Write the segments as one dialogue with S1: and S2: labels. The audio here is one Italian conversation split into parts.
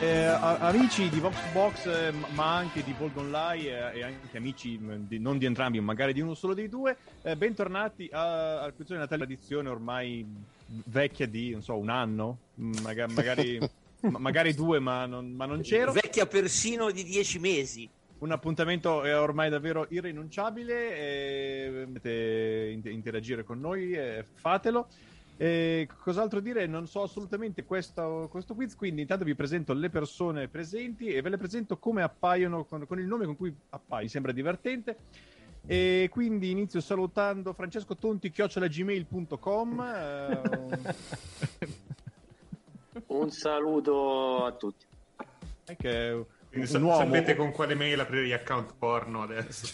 S1: Eh, a- amici di Voxbox, eh, ma- ma anche di Volgonlai eh, e anche amici mh, di- non di entrambi, ma magari di uno solo dei due, eh, bentornati a- al Quizzone di Natale, edizione ormai vecchia di, non so, un anno, Mm, maga- magari, ma- magari due, ma non, ma non c'ero.
S2: Vecchia persino di dieci mesi.
S1: Un appuntamento eh, ormai davvero irrinunciabile, eh, potete in- interagire con noi, eh, fatelo. Eh, cos'altro dire? Non so assolutamente questo, questo quiz, quindi intanto vi presento le persone presenti e ve le presento come appaiono, con, con il nome con cui appaiono, mi sembra divertente. E quindi inizio salutando Francesco Tonti, chiocciolagmail.com. eh, un-
S3: Un saluto a tutti.
S1: è che è un,
S4: Quindi
S1: un
S4: sa-
S1: uomo.
S4: sapete con quale mail aprire gli account porno adesso.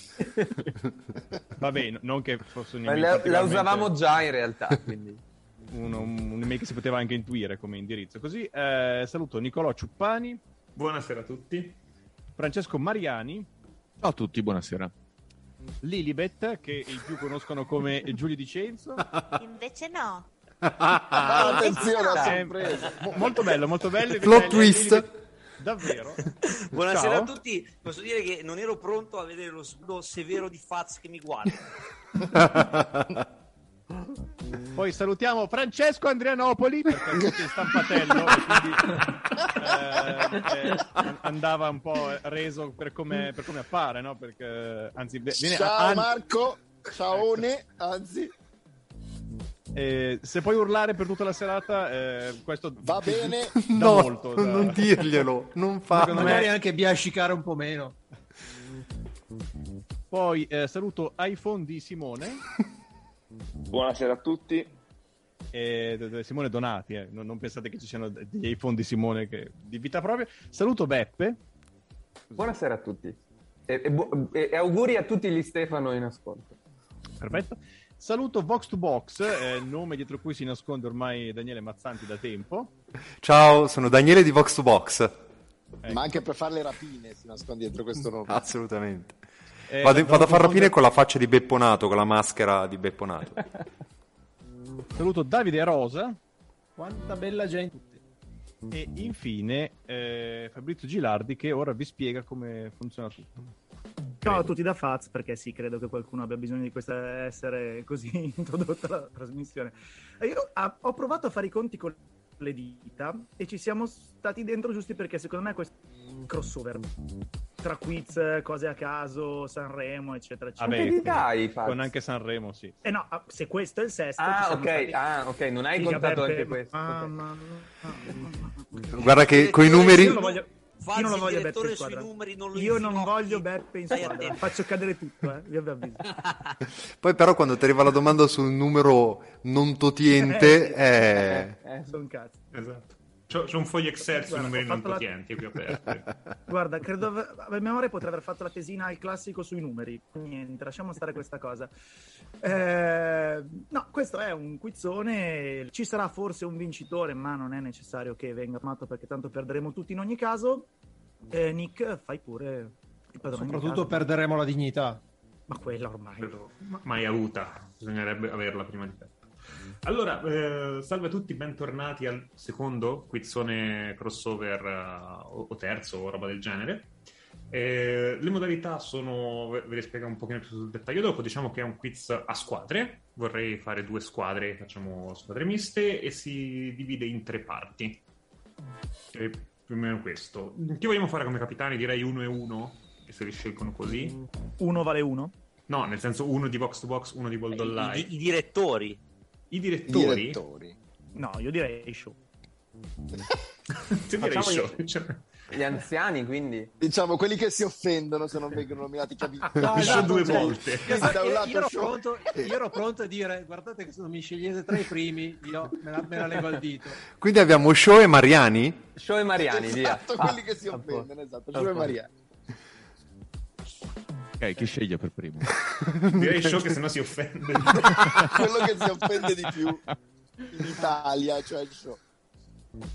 S1: Vabbè, no- non che fosse un
S5: Ma Eh,
S1: email
S5: la, la
S1: particolarmente-
S5: usavamo già in realtà, quindi.
S1: un, un email che si poteva anche intuire come indirizzo. Così eh, saluto Nicolò Ciuppani,
S4: Buonasera a tutti.
S1: Francesco Mariani,
S6: Ciao a tutti, buonasera.
S1: Lilibet, che i più conoscono come Giulio Dicenzo.
S7: Invece no.
S8: Ah, attenzione, a
S1: Eh,
S8: sorpresa.
S1: mo- molto bello, molto bello.
S9: Plot
S1: Eh,
S9: twist.
S1: Lilibet- Davvero?
S2: Buonasera
S1: Ciao.
S2: a tutti. Posso dire che non ero pronto a vedere lo scudo severo di Faz che mi guarda.
S1: Poi salutiamo Francesco Andrianopoli, perché è in stampatello e quindi eh, eh, andava un po' reso per come, per come appare, no? Perché, anzi, ve- viene
S8: Ciao
S1: an-
S8: Marco,
S10: Ecco.
S8: ciao Ne, anzi,
S1: Eh, se puoi urlare per tutta la serata, eh, questo
S8: va bene.
S1: Da
S9: No,
S1: molto, da-
S9: non dirglielo, non farlo.
S1: Secondo me-
S10: Magari anche biascicare un po' meno.
S1: Poi eh, saluto iPhone di Simone,
S3: Buonasera a tutti.
S1: eh, d- d- Simone Donati, eh, non, non pensate che ci siano d- degli iPhone di Simone che, di vita propria. Saluto Beppe,
S5: Buonasera a tutti. E, e bu- e- e auguri a tutti gli Stefano in ascolto.
S1: perfetto. Saluto Vox2Box, eh, nome dietro cui si nasconde ormai Daniele Mazzanti da tempo.
S9: Ciao, sono Daniele di Vox to Box.
S8: Ma anche per fare le rapine si nasconde dietro questo
S4: Ah,
S8: nome.
S9: Assolutamente.
S1: Eh,
S9: vado,
S1: dopo
S9: vado a far rapine
S1: confondere-
S9: con la faccia di Bepponato, con la maschera di Bepponato.
S1: Saluto Davide Rosa
S10: Quanta bella gente.
S1: e infine eh, Fabrizio Gilardi che ora vi spiega come funziona tutto.
S11: Ciao a tutti da Faz, perché sì, credo che qualcuno abbia bisogno di questa essere così introdotta la trasmissione. Eh, Io ha- ho provato a fare i conti con le dita e ci siamo stati dentro giusti perché secondo me questo è un crossover tra quiz, cose a caso, Sanremo, eccetera, eccetera.
S1: Vabbè,
S5: che li dai, Faz?
S1: con anche Sanremo, sì.
S11: Eh no, ah, se questo è il sesto... ci
S5: Ah,
S11: siamo
S5: ok,
S11: stati-
S5: ah, ok, non hai
S11: Figa,
S5: contato
S11: Beppe,
S5: anche questo. ok.
S11: Mamma mia.
S9: Guarda che con i
S11: Io
S9: numeri...
S11: non voglio,
S2: Fazzi,
S11: io non lo voglio Beppe in
S2: il direttore sui
S11: squadra.
S2: numeri non lo
S11: Io non
S2: infinocchi.
S11: voglio Beppe in
S2: Stai
S11: squadra.
S2: attento.
S11: Faccio cadere tutto, eh, vi avviso.
S9: Poi però quando ti arriva la domanda sul numero non totiente, eh...
S5: Eh,
S11: Sono un cazzo.
S4: Esatto. C'ho, c'ho un foglio Excel sui
S11: Guarda,
S4: numeri
S11: ho
S4: non
S11: fatto la-
S4: potenti qui aperti.
S11: Guarda, credo av- a memoria potrei aver fatto la tesina al classico sui numeri. Niente, lasciamo stare questa cosa. Eh, no, questo è un quizzone. Ci sarà forse un vincitore, ma non è necessario che venga armato perché tanto perderemo tutti in ogni caso. Eh, Nick, fai pure il padrone. di
S10: Soprattutto
S11: casa.
S10: perderemo la dignità.
S11: Ma quella ormai.
S4: Credo mai avuta. Bisognerebbe averla prima di te. Allora, eh, salve a tutti, bentornati al secondo quizzone crossover eh, o o terzo o roba del genere. Eh, le modalità sono, ve ve le spiego un pochino più sul dettaglio dopo, diciamo che è un quiz a squadre, vorrei fare due squadre, facciamo squadre miste e si divide in tre parti. E più o meno questo. Che vogliamo fare come capitani? Direi uno e uno, che se li scelgono così.
S11: Uno vale uno.
S4: No, nel senso uno di box to box, uno di Bold
S2: I,
S4: Online.
S2: i- i direttori.
S4: I
S8: I
S4: direttori.
S8: Direttori.
S11: No, io direi show.
S4: Sì, direi
S5: Facciamo
S4: show.
S5: i-
S4: Cioè,
S5: Gli anziani, quindi.
S8: Diciamo quelli che si offendono se non vengono nominati capitani.
S10: No,
S4: i show
S10: esatto,
S4: due
S10: cioè-
S4: volte.
S8: Quindi da un
S10: Io-
S8: lato
S10: io, ero
S8: show-
S10: pronto, io ero pronto a dire guardate che se non mi scegliete tra i primi io me la, me la lego al dito
S9: Quindi abbiamo Show e Mariani?
S5: Show e Mariani, via.
S8: Esatto,
S5: Ah,
S8: quelli che
S10: boh.
S8: si offendono,
S10: Ah,
S8: esatto. Giulio Maria.
S6: Ok, chi sceglie per primo?
S4: Direi show che sennò si offende.
S8: Quello che si offende di più in Italia, cioè il show.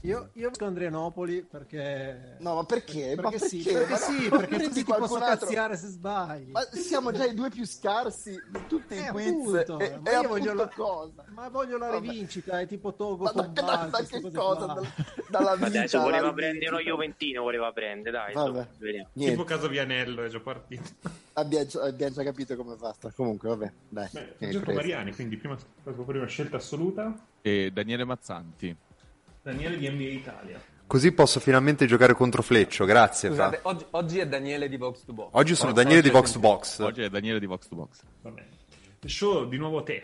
S10: Io, io visco Andrianopoli perché...
S8: No, ma perché?
S10: Perché,
S8: Ma
S10: sì,
S8: perché?
S10: perché
S8: Ma
S10: sì,
S8: no,
S10: perché
S8: prendi
S10: così ti
S8: qualcun
S10: posso
S8: altro.
S10: cazziare se sbagli.
S8: Ma siamo già i due più scarsi di tutti i
S10: Eh,
S8: quiz.
S10: appunto,
S8: e,
S10: ma
S8: e
S10: io voglio
S8: appunto
S10: la-
S8: cosa?
S10: Ma voglio la
S8: Vabbè.
S10: rivincita, è tipo Togo
S8: Ma
S10: con
S8: da, da, da
S10: Balti,
S8: che
S10: queste
S8: cosa?
S10: qua.
S8: Dal- dalla Ah, vita
S3: Ma adesso
S8: alla
S3: voleva
S8: vita.
S3: prendere uno Juventino, voleva prendere, dai.
S8: Vabbè.
S3: insomma, vediamo.
S4: Tipo
S8: Niente,
S4: caso Vianello è già partito.
S8: abbiamo, già- abbiamo già capito come è fatta. Comunque, vabbè, dai.
S4: Beh,
S8: mi hai
S4: Giorgio
S8: preso.
S4: Mariani, quindi prima, la sua prima scelta assoluta.
S6: E Daniele Mazzanti.
S4: Daniele di NBA Italia.
S9: Così posso finalmente giocare contro Fleccio, grazie. Fra.
S5: Scusate, oggi, oggi è Daniele di Box to Box.
S9: Oggi sono
S5: Oggi
S9: Daniele di
S5: c'è
S9: Vox to Box.
S6: Oggi è Daniele di Vox to Box.
S4: Va bene. Show di nuovo a te.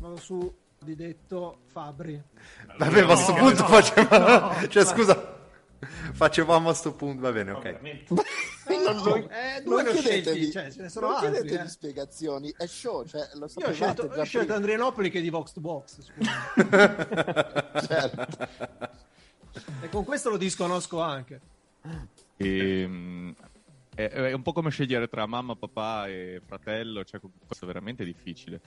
S10: Vado su di detto Fabri.
S9: Vabbè, ma a sto
S4: No,
S9: punto
S4: no,
S9: facevamo... cioè, scusa. Facevamo a sto punto, va bene,
S4: no,
S9: ok.
S4: veramente.
S8: Non, non-
S10: Eh, due
S8: non
S10: ne
S8: chiedetevi,
S10: ho scelti, cioè, ce ne sono
S8: non
S10: altri.
S8: chiedetevi
S10: eh.
S8: spiegazioni. È show, cioè, lo
S10: Io ho
S8: sapevate
S10: scelto,
S8: già
S10: ho scelto
S8: prima.
S10: Andrianopoli che è di Vox to Box. scusa.
S8: Certo.
S10: e con questo lo disconosco anche.
S6: E, mm, è, è un po' come scegliere tra mamma, papà e fratello, cioè questo è veramente difficile.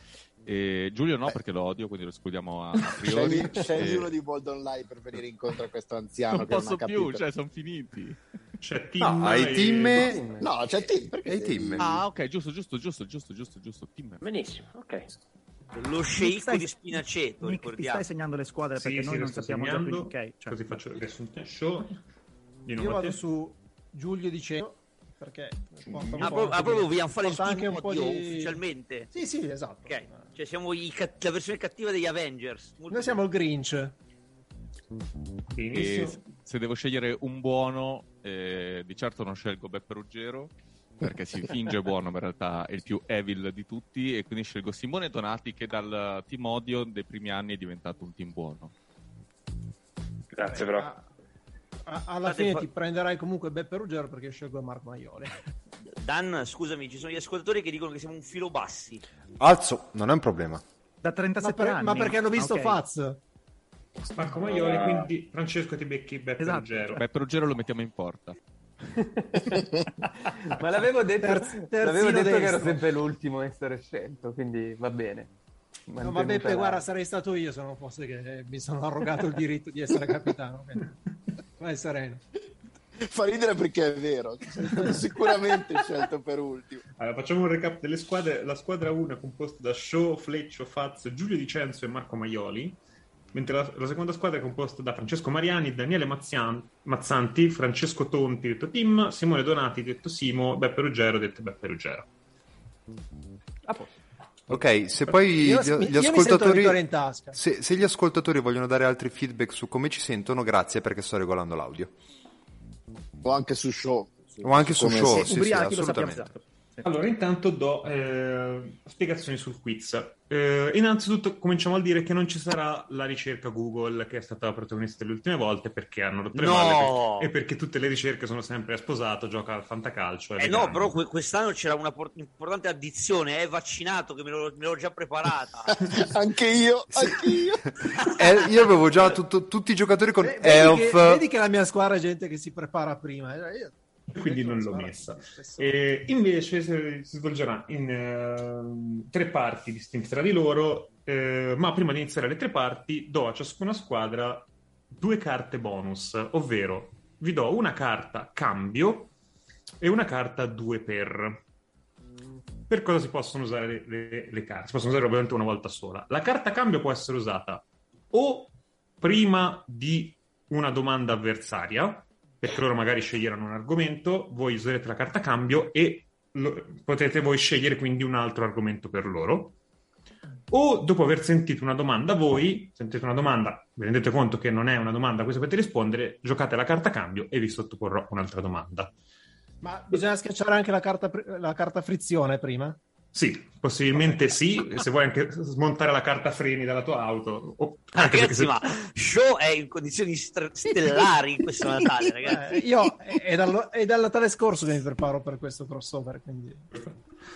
S6: E Giulio no, perché lo odio, quindi lo escludiamo a, a priori.
S8: Scegli, scegli
S6: E
S8: uno di Bold Online per venire incontro a questo anziano
S6: Non
S8: che non ha
S6: posso
S8: capito.
S6: più, cioè sono finiti.
S4: C'è Tim.
S9: No, ai
S4: e-
S9: team...
S8: No, c'è Tim, perché
S9: E i
S8: sei-
S9: team?
S6: Ah, ok, giusto, giusto, giusto, giusto, giusto, giusto. Tim.
S3: Benissimo, ok.
S2: Lo sceicco
S11: stai-
S2: di Spinaceto,
S11: Nick, ti
S2: ricordiamo.
S11: stai segnando le squadre
S4: Sì,
S11: perché
S4: sì,
S11: noi
S4: lo
S11: non
S4: sto
S11: sappiamo già più
S4: segnando.
S11: di ok. Cioè,
S4: Così faccio il riassunto. Show di
S10: Io
S4: nuovo a
S10: vado
S4: te.
S10: su Giulio Di Cero perché porta un
S2: Ah,
S10: po'
S2: proprio, ah,
S10: anche-
S2: proprio vogliamo fare il
S10: porta anche
S2: team
S10: un po'
S2: oddio,
S10: di-
S2: ufficialmente.
S10: Sì, sì, esatto.
S2: Ok, cioè siamo i cat- la versione cattiva degli Avengers. Molto
S10: Noi siamo il Grinch.
S6: E
S4: Benissimo.
S6: se- se devo scegliere un buono, eh, di certo non scelgo Beppe Ruggero perché si finge buono, ma in realtà è il più evil di tutti. E quindi scelgo Simone Donati, che dal team odio dei primi anni è diventato un team buono.
S3: Grazie,
S10: Beh,
S3: però.
S10: a- a- alla
S2: Fate
S10: fine
S2: fa-
S10: ti prenderai comunque Beppe Ruggero perché scelgo Marco Maioli.
S2: Dan, scusami, ci sono gli ascoltatori che dicono che siamo un filo bassi.
S9: Alzo, non è un problema.
S11: da
S10: Ma,
S11: 37
S10: per-
S11: anni.
S10: ma perché hanno visto
S11: Ok.
S10: Faz?
S4: Marco Maioli, quindi Francesco ti becchi Beppe
S11: Esatto.
S4: Ruggero.
S6: Beppe Ruggero lo mettiamo in porta.
S5: Ma l'avevo detto,
S10: Terz- terzino
S5: l'avevo detto che ero
S10: destro.
S5: sempre l'ultimo a essere scelto, quindi va bene.
S10: No,
S5: Mantenuta
S10: ma Beppe,
S5: la-
S10: guarda, sarei stato io se non fosse che eh, mi sono arrogato il diritto di essere capitano. quindi Vai sereno.
S8: Fa ridere perché è vero. Sicuramente scelto per ultimo.
S4: Allora, facciamo un recap delle squadre. La squadra 1 è composta da Show, Fleccio, Faz, Giulio Dicenzo e Marco Maioli. Mentre la, la seconda squadra è composta da Francesco Mariani, Daniele Mazzian- Mazzanti, Francesco Tonti, detto Tim, Simone Donati, detto Simo, Beppe Ruggero, detto Beppe Ruggero.
S9: Ok, se poi
S10: Io,
S9: gli,
S10: mi-
S9: gli
S10: io mi sento la
S9: ascoltatori...
S10: vittoria in tasca.
S9: Se, se gli ascoltatori vogliono dare altri feedback su come ci sentono, grazie perché sto regolando l'audio.
S8: O anche su show.
S9: O anche su
S8: Come
S9: show,
S8: se-
S9: sì, sì,
S11: ubriachi lo sappiamo
S9: assolutamente.
S11: già.
S4: Allora, intanto do eh, spiegazioni sul quiz. Eh, innanzitutto cominciamo a dire che non ci sarà la ricerca Google che è stata protagonista delle ultime volte perché hanno rotto le
S2: No!
S4: palle per- e perché tutte le ricerche sono sempre a sposato, gioca al fantacalcio. è
S2: Eh no,
S4: vegano.
S2: però que- quest'anno c'era una por- importante addizione, è vaccinato che me, lo- me l'ho già preparata.
S8: anche io, anche io.
S9: Eh, io avevo già tutto- tutti i giocatori con
S10: Eh, vedi,
S9: Elf.
S10: che, vedi che la mia squadra è gente che si prepara prima. eh, io-
S4: Quindi non l'ho
S10: Guarda,
S4: messa.
S10: stesso-
S4: E invece se- si svolgerà in ehm, tre parti distinte tra di loro, eh, ma prima di iniziare le tre parti do a ciascuna squadra due carte bonus, ovvero vi do una carta cambio e una carta 2 per. Per cosa si possono usare le, le- le carte? Si possono usare ovviamente una volta sola. La carta cambio può essere usata o prima di una domanda avversaria, perché loro magari sceglieranno un argomento, voi userete la carta cambio e lo- potete voi scegliere quindi un altro argomento per loro. O dopo aver sentito una domanda, voi sentite una domanda, vi rendete conto che non è una domanda a cui sapete rispondere, giocate la carta cambio e vi sottoporrò un'altra domanda.
S10: Ma bisogna schiacciare anche la carta, pr- la carta frizione prima.
S4: Sì, possibilmente sì, se vuoi anche smontare la carta freni dalla tua auto. o- anche perché
S2: ragazzi,
S4: se-
S2: ma Show è in condizioni str- stellari in questo Natale, ragazzi.
S10: Eh, io è, è dal, è dal Natale scorso che mi preparo per questo crossover, quindi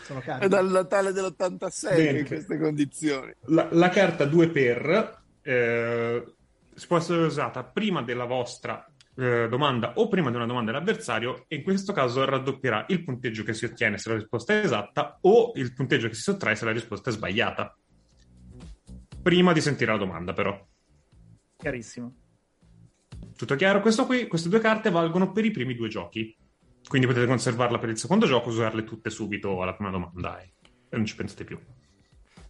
S10: sono carico.
S8: È dal Natale dell'86 in
S4: Niente.
S8: queste condizioni.
S4: La, la carta 2 per eh, si può essere usata prima della vostra eh, domanda o prima di una domanda dell'avversario e in questo caso raddoppierà il punteggio che si ottiene se la risposta è esatta o il punteggio che si sottrae se la risposta è sbagliata. Prima di sentire la domanda però.
S11: Chiarissimo.
S4: Tutto chiaro? Questo qui, queste due carte valgono per i primi due giochi. Quindi potete conservarla per il secondo gioco, usarle tutte subito alla prima domanda e e non ci pensate più.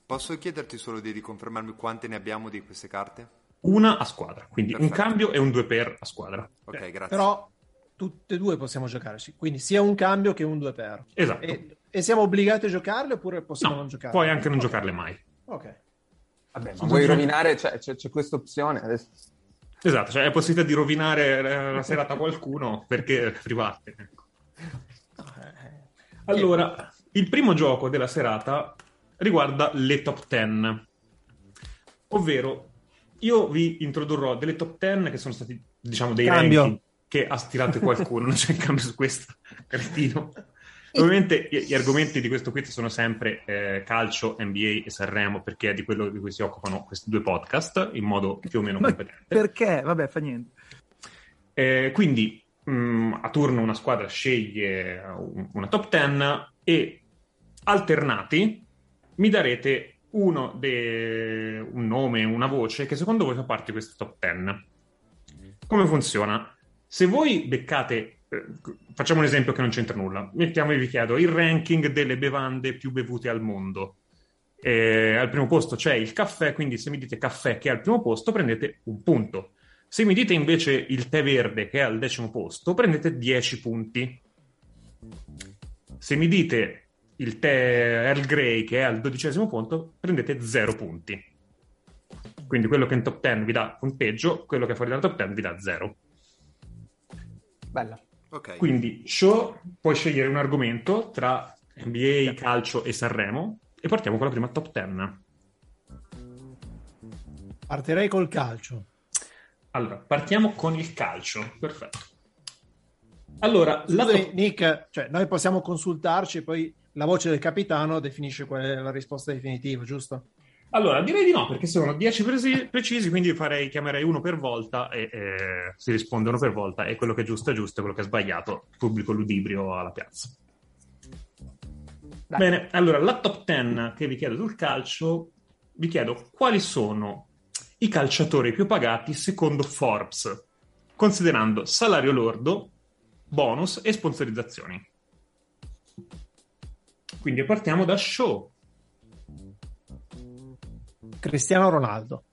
S9: Posso chiederti solo di riconfermarmi quante ne abbiamo di queste carte?
S4: Una a squadra, quindi un
S9: Perfetto.
S4: cambio e un 2 per a squadra. Eh,
S9: Ok, grazie.
S10: Però tutte e due possiamo giocare, sì. quindi sia un cambio che un 2 per.
S4: Esatto.
S10: E, e siamo obbligati a giocarle oppure possiamo
S4: No,
S10: non giocare?
S4: puoi anche non giocarle mai.
S10: Ok.
S5: Vabbè, ma
S4: Sono
S5: vuoi
S4: giochi-
S5: rovinare? Cioè, c'è, c'è questa opzione adesso.
S4: Esatto, cioè è possibile di rovinare eh, la serata a qualcuno perché private. ecco. Allora, il primo gioco della serata riguarda le top 10, ovvero io vi introdurrò delle top 10 che sono stati, diciamo, dei
S10: Cambio.
S4: ranking che ha stirato qualcuno, non c'è il cambio su questo, cretino. Ovviamente gli gli argomenti di questo quiz sono sempre eh, calcio, NBA e Sanremo perché è di quello di cui si occupano questi due podcast in modo più o meno
S11: Ma
S4: competente.
S11: Perché? Vabbè, fa niente.
S4: Eh, quindi mh, a turno una squadra sceglie un- una top 10 e alternati mi darete uno de- un nome, una voce che secondo voi fa parte di questa top 10. Come funziona? Se voi beccate, eh, facciamo un esempio che non c'entra nulla, mettiamo e vi chiedo il ranking delle bevande più bevute al mondo. Eh, al primo posto c'è il caffè, quindi se mi dite caffè che è al primo posto prendete un punto. Se mi dite invece il tè verde che è al decimo posto, prendete 10 punti. Se mi dite il tè Earl Grey che è al dodicesimo punto, prendete 0 punti. Quindi quello che in top 10 vi dà punteggio, quello che è fuori dalla top 10 vi dà 0.
S5: Bella.
S9: Ok.
S4: Quindi show, puoi scegliere un argomento tra NBA, calcio e Sanremo e partiamo con la prima top 10.
S10: Partirei col calcio.
S4: Allora, partiamo con il calcio. Perfetto. Allora, la
S10: Scusami,
S4: top-
S10: Nick, cioè, noi possiamo consultarci e poi la voce del capitano definisce qual è la risposta definitiva, giusto?
S4: Allora, direi di no, perché sono 10 presi- precisi, quindi farei, chiamerei uno per volta e eh, si risponde uno per volta e quello che è giusto è giusto e quello che è sbagliato pubblico ludibrio alla piazza.
S5: Dai.
S4: Bene, allora la top 10 che vi chiedo sul calcio, vi chiedo quali sono i calciatori più pagati secondo Forbes, considerando salario lordo, bonus e sponsorizzazioni. Quindi partiamo da Show.
S10: Cristiano Ronaldo.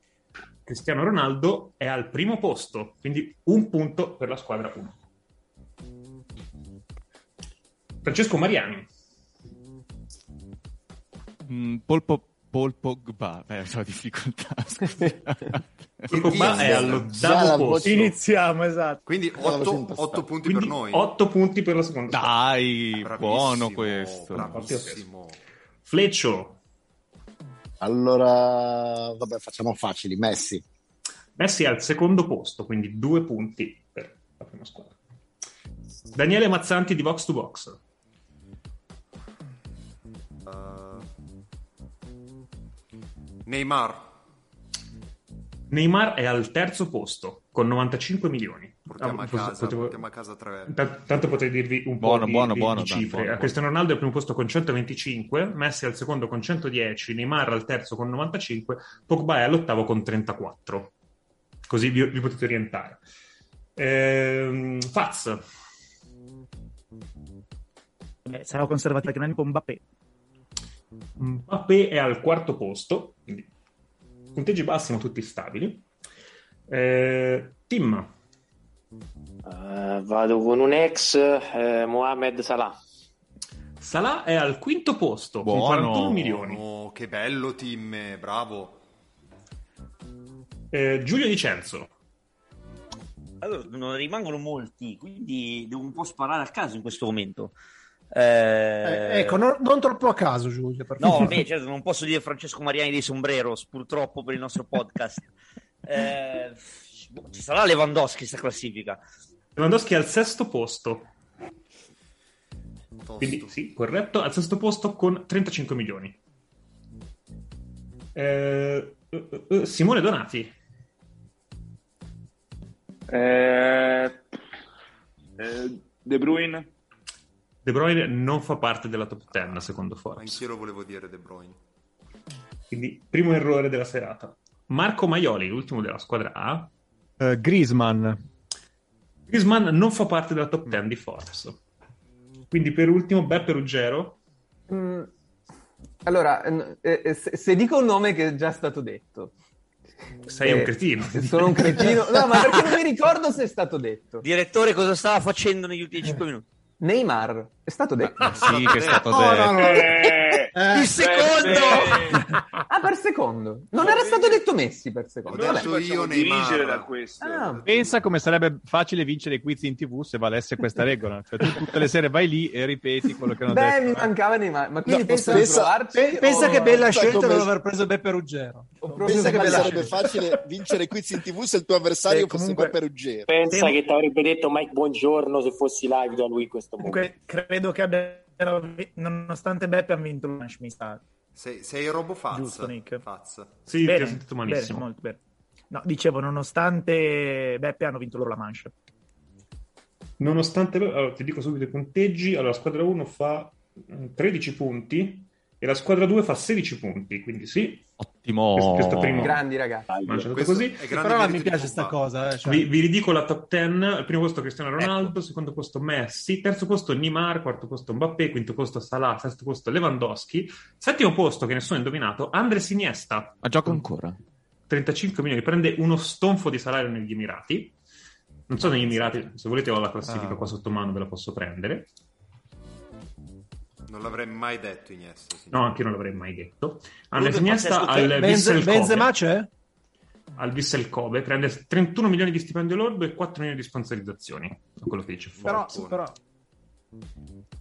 S4: Cristiano Ronaldo è al primo posto, quindi un punto per la squadra 1. Francesco Mariani,
S6: Mm, Polpo, Polpo Gba. Beh, ho difficoltà. scusate.
S4: Pogba
S8: Già
S4: è
S8: la
S4: all'ottavo
S8: voce-
S4: posto,
S11: Iniziamo, esatto.
S9: Quindi
S8: Bravo,
S9: 8,
S8: sempre stato.
S9: punti per
S4: quindi
S9: noi.
S4: 8 punti per la seconda. squadra.
S6: Dai,
S9: Bravissimo,
S6: buono questo.
S9: Bravissimo.
S4: Fleccio,
S8: Allora, vabbè, facciamo facili. Messi,
S4: Messi è al secondo posto, quindi due punti per la prima squadra. Daniele Mazzanti di Vox to Box,
S9: Eh, Neymar.
S4: Neymar è al terzo posto con 95 milioni.
S9: Portiamo
S4: Ah,
S9: a
S4: forse
S9: casa,
S4: potevo-
S9: portiamo a casa tre.
S4: Tant- Tanto potrei dirvi un
S6: Buono,
S4: po' di,
S6: buono,
S4: di-
S6: buono,
S4: di
S6: Dan,
S4: cifre.
S6: buono,
S4: Cristiano Ronaldo è al primo posto con 125, Messi al secondo con 110, Neymar al terzo con 95, Pogba è all'ottavo con 34. Così vi, vi potete orientare. Ehm, Faz,
S11: Eh, sarò conservativa che non è un Mbappé.
S4: Mbappé mm, è al quarto posto, quindi punteggi bassi ma tutti stabili. Ehm, Tim,
S3: Eh, vado con un ex eh, Mohamed Salah.
S4: Salah è al quinto posto
S6: Buono.
S4: con 41 milioni.
S9: Oh, che bello team, bravo.
S4: Eh, Giulio Dicenzo,
S2: Allora, non rimangono molti, quindi devo un po' sparare a caso in questo momento. Eh,
S10: Eh, ecco, non, non troppo a caso, Giulio. per
S2: No,
S10: favore.
S2: vabbè, certo, non posso dire Francesco Mariani dei Sombreros, purtroppo per il nostro podcast. Eh, boh, ci sarà Lewandowski in questa classifica.
S4: Lewandowski è al sesto posto.
S9: Tosto.
S4: Quindi sì, corretto, al sesto posto con 35 milioni. Eh, eh, eh, Simone Donati,
S7: Eh, eh, De Bruyne?
S4: De Bruyne non fa parte della top 10 secondo Forbes,
S9: Anch'io lo volevo dire De Bruyne.
S4: quindi primo
S5: Eh,
S4: errore della serata. Marco Maioli, ultimo della squadra A,
S1: Grisman.
S4: Griezmann non fa parte della top 10 di Forbes. Quindi per ultimo Beppe Ruggero.
S5: Mm, allora, n- eh, eh, se, se dico un nome che è già stato detto,
S4: Sei un cretino.
S5: Eh, sono un cretino. No, ma perché non mi ricordo se è stato detto.
S2: Direttore, cosa stava facendo negli ultimi
S10: Eh.
S2: 5 minuti?
S5: Neymar, è stato detto.
S6: Sì, che è stato
S5: No,
S6: detto.
S5: no, no.
S2: Eh,
S5: Eh,
S2: il secondo!
S5: Ah, per secondo. Non era stato detto Messi per secondo.
S1: Adesso
S5: Vabbè.
S1: io Facciamo Neymar. dirigere da
S7: questo.
S5: Ah,
S1: Pensa come sarebbe facile vincere i quiz in tv se valesse questa regola. Cioè, tu tutte le sere vai lì e ripeti quello che hanno
S5: beh,
S1: detto.
S5: mi mancava Neymar. Ma quindi
S1: No,
S5: pensa,
S1: pensa-
S5: di provarci
S1: pe-
S10: Pensa
S5: o-
S10: che bella scelta
S8: come-
S10: non aver preso Beppe Ruggero.
S8: Pensa che sarebbe facile vincere quiz in tv se il tuo
S10: Eh,
S8: avversario fosse Beppe Ruggero.
S3: Pensa
S8: Sì.
S3: che ti avrebbe detto Mike buongiorno se fossi live da lui in questo momento.
S11: Comunque, credo che abbiano, nonostante Beppe, ha vinto il match, mi sa.
S9: Sei, sei robofazza.
S11: Giusto, Nick.
S9: Fazza.
S4: Sì,
S11: Bene,
S4: ti ho sentito malissimo.
S11: bene, molto bene. No, dicevo, nonostante Beppe hanno vinto loro la manche.
S4: Nonostante, allora, ti dico subito i punteggi, allora la squadra 1 fa mm, 13 punti e la squadra 2 fa 16 punti, quindi sì.
S6: Ottimo.
S4: Questo, questo primo.
S5: Grandi ragazzi.
S4: Ma Cioè, è stato
S9: Questo
S4: così.
S9: è grande
S10: Però non mi
S9: merito di
S10: piace sta
S9: Pogba.
S10: cosa. eh, cioè,
S4: Vi, vi ridico la top 10, al primo posto Cristiano
S10: Ecco.
S4: Ronaldo, secondo posto Messi, terzo posto Neymar, quarto posto Mbappé, quinto posto Salah, sesto posto Lewandowski, settimo posto che nessuno ha indovinato, Andres Iniesta,
S6: Ma gioco ancora.
S4: 35 milioni, prende uno stonfo di salario negli Emirati. Non so negli Emirati, se volete ho la classifica
S1: Ah.
S4: qua sotto mano, ve la posso prendere.
S9: Non l'avrei mai detto, Iniesta. sì.
S4: No, anche io non l'avrei mai detto. Andres
S7: Ludo è
S4: Iniesta
S7: pazzesco,
S4: al
S7: cioè,
S10: Benze-
S4: Vissel
S10: Benzema
S4: Kobe.
S10: c'è?
S4: Al Vissel Kobe prende 31 milioni di stipendio lordo e 4 milioni di sponsorizzazioni. È quello che dice
S10: Però,
S4: Forbes.
S10: però-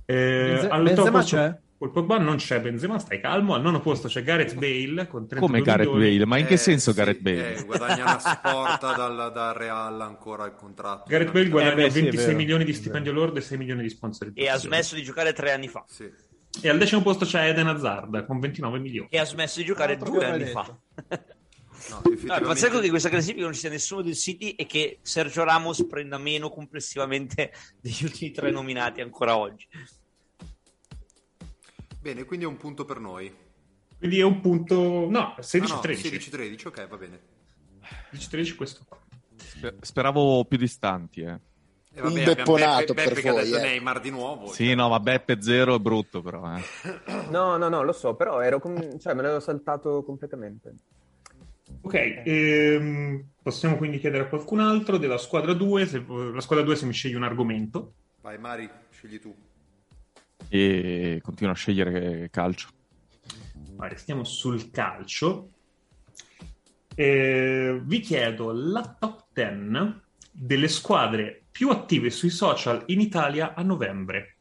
S4: Eh,
S10: Benze-
S4: al
S10: Benzema
S4: ottavo posto-
S10: c'è?
S4: Col Pogba non c'è Benzema, stai calmo. Al nono posto c'è Gareth Bale con 32
S6: Come Gareth
S4: milioni.
S6: Bale? Ma in che
S9: Eh,
S6: senso
S9: sì,
S6: Gareth Bale?
S9: eh, guadagna la sporta dal, dal Real ancora il contratto.
S4: Gareth Bale
S1: Eh,
S4: guadagna
S1: beh, sì, è
S4: 26
S1: vero.
S4: milioni di
S1: È vero.
S4: stipendio lordo e 6 milioni di
S2: E
S4: sponsorizzazioni.
S2: ha smesso di giocare tre anni fa.
S9: Sì.
S4: E al decimo posto c'è Eden Hazard con 29 milioni.
S2: E ha smesso di giocare
S10: Altro
S2: due
S10: che
S2: anni
S10: aveva
S2: fa.
S9: No,
S2: No, è pazzesco che in questa classifica non ci sia nessuno del City e che Sergio Ramos prenda meno complessivamente degli ultimi tre nominati ancora oggi.
S9: Bene, quindi è un punto per noi.
S4: Quindi è un punto... No,
S9: Ah, no,
S4: 16-13.
S9: 16-13, ok, va bene.
S4: 16-13 questo qua.
S6: Sper- Speravo più distanti, eh.
S9: E vabbè,
S8: Un
S9: abbiamo Beppe,
S8: depponato
S9: Beppe
S8: per
S9: che ha
S8: voi,
S9: detto
S8: eh.
S9: Neymar di nuovo.
S6: Sì, no, ma Beppe zero è brutto, però. eh.
S5: No, no, no, lo so, però ero com- cioè, me l'avevo saltato completamente.
S4: Ok, ehm, possiamo quindi chiedere a qualcun altro della squadra 2, se, la squadra 2 se mi sceglie un argomento.
S9: Vai Mari, scegli tu.
S6: E continua a scegliere calcio.
S4: Ma restiamo sul calcio. Eh, vi chiedo la top 10 delle squadre più attive sui social in Italia a novembre.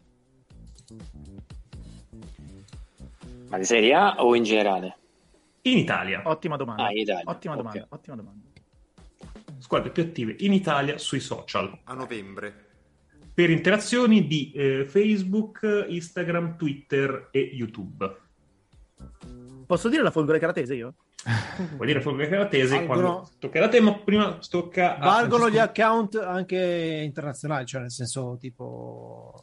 S3: Ma di Serie A o in generale?
S4: In Italia,
S11: Ottima domanda.
S3: Ah, in Italia.
S11: Ottima
S3: Ok.
S11: domanda, ottima domanda.
S4: squadre più attive in Italia sui social
S9: A novembre.
S4: per interazioni di eh, Facebook, Instagram, Twitter e YouTube.
S11: Posso dire la folgore caratese io?
S4: Vuol dire proprio che la tesi
S10: Valgono-
S4: quando toccherà a te, ma prima tocca a
S10: Valgono gli
S4: Francesco-
S10: account anche internazionali, cioè nel senso tipo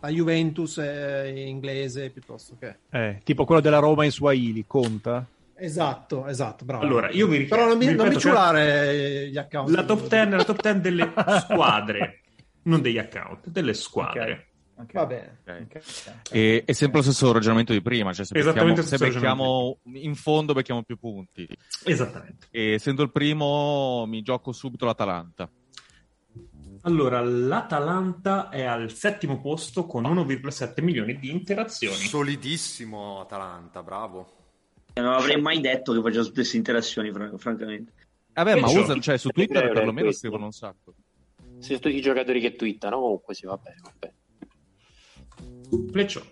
S10: la Juventus è inglese piuttosto che...
S1: Eh, tipo quello della Roma in Swahili, conta?
S10: Esatto, esatto, bravo.
S4: Allora, io vi ricordo-
S10: Però non mi,
S4: vi
S10: non mi
S4: ripeto che-
S10: ciulare gli account.
S4: La top 10 la top 10 delle squadre, non degli account, delle squadre.
S11: Ok.
S10: Va bene.
S6: E, è sempre lo stesso ragionamento di prima. Cioè, se
S4: Esattamente
S6: becchiamo, se
S4: lo stesso
S6: becchiamo in fondo, becchiamo più punti.
S4: Esattamente.
S6: E essendo il primo, mi gioco subito l'Atalanta.
S4: Allora, l'Atalanta è al settimo posto con 1,7 milioni di interazioni.
S9: Solidissimo Atalanta, bravo.
S2: Non avrei mai detto che faceva tutte queste interazioni, fran- francamente.
S6: Vabbè, ma
S4: Peggio.
S6: usa, cioè, su Twitter
S3: Euro è
S6: perlomeno
S3: questo.
S6: scrivono un sacco.
S3: Se tutti i giocatori che twittano, comunque sì, va bene. va bene.
S4: Fleccio.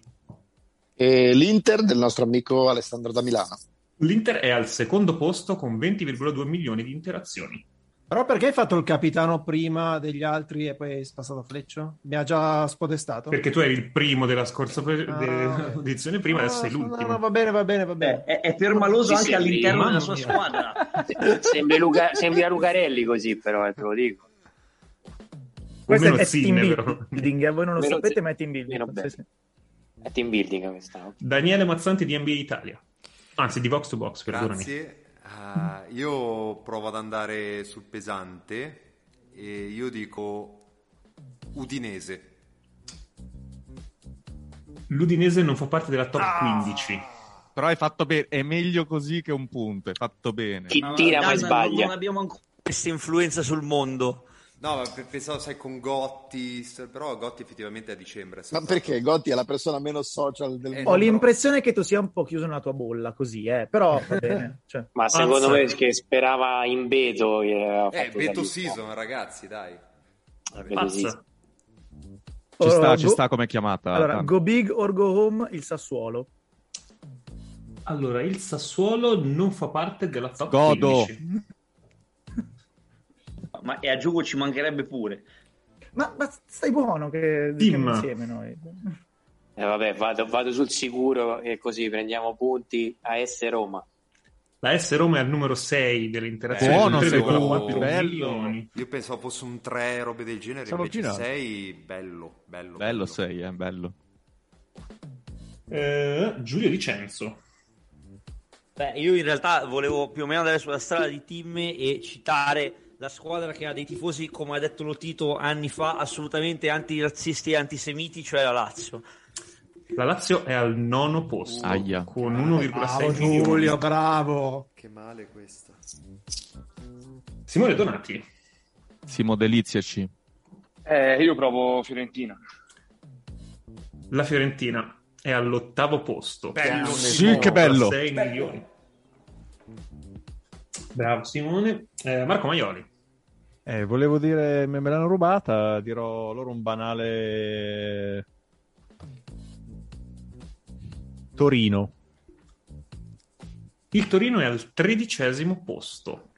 S8: E l'Inter del nostro amico Alessandro da Milano.
S4: L'Inter è al secondo posto con 20,2 milioni di interazioni.
S10: Però perché hai fatto il capitano prima degli altri e poi è passato a Fleccio? Mi ha già spodestato?
S4: Perché tu eri il primo della scorsa pre-
S10: Ah,
S4: de-
S10: vabbè.
S4: edizione, prima
S10: No,
S4: adesso sei
S10: no,
S4: l'ultimo.
S10: No, va bene, va bene, va bene.
S2: è, permaloso
S3: anche
S2: anche
S3: all'interno
S4: della
S2: all'interno
S4: sua
S2: della sua squadra.
S3: Se- Sembri, Luca- sembri a Lucarelli così, però, eh, te lo dico.
S4: Almeno
S11: Questo è,
S4: Sinner,
S11: team
S4: però.
S11: building, eh, voi non lo
S3: Meno
S11: sapete,
S3: Zi-
S11: ma è team
S3: meno
S11: building.
S3: Beppe.
S11: Sì, sì.
S3: È team building questa.
S4: Daniele Mazzanti di NBA Italia. Anzi, di Vox to Box, perdonami.
S9: Grazie. Ah, io provo ad andare sul pesante e io dico Udinese.
S4: L'Udinese non fa parte della top 15.
S6: Però hai fatto bene, è meglio così che un punto, hai fatto bene.
S2: Dai, ma Non abbiamo ancora questa influenza sul mondo.
S9: No, ma pe- pensavo, sai, con Gotti, s- però Gotti effettivamente è a dicembre.
S8: Ma perché Gotti è la persona meno social del
S9: Eh,
S8: mondo?
S11: Ho l'impressione che tu sia un po' chiuso nella tua bolla, così, eh. Però va bene. cioè.
S3: Ma
S11: Mazza.
S3: secondo me che sperava in Beto. Che aveva
S9: Eh,
S3: fatto
S9: Beto
S3: salire.
S9: Season, ragazzi, dai.
S3: Pazza.
S6: Ci sta,
S11: Oh,
S6: ci
S11: go-
S6: sta come chiamata.
S11: Allora,
S6: tanto.
S11: go big or go home, il Sassuolo.
S4: Allora, il Sassuolo non fa parte della top
S6: Godo.
S4: 15.
S2: Ma e a Giugo ci mancherebbe pure.
S11: Ma, ma stai buono che
S2: Tim.
S11: siamo insieme noi.
S3: Eh, vabbè, vado, vado sul sicuro e così prendiamo punti a S Roma.
S4: La S Roma è al numero 6 dell'interazione.
S9: Buono,
S4: secondo
S9: secondo, bello.
S4: milioni.
S9: Io pensavo fosse un 3, robe del genere,
S4: Siamo
S9: invece
S4: avvicinati.
S9: 6, bello, bello.
S6: Bello sei, eh, bello.
S4: Eh, Giulio Vicenzo.
S2: Beh, io in realtà volevo più o meno andare sulla strada di Tim e citare la squadra che ha dei tifosi, come ha detto Lotito anni fa, assolutamente antirazzisti e antisemiti, cioè la Lazio.
S4: La Lazio è al nono posto
S6: Aia.
S4: con 1,6
S10: Bravo
S4: milioni.
S10: Ah, Giulio, bravo.
S9: Che male questa.
S4: Simone Donati.
S6: Simo, deliziaci.
S7: Eh, io provo Fiorentina.
S4: La Fiorentina è all'ottavo posto.
S7: Bello,
S4: con
S6: Sì, che bello.
S4: 6 milioni. Bravo Simone. Eh, Marco Maioli.
S1: Eh, volevo dire, me me l'hanno rubata, dirò loro un banale... Torino.
S4: Il Torino è al tredicesimo posto.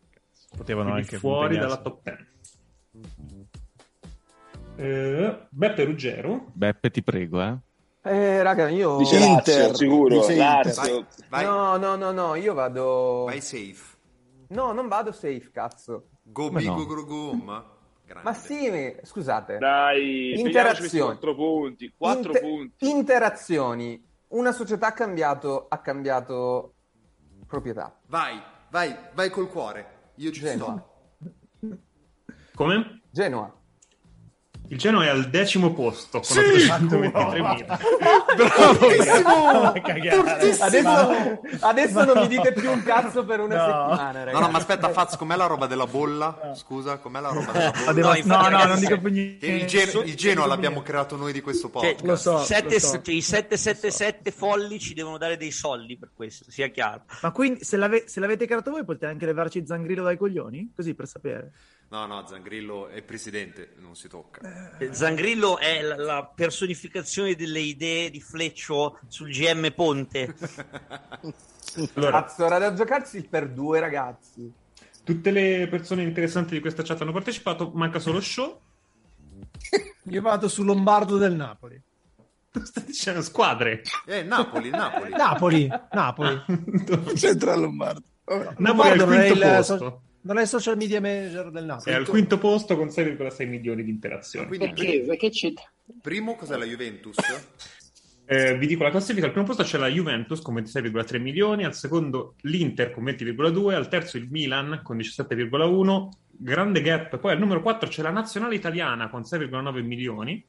S1: Potevano
S4: Quindi
S1: anche
S4: fuori dalla
S1: impegnarsi.
S4: top 10. Eh, Beppe Ruggero.
S6: Beppe, ti prego, eh.
S5: Eh, raga, io...
S8: Dice Lazio, Inter. sicuro, Dice Inter.
S9: Lazio. Vai, vai.
S5: No, no, no, no, io vado...
S9: Vai safe.
S5: No, non vado safe, cazzo.
S9: Go
S6: Come
S9: big
S6: no?
S9: go gro gom. Grande.
S5: Ma sì, mi- scusate.
S7: Dai,
S5: Interazioni.
S7: 4 punti, 4
S5: Inter-
S7: punti.
S5: Interazioni. Una società ha cambiato, ha cambiato proprietà.
S9: Vai, vai, vai col cuore. Io ci
S5: Genoa.
S4: Come?
S5: Genoa.
S4: Il Genoa è al decimo posto con
S9: Sì!
S4: 823.000.
S10: Eh,
S5: Fortissimo!
S9: Fortissimo!
S5: Adesso, adesso non mi dite più un cazzo per una
S11: No.
S5: settimana,
S9: sto. No,
S5: ragazzi.
S9: no, ma aspetta, Faz, com'è la roba della bolla? Scusa, com'è la roba della bolla?
S11: Ma deve-
S2: infatti,
S11: no, no,
S2: ragazzi,
S11: non dico più
S9: Che
S11: niente.
S9: il, Geno- il Genoa
S11: Non dico
S9: l'abbiamo
S11: più
S9: creato noi di questo
S2: Cioè,
S9: podcast.
S11: lo so.
S2: sette-
S11: so.
S2: cioè, I 777 folli ci devono dare dei soldi per questo, sia chiaro.
S11: niente. Ma quindi se, l'ave- se l'avete creato voi potete anche levarci Zangrillo dai coglioni? Così per sapere.
S9: No, no, Zangrillo è presidente, non si tocca.
S2: Eh, Zangrillo è la, la personificazione delle idee di Fleccio sul GM Ponte. Ah,
S4: Allora,
S5: Cazzo, era da giocarsi per due, ragazzi.
S4: tutte le persone interessanti di questa chat hanno partecipato, manca solo show.
S10: Io vado su Lombardo del Napoli.
S4: Sta dicendo squadre.
S9: Eh, Napoli, Napoli.
S10: Napoli, Napoli.
S8: C'entra Lombardo. Vabbè.
S4: Napoli è al
S10: non è
S4: quinto
S10: il-
S4: posto.
S10: so- non è il social media manager del Napoli.
S4: È al quinto posto con 6,6 milioni di interazioni.
S9: Quindi,
S3: Perché? Perché c'è?
S9: primo cos'è la Juventus?
S4: Eh, vi dico la classifica: al primo posto c'è la Juventus con 26,3 milioni, al secondo l'Inter con 20,2, al terzo il Milan con 17,1, grande gap. Poi al numero 4 c'è la nazionale italiana con 6,9 milioni.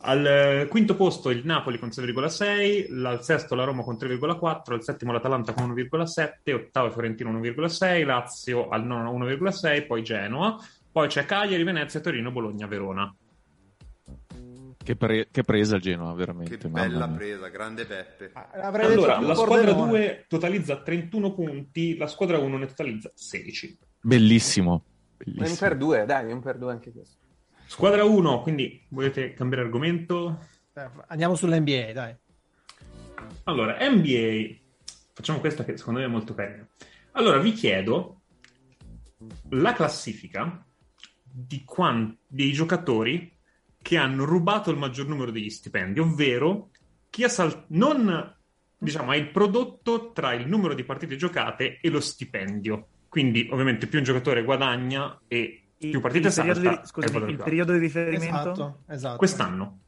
S4: Al eh, quinto posto il Napoli con 6,6, al sesto la Roma con 3,4, al settimo l'Atalanta con 1,7, ottavo Fiorentino 1,6, Lazio al nono 1,6, poi Genoa, poi c'è Cagliari, Venezia, Torino, Bologna, Verona.
S6: Che, pre- che presa il Genoa, veramente.
S9: Che
S6: mamma
S9: bella
S6: mia.
S9: presa, grande Beppe.
S10: Avrei detto
S4: Allora,
S10: più
S4: la squadra
S10: Pordenone.
S4: 2 totalizza 31 punti, la squadra 1 ne totalizza 16.
S6: Bellissimo.
S5: È un
S6: Bellissimo.
S5: per due, dai, è un per due anche questo.
S4: Squadra 1, quindi volete cambiare argomento?
S10: Eh, Andiamo sull'NBA, dai.
S4: Allora, NBA, facciamo questa che secondo me è molto carina. Allora, vi chiedo la classifica di quan- dei giocatori che hanno rubato il maggior numero degli stipendi, ovvero chi ha sal- non diciamo è il prodotto tra il numero di partite giocate e lo stipendio. Quindi, ovviamente, più un giocatore guadagna e più partite
S11: il periodo
S4: salta.
S11: di,
S4: è
S11: scusami,
S4: valore
S11: il
S4: più alto.
S11: periodo di riferimento?
S10: Esatto, esatto.
S4: Quest'anno.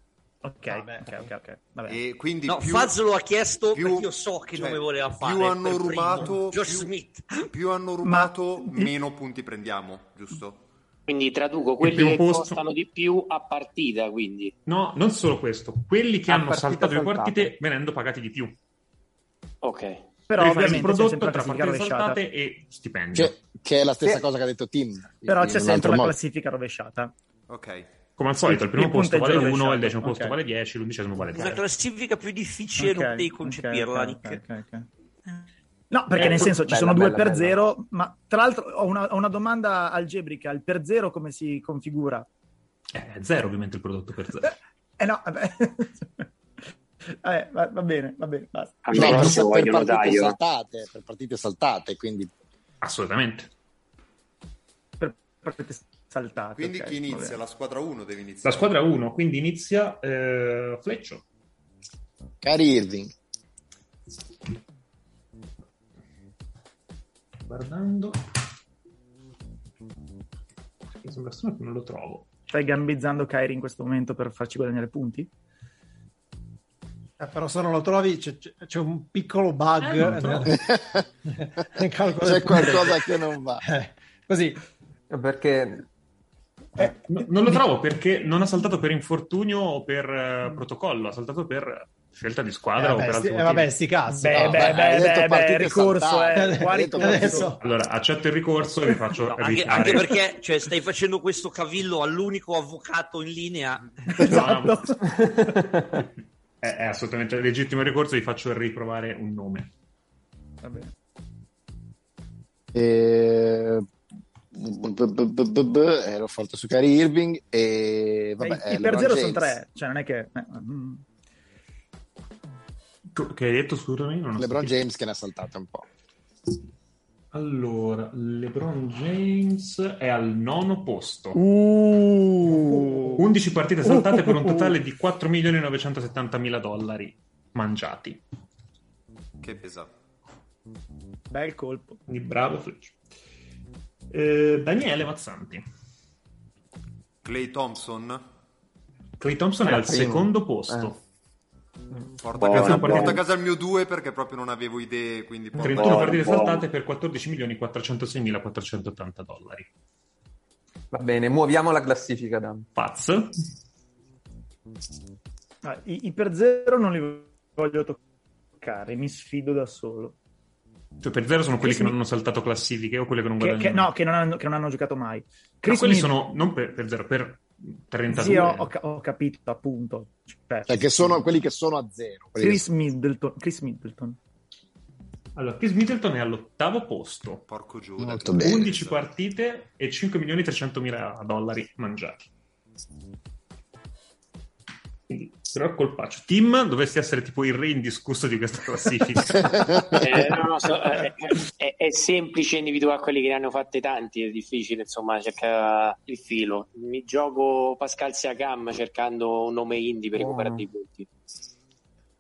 S11: Ok,
S10: Vabbè.
S11: ok, ok, ok. Vabbè.
S9: E quindi
S2: No,
S9: più,
S2: Fazio lo ha chiesto
S9: più-
S2: perché io so che
S9: cioè,
S2: nome voleva fare.
S9: Più hanno
S2: per primo.
S9: rubato,
S2: Josh
S9: più-
S2: Smith.
S9: più hanno rubato, meno punti prendiamo, giusto?
S3: Quindi traduco quelli
S4: primo
S3: che
S4: posto-
S3: costano di più a partita, quindi.
S4: No, non solo questo, quelli che
S3: Ah,
S4: hanno
S3: partite
S4: saltato le
S3: saltate.
S4: partite venendo pagati di più.
S3: Ok.
S11: Però
S4: Devi fare
S11: ovviamente
S4: il
S11: c'è
S4: prodotto
S11: sempre la
S4: tra
S11: classifica
S4: partite
S11: rovesciata.
S4: saltate e stipendi.
S8: Che, che è la stessa
S11: Sì.
S8: cosa che ha detto Tim.
S11: Però
S8: in
S11: c'è
S8: un
S11: sempre
S8: altro
S11: la
S8: modo.
S11: classifica rovesciata.
S9: Ok.
S4: Come al solito, il primo
S11: Il
S4: posto vale
S11: punteggio
S4: 1, il
S11: rovesciato,
S4: decimo posto
S11: ok.
S4: vale 10, l'undicesimo vale
S9: Cioè,
S2: La
S4: 3.
S9: Esatto.
S2: classifica più difficile
S11: Ok,
S2: non devi
S11: ok,
S2: concepirla,
S11: ok,
S2: Nick.
S11: No, perché
S2: Eh,
S11: nel senso ci
S2: bella,
S11: sono due
S2: bella,
S11: per
S2: bella.
S11: zero, ma tra l'altro ho una, ho una domanda algebrica. Il per zero come si configura?
S4: Eh, zero ovviamente il prodotto per zero.
S11: Eh no, vabbè. Vabbè, Eh, va, va bene, va bene, basta.
S8: No, per-
S3: prossimo
S8: per,
S3: vogliono,
S8: partite
S3: dai, oh.
S8: saltate, per partite saltate, quindi
S4: assolutamente.
S11: Partite saltate.
S9: Quindi
S11: ok,
S9: chi
S11: va
S9: inizia?
S11: bene.
S9: La squadra 1 deve iniziare.
S4: La squadra 1, quindi inizia eh, Fleccio.
S8: Cari Irving,
S4: Guardando. Mi sembra strano che non lo trovo.
S11: Stai gambizzando Kairi in questo momento per farci guadagnare punti?
S10: Eh, però se non lo trovi c'è, c'è- c'è un piccolo bug.
S11: Eh, non lo trovo.
S10: nel calcolo
S8: c'è
S10: del punteggio.
S8: qualcosa che non va.
S10: Così.
S5: Perché
S10: eh,
S4: No, Eh, non lo trovo perché non ha saltato per infortunio o per eh, protocollo, ha saltato per scelta di
S10: Eh,
S4: squadra o per
S10: vabbè, sti,
S4: altro
S10: eh,
S4: motivo.
S10: vabbè, sti cazzi.
S11: Beh,
S10: No,
S11: beh,
S10: dai,
S11: beh,
S10: hai detto
S11: beh,
S10: partite
S11: ricorso,
S10: saltate.
S11: eh, qua ricorso.
S10: Adesso-
S4: Allora, accetto il ricorso e vi faccio
S2: Anche,
S4: evitare-
S2: anche perché cioè, stai facendo questo cavillo all'unico avvocato in linea.
S4: È, Eh, è assolutamente legittimo il ricorso, vi faccio riprovare un nome.
S8: Eh, b- b- b- b- b- ero forte su Cari Irving e vabbè,
S11: I-
S8: eh,
S11: I per
S8: LeBron
S11: zero
S8: James.
S11: sono tre, cioè non è che... eh, mm.
S4: Co- Che hai detto, scusami? Non ho
S8: LeBron
S4: sentito.
S8: James che ne ha saltate un po'.
S4: Allora, LeBron James è al nono posto. 11 partite saltate per un totale di 4.970.000 dollari mangiati.
S9: Che pesa.
S11: Bel colpo.
S4: Quindi bravo Fletch. Eh, Daniele Mazzanti.
S9: Clay Thompson.
S4: Clay Thompson
S8: Eh,
S4: è
S9: Era
S4: al
S9: primo.
S4: secondo posto.
S9: Porta, a
S4: Buona,
S9: casa,
S4: buona.
S9: porta a casa il mio 2 perché proprio non avevo idee. Quindi porta-
S4: 31 partite saltate per 14.406.480 dollari.
S5: va bene, muoviamo la classifica, Dan.
S4: Pazzo.
S11: Ah, i, i per zero non li voglio toccare, mi sfido da solo.
S4: Cioè, per zero sono quelli
S11: Chris
S4: che non hanno saltato classifiche o quelle che non
S11: Che-
S4: guadagnano.
S11: che- no, che non, hanno, che non hanno giocato mai.
S4: Ma
S11: Chris
S4: Ah, quelli
S11: Middleton-
S4: sono non per, per zero, per 32.
S11: Sì, ho, ho ca- ho capito, appunto. Cioè,
S8: Cioè, che sono quelli che sono a zero. quelli
S11: Chris Middleton. Chris Middleton.
S4: Allora, Chris Middleton è all'ottavo posto.
S9: Porco Giuda.
S4: 11 partite e 5.300.000 dollari mangiati. Quindi, però colpaccio. Tim dovresti essere tipo il re indiscusso di questa classifica.
S3: Eh, no, no, so- eh, è, è semplice individuare quelli che ne hanno fatte tanti, è difficile insomma cercare il filo. Mi gioco Pascal Siakam cercando un nome indie per recuperare dei punti.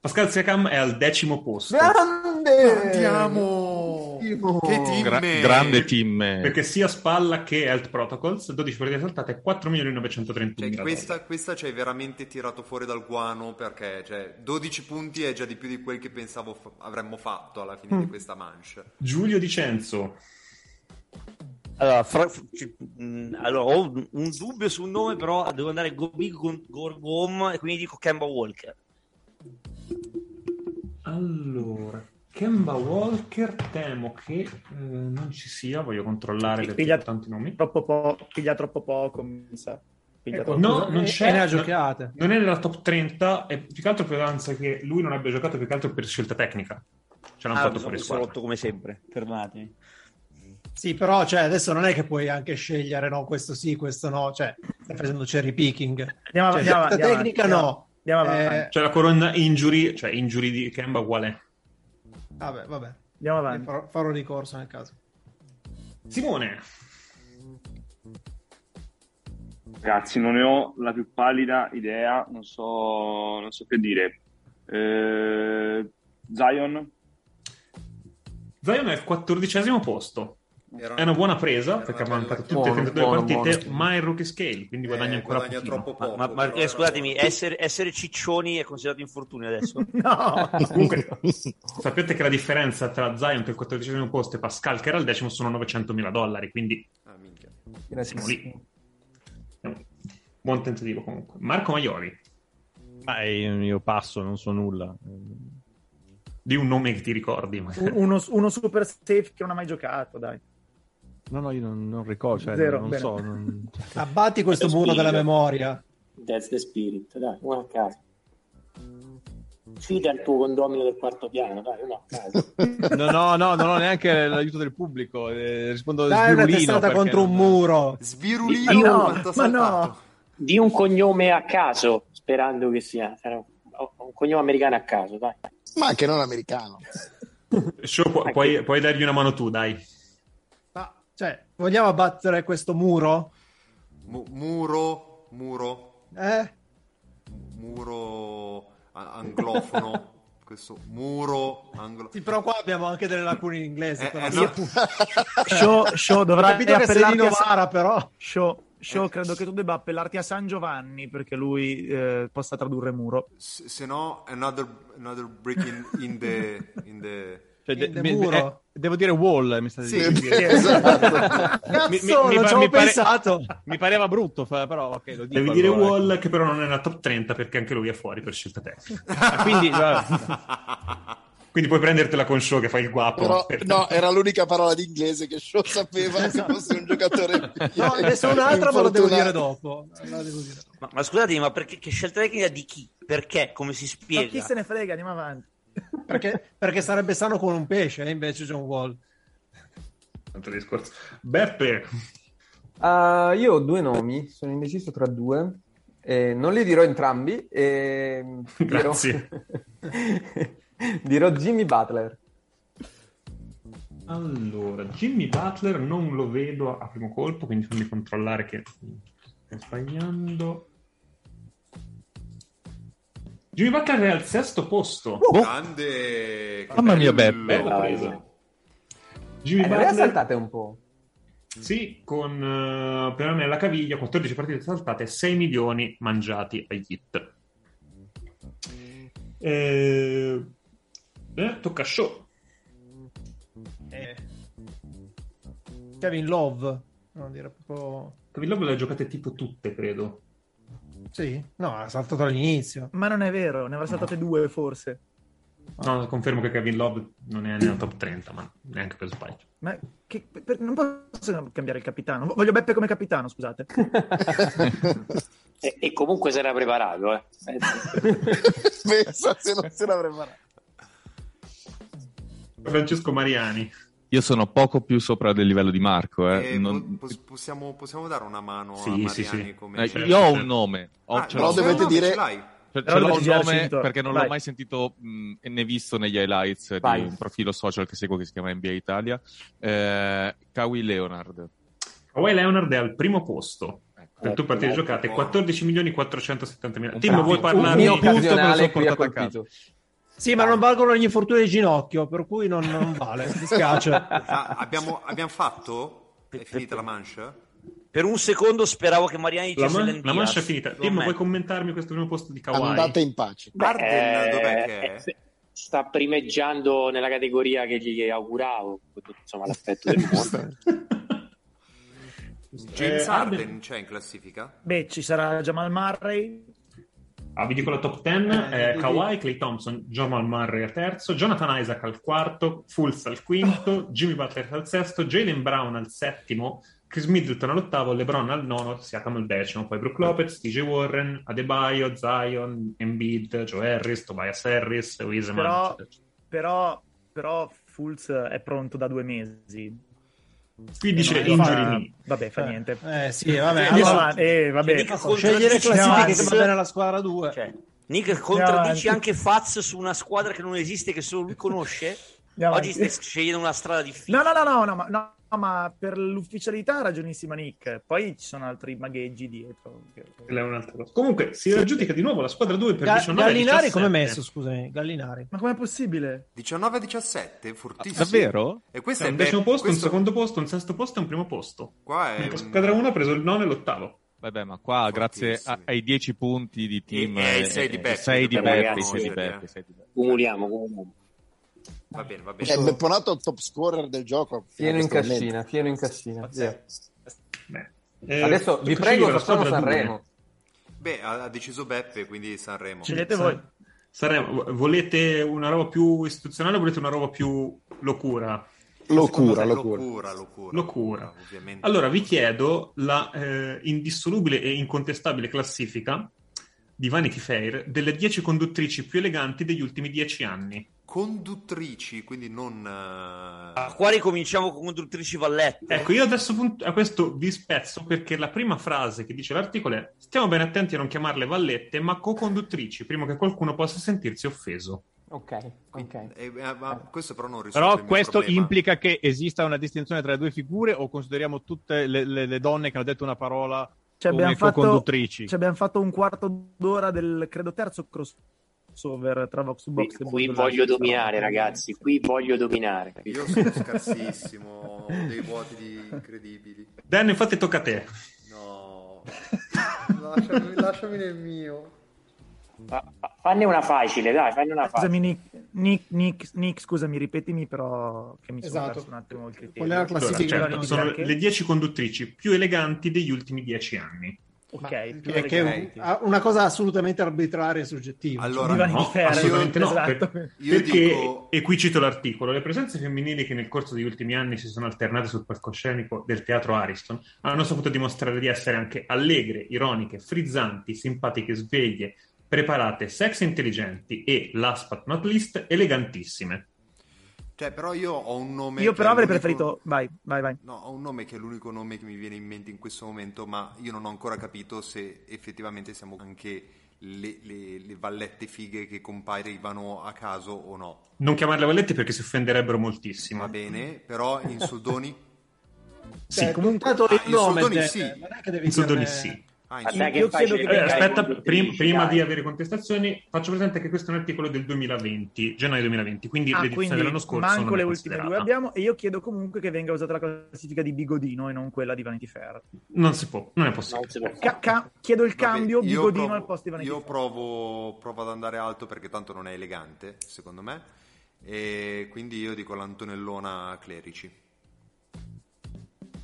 S4: Pascal Siakam è al decimo posto.
S5: Grande!
S9: Andiamo! Che team!
S6: Oh, Gra- grande team.
S4: Perché sia Spalla che Health Protocols, 12 partite saltate e 4.931.000
S9: Cioè,
S4: dollari.
S9: questa, questa ci hai veramente tirato fuori dal guano perché cioè, 12 punti è già di più di quel che pensavo fa- avremmo fatto alla fine di questa manche.
S4: Giulio Dicenzo.
S2: Allora, fra- c- mh, allora, ho un, un dubbio su un nome, però devo andare go big go, go home, e quindi dico Kemba Walker.
S4: Allora, Kemba Walker, temo che eh, non ci sia, voglio controllare perché
S11: Piglia
S4: ho tanti nomi.
S11: troppo, po- piglia troppo poco, mi sa. Piglia troppo
S4: No,
S11: poco.
S4: non c'è.
S10: e Eh, ne ha
S4: no-
S10: giocate.
S4: Eh, Non è nella top 30, è più che altro prevalenza che lui non abbia giocato più che altro per scelta tecnica. Ce l'hanno
S2: Ah, mi
S4: fatto
S2: sono
S4: fuori
S2: mi sono
S4: squadra.
S2: rotto come sempre, perdonatemi.
S10: Sì, però cioè, adesso non è che puoi anche scegliere no, questo sì, questo no. Cioè, stai facendo cherry picking.
S11: Andiamo av-
S10: Cioè,
S11: andiamo-
S10: scelta
S11: andiamo-
S10: tecnica
S11: andiamo-
S10: no.
S11: andiamo avanti.
S10: Eh,
S4: Cioè la corona injury, cioè injury di Kemba qual è?
S10: vabbè, vabbè.
S11: Andiamo
S10: Ne
S11: avanti.
S10: Farò, farò ricorso nel caso.
S4: Simone,
S7: Ragazzi, non ne ho la più pallida idea, non so, non so che dire. Eh, Zion?
S4: Zion è al quattordicesimo posto.
S9: Era-
S4: È una buona presa
S9: era
S4: perché ha
S9: una
S4: mancato Eh, tutte
S9: bella-
S4: e 32
S9: Buono, buono,
S4: partite,
S9: buono.
S4: ma è il rookie scale, quindi guadagna
S9: Eh,
S4: ancora
S9: guadagna
S4: pochino.
S9: troppo
S2: Ma,
S9: poco.
S2: ma- ma-
S9: però
S2: eh,
S9: era
S2: scusatoni,
S9: buono.
S2: essere, essere ciccioni è considerato infortunio adesso.
S11: No!
S4: Comunque, sapete che la differenza tra Zion che è al quattordicesimo posto e Pascal che era al decimo sono 900.000 dollari, quindi
S9: Ah, minchia.
S4: Siamo lì. Buon tentativo comunque. Marco Maiori.
S1: Ma io, io passo, non so nulla.
S4: Di un nome che ti ricordi. magari.
S11: Uno, uno super safe che non ha mai giocato, dai.
S1: No, no, io non, non ricordo, cioè,
S11: Zero,
S1: non
S11: bene.
S1: so. non-
S10: Abbatti questo muro della memoria.
S3: That's the spirit, dai, uno a caso. Fida il tuo condomino del quarto piano, dai, uno a caso.
S1: No, no, no, non ho neanche l'aiuto del pubblico. eh, rispondo
S3: Dai, una testata contro un
S10: muro.
S9: Svirulino
S3: Ma no,
S9: quanto
S3: ma
S9: saltato.
S3: Di un cognome a caso, sperando che sia sarà un un cognome americano a caso, dai.
S8: Ma anche non americano.
S4: Sho, pu- puoi, puoi dargli una mano tu, dai.
S10: Cioè, vogliamo abbattere questo muro?
S9: Mu- muro, muro,
S10: Eh?
S9: muro a- anglofono. questo muro anglofono.
S10: Sì, però qua abbiamo anche delle lacune in inglese. però.
S9: eh, no.
S11: Show, show
S10: Ho
S11: dovrai
S10: capito che sei di
S11: appellarti a Sa-
S10: Novara, però.
S11: Show,
S4: Eh,
S11: Show, credo che tu debba appellarti a San Giovanni perché lui eh, possa tradurre muro.
S9: Se se no, another, another brick in, in the... In the...
S1: Cioè, de-
S9: in the
S1: mi-
S9: muro.
S1: eh, devo dire wall, mi state
S9: Sì,
S1: dicendo.
S9: sì, esatto.
S1: Mi- mi-
S10: Cazzo, non ci avevo pensato.
S1: mi pareva brutto, fa- però ok, lo dico.
S4: Devi dire
S1: allora.
S4: Wall, che però non è nella top 30 perché anche lui è fuori per scelta tecnica.
S1: Ah, quindi, vabbè.
S4: Quindi puoi prendertela con Show che fa il guapo.
S8: Però,
S4: Per-
S8: no, era l'unica parola di inglese che Shaw sapeva che fosse un giocatore.
S10: No, adesso un'altra, ma lo devo dire dopo.
S2: Ma, ma scusatemi, ma perché che scelta tecnica di chi? Perché? Come si
S11: Ma
S2: spiega?
S11: chi se ne frega, andiamo avanti.
S10: Perché, perché sarebbe sano con un pesce, eh, invece John Wall.
S4: Altro discorso. Beppe,
S5: Ah, io ho due nomi, sono indeciso tra due. Eh, non li dirò entrambi. ehm, dirò-
S4: Grazie.
S5: dirò Jimmy Butler.
S4: allora, Jimmy Butler non lo vedo a primo colpo, quindi fammi controllare che sto sbagliando. Jimmy Butler è al sesto posto.
S6: Boh.
S9: Grande... che
S4: Boh, Mamma mia,
S9: bello.
S4: Beppe. Oh, Bella presa. Jimmy
S5: Eh, le
S4: Butler-
S5: ha saltate un po'.
S4: Sì, con eh, però nella caviglia 14 partite saltate, 6 milioni mangiati ai hit. Eh, eh, tocca a show.
S10: Eh. Kevin Love. Non dire proprio...
S4: Kevin Love le ha giocate tipo tutte, credo.
S10: Sì, no, ha saltato all'inizio.
S11: Ma non è vero, ne avrà saltate due forse.
S4: No, confermo che Kevin Love non è nella top 30, ma neanche per sbaglio.
S11: Ma che- per- non posso cambiare il capitano. Voglio Beppe come capitano, scusate.
S3: E, e comunque si era preparato, eh.
S8: Pensa se non se l'avrei preparato.
S4: Francesco Mariani.
S6: Io sono poco più sopra del livello di Marco. eh.
S9: Eh,
S6: Non-
S9: po- pos- possiamo, possiamo dare una mano
S6: Sì,
S9: a
S6: sì,
S9: Mariani
S6: sì.
S9: come... certo.
S6: Eh, io ho un nome. Ho-
S9: Ah,
S6: ce
S9: no,
S6: l'ho.
S9: ce l'hai un
S8: dovete
S9: nome,
S8: dire-
S9: ce l'hai?
S6: Cioè,
S11: Però
S6: ce l'ho
S11: devi
S6: il
S11: girarci
S6: nome
S11: intorno.
S6: perché non
S11: Vai.
S6: l'ho mai sentito mh, né visto negli highlights eh,
S5: Vai.
S6: di un profilo social che seguo che si chiama NBA Italia. Eh, Kawhi Leonard.
S4: Kawhi Leonard è al primo posto. Per tu partite
S9: Ecco,
S4: giocate
S9: buono.
S4: 14 milioni 470 mila.
S5: Un
S4: Tim, vuoi
S5: traffico.
S4: parlare
S5: Un mio
S4: di-
S5: occasionale
S4: me lo sono
S5: qui ha
S4: portato a casa.
S5: colpito.
S10: Sì, ma non valgono gli infortuni di ginocchio, per cui non, non vale. Mi dispiace.
S9: Ah, abbiamo, abbiamo fatto? È finita la mancia?
S2: Per un secondo speravo che Mariani
S4: La,
S2: dicesse
S4: man-
S2: Len
S4: la
S2: Diaz.
S4: mancia è finita.
S2: Lo
S4: Tim,
S2: ammetto.
S4: vuoi commentarmi questo primo posto di Kawhi?
S8: Andate in pace.
S9: Arden,
S3: Eh,
S9: dov'è che è?
S3: eh, Sta primeggiando nella categoria che gli auguravo, con tutto, insomma, l'aspetto del mondo.
S9: James
S4: Eh,
S9: Arden,
S4: Harden-
S9: c'è Cioè, in classifica?
S11: Beh, ci sarà Jamal Murray.
S4: Ah, vi dico la top 10, eh, Kawhi, Clay Thompson, Jamal Murray al terzo, Jonathan Isaac al quarto, Fulz al quinto, Jimmy Butler al sesto, Jalen Brown al settimo, Chris Middleton all'ottavo, LeBron al nono, Siakam al decimo, poi Brook Lopez, TJ Warren, Adebayo, Zion, Embiid, Joe Harris, Tobias Harris, Wiseman,
S11: Però,
S4: eccetera, eccetera.
S11: però, però Fulz è pronto da due mesi.
S4: Qui dice
S11: Eh,
S4: injury
S11: fa-
S4: me.
S11: Vabbè, fa niente.
S10: Eh sì, vabbè.
S11: Io
S10: Allora,
S11: so- eh, vabbè.
S2: Cioè, dico,
S11: Cazzo,
S2: con-
S10: scegliere
S2: Cioè,
S10: classifiche che
S2: Faz-
S10: va bene alla squadra 2.
S2: Cioè, Nick
S11: avanti.
S2: contraddici anche Faz su una squadra che non esiste, che solo lui conosce.
S11: Andiamo
S2: Oggi
S11: avanti.
S2: stai scegliendo una strada difficile.
S11: No, no, no, no, no, ma, no, no, ma per l'ufficialità ha ragionissima Nick. Poi ci sono altri magheggi dietro. Cioè,
S4: Quello è un altro coso. Comunque si raggiudica di nuovo la squadra 2 per 19
S10: Gallinari come
S4: 17.
S10: messo, scusami, Gallinari.
S11: Ma com'è possibile?
S9: 19 a 17, fortissimo.
S6: Davvero?
S9: E questo
S4: Cioè,
S9: è
S4: un decimo
S9: Be-
S4: posto,
S9: questo-
S4: un secondo posto, un sesto posto e un primo posto.
S9: Qua è
S4: La
S9: un-
S4: squadra 1 ha preso il nono e l'ottavo.
S6: Vabbè, ma qua grazie a- ai 10 punti di team
S9: E- e ai sei di Beppe,
S6: 6 di
S9: dobbiamo
S6: Beppe,
S9: riconoscere,
S6: sei di
S9: eh.
S6: Beppe, sei di Beppe.
S3: Cumuliamo, cumuliamo.
S9: Va bene,
S11: Eh,
S8: Eh,
S9: va bene.
S8: Cioè, Bepponato è il top scorer del gioco.
S5: Pieno in
S8: Attualmente.
S5: cascina, pieno in cascina. via.
S4: Eh,
S5: Adesso vi
S4: tocca
S5: prego,
S4: scegliere la
S5: facciamo
S4: squadra due.
S5: Sanremo.
S9: Beh, ha ha deciso Beppe, quindi Sanremo.
S4: San- Sanremo, vo- volete una roba più istituzionale o volete una roba più locura?
S9: Locura, locura. Locura, locura.
S4: Locura.
S9: Ovviamente.
S4: Allora, vi chiedo la eh, indissolubile e incontestabile classifica di Vanity Fair delle 10 conduttrici più eleganti degli ultimi 10 anni.
S9: Conduttrici, quindi non... eh,
S2: A qua ricominciamo con conduttrici Valletta.
S4: Ecco, io adesso punt- a questo vi spezzo perché la prima frase che dice l'articolo è stiamo ben attenti a non chiamarle vallette, ma co-conduttrici, prima che qualcuno possa sentirsi offeso.
S5: Ok, ok.
S9: Eh, eh, ma questo però non risolve il
S1: Però
S9: mio
S1: questo
S9: problema.
S1: implica che esista una distinzione tra le due figure o consideriamo tutte le, le- le donne che hanno detto una parola
S11: Ci abbiamo,
S1: come
S11: fatto,
S1: co-conduttrici?
S11: ci abbiamo fatto un quarto d'ora del credo terzo crossover tra Vox to Box e
S3: Qui
S11: Bulldog.
S3: voglio dominare, ragazzi. Qui voglio dominare.
S9: Io sono scarsissimo, ho dei vuoti di- incredibili.
S4: Dan, infatti tocca a te.
S9: No.
S12: Lasciami, lasciami nel mio.
S11: Fanne una facile, dai, fanne una
S12: facile.
S11: Scusami, Nick, Nick, Nick, Nick, scusami, ripetimi però che mi sono
S12: Esatto.
S11: perso un attimo il criterio.
S12: Qual è la classifica?
S4: Allora, certo, sono
S11: Perché?
S4: le 10 conduttrici più eleganti degli ultimi 10 anni.
S11: Ok, più
S12: Che, che è un-
S11: eleganti.
S12: ah, una cosa assolutamente arbitraria e soggettiva.
S9: Allora,
S12: Cioè,
S4: No, assolutamente no.
S10: esatto.
S4: per-
S9: Io
S4: perché,
S9: dico-
S4: e qui cito l'articolo, le presenze femminili che nel corso degli ultimi anni si sono alternate sul palcoscenico del teatro Ariston hanno saputo dimostrare di essere anche allegre, ironiche, frizzanti, simpatiche, sveglie, preparate, sexy intelligenti e, last but not least, elegantissime.
S9: Cioè, però io ho un nome...
S11: Io
S9: che
S11: però
S9: è
S11: avrei
S9: l'unico-
S11: preferito... Vai, vai, vai.
S9: No, ho un nome che è l'unico nome che mi viene in mente in questo momento, ma io non ho ancora capito se effettivamente siamo anche le, le- le vallette fighe che comparivano a caso o no.
S4: Non chiamarle vallette perché si offenderebbero moltissimo.
S9: Va bene, però in soldoni...
S4: Sì,
S12: comunque Cioè, tanto
S9: Ah,
S12: il
S9: in
S12: nome
S9: soldoni
S12: te-
S9: sì.
S12: non è che devi
S4: in soldoni
S12: dirne-
S4: sì.
S9: Ah, in
S12: Vabbè,
S9: soldoni.
S12: che facile
S4: Eh,
S12: che venga ai
S4: aspetta,
S12: conduttrici,
S4: prim- prima
S12: dai.
S4: di avere contestazioni, faccio presente che questo è un articolo del 2020, gennaio 2020, quindi
S11: Ah,
S4: l'edizione
S11: quindi
S4: dell'anno scorso.
S11: manco
S4: non è
S11: le ultime due
S4: considerata.
S11: abbiamo e io chiedo comunque che venga usata la classifica di Bigodino e non quella di Vanity Fair.
S4: Non si può, non è possibile.
S11: Ca- ca- chiedo il
S9: Vabbè,
S11: cambio
S9: io
S11: Bigodino
S9: provo-
S11: al posto di Vanity
S9: Io
S11: Fair.
S9: provo, provo ad andare alto perché tanto non è elegante, secondo me. E quindi io dico l'Antonellona Clerici.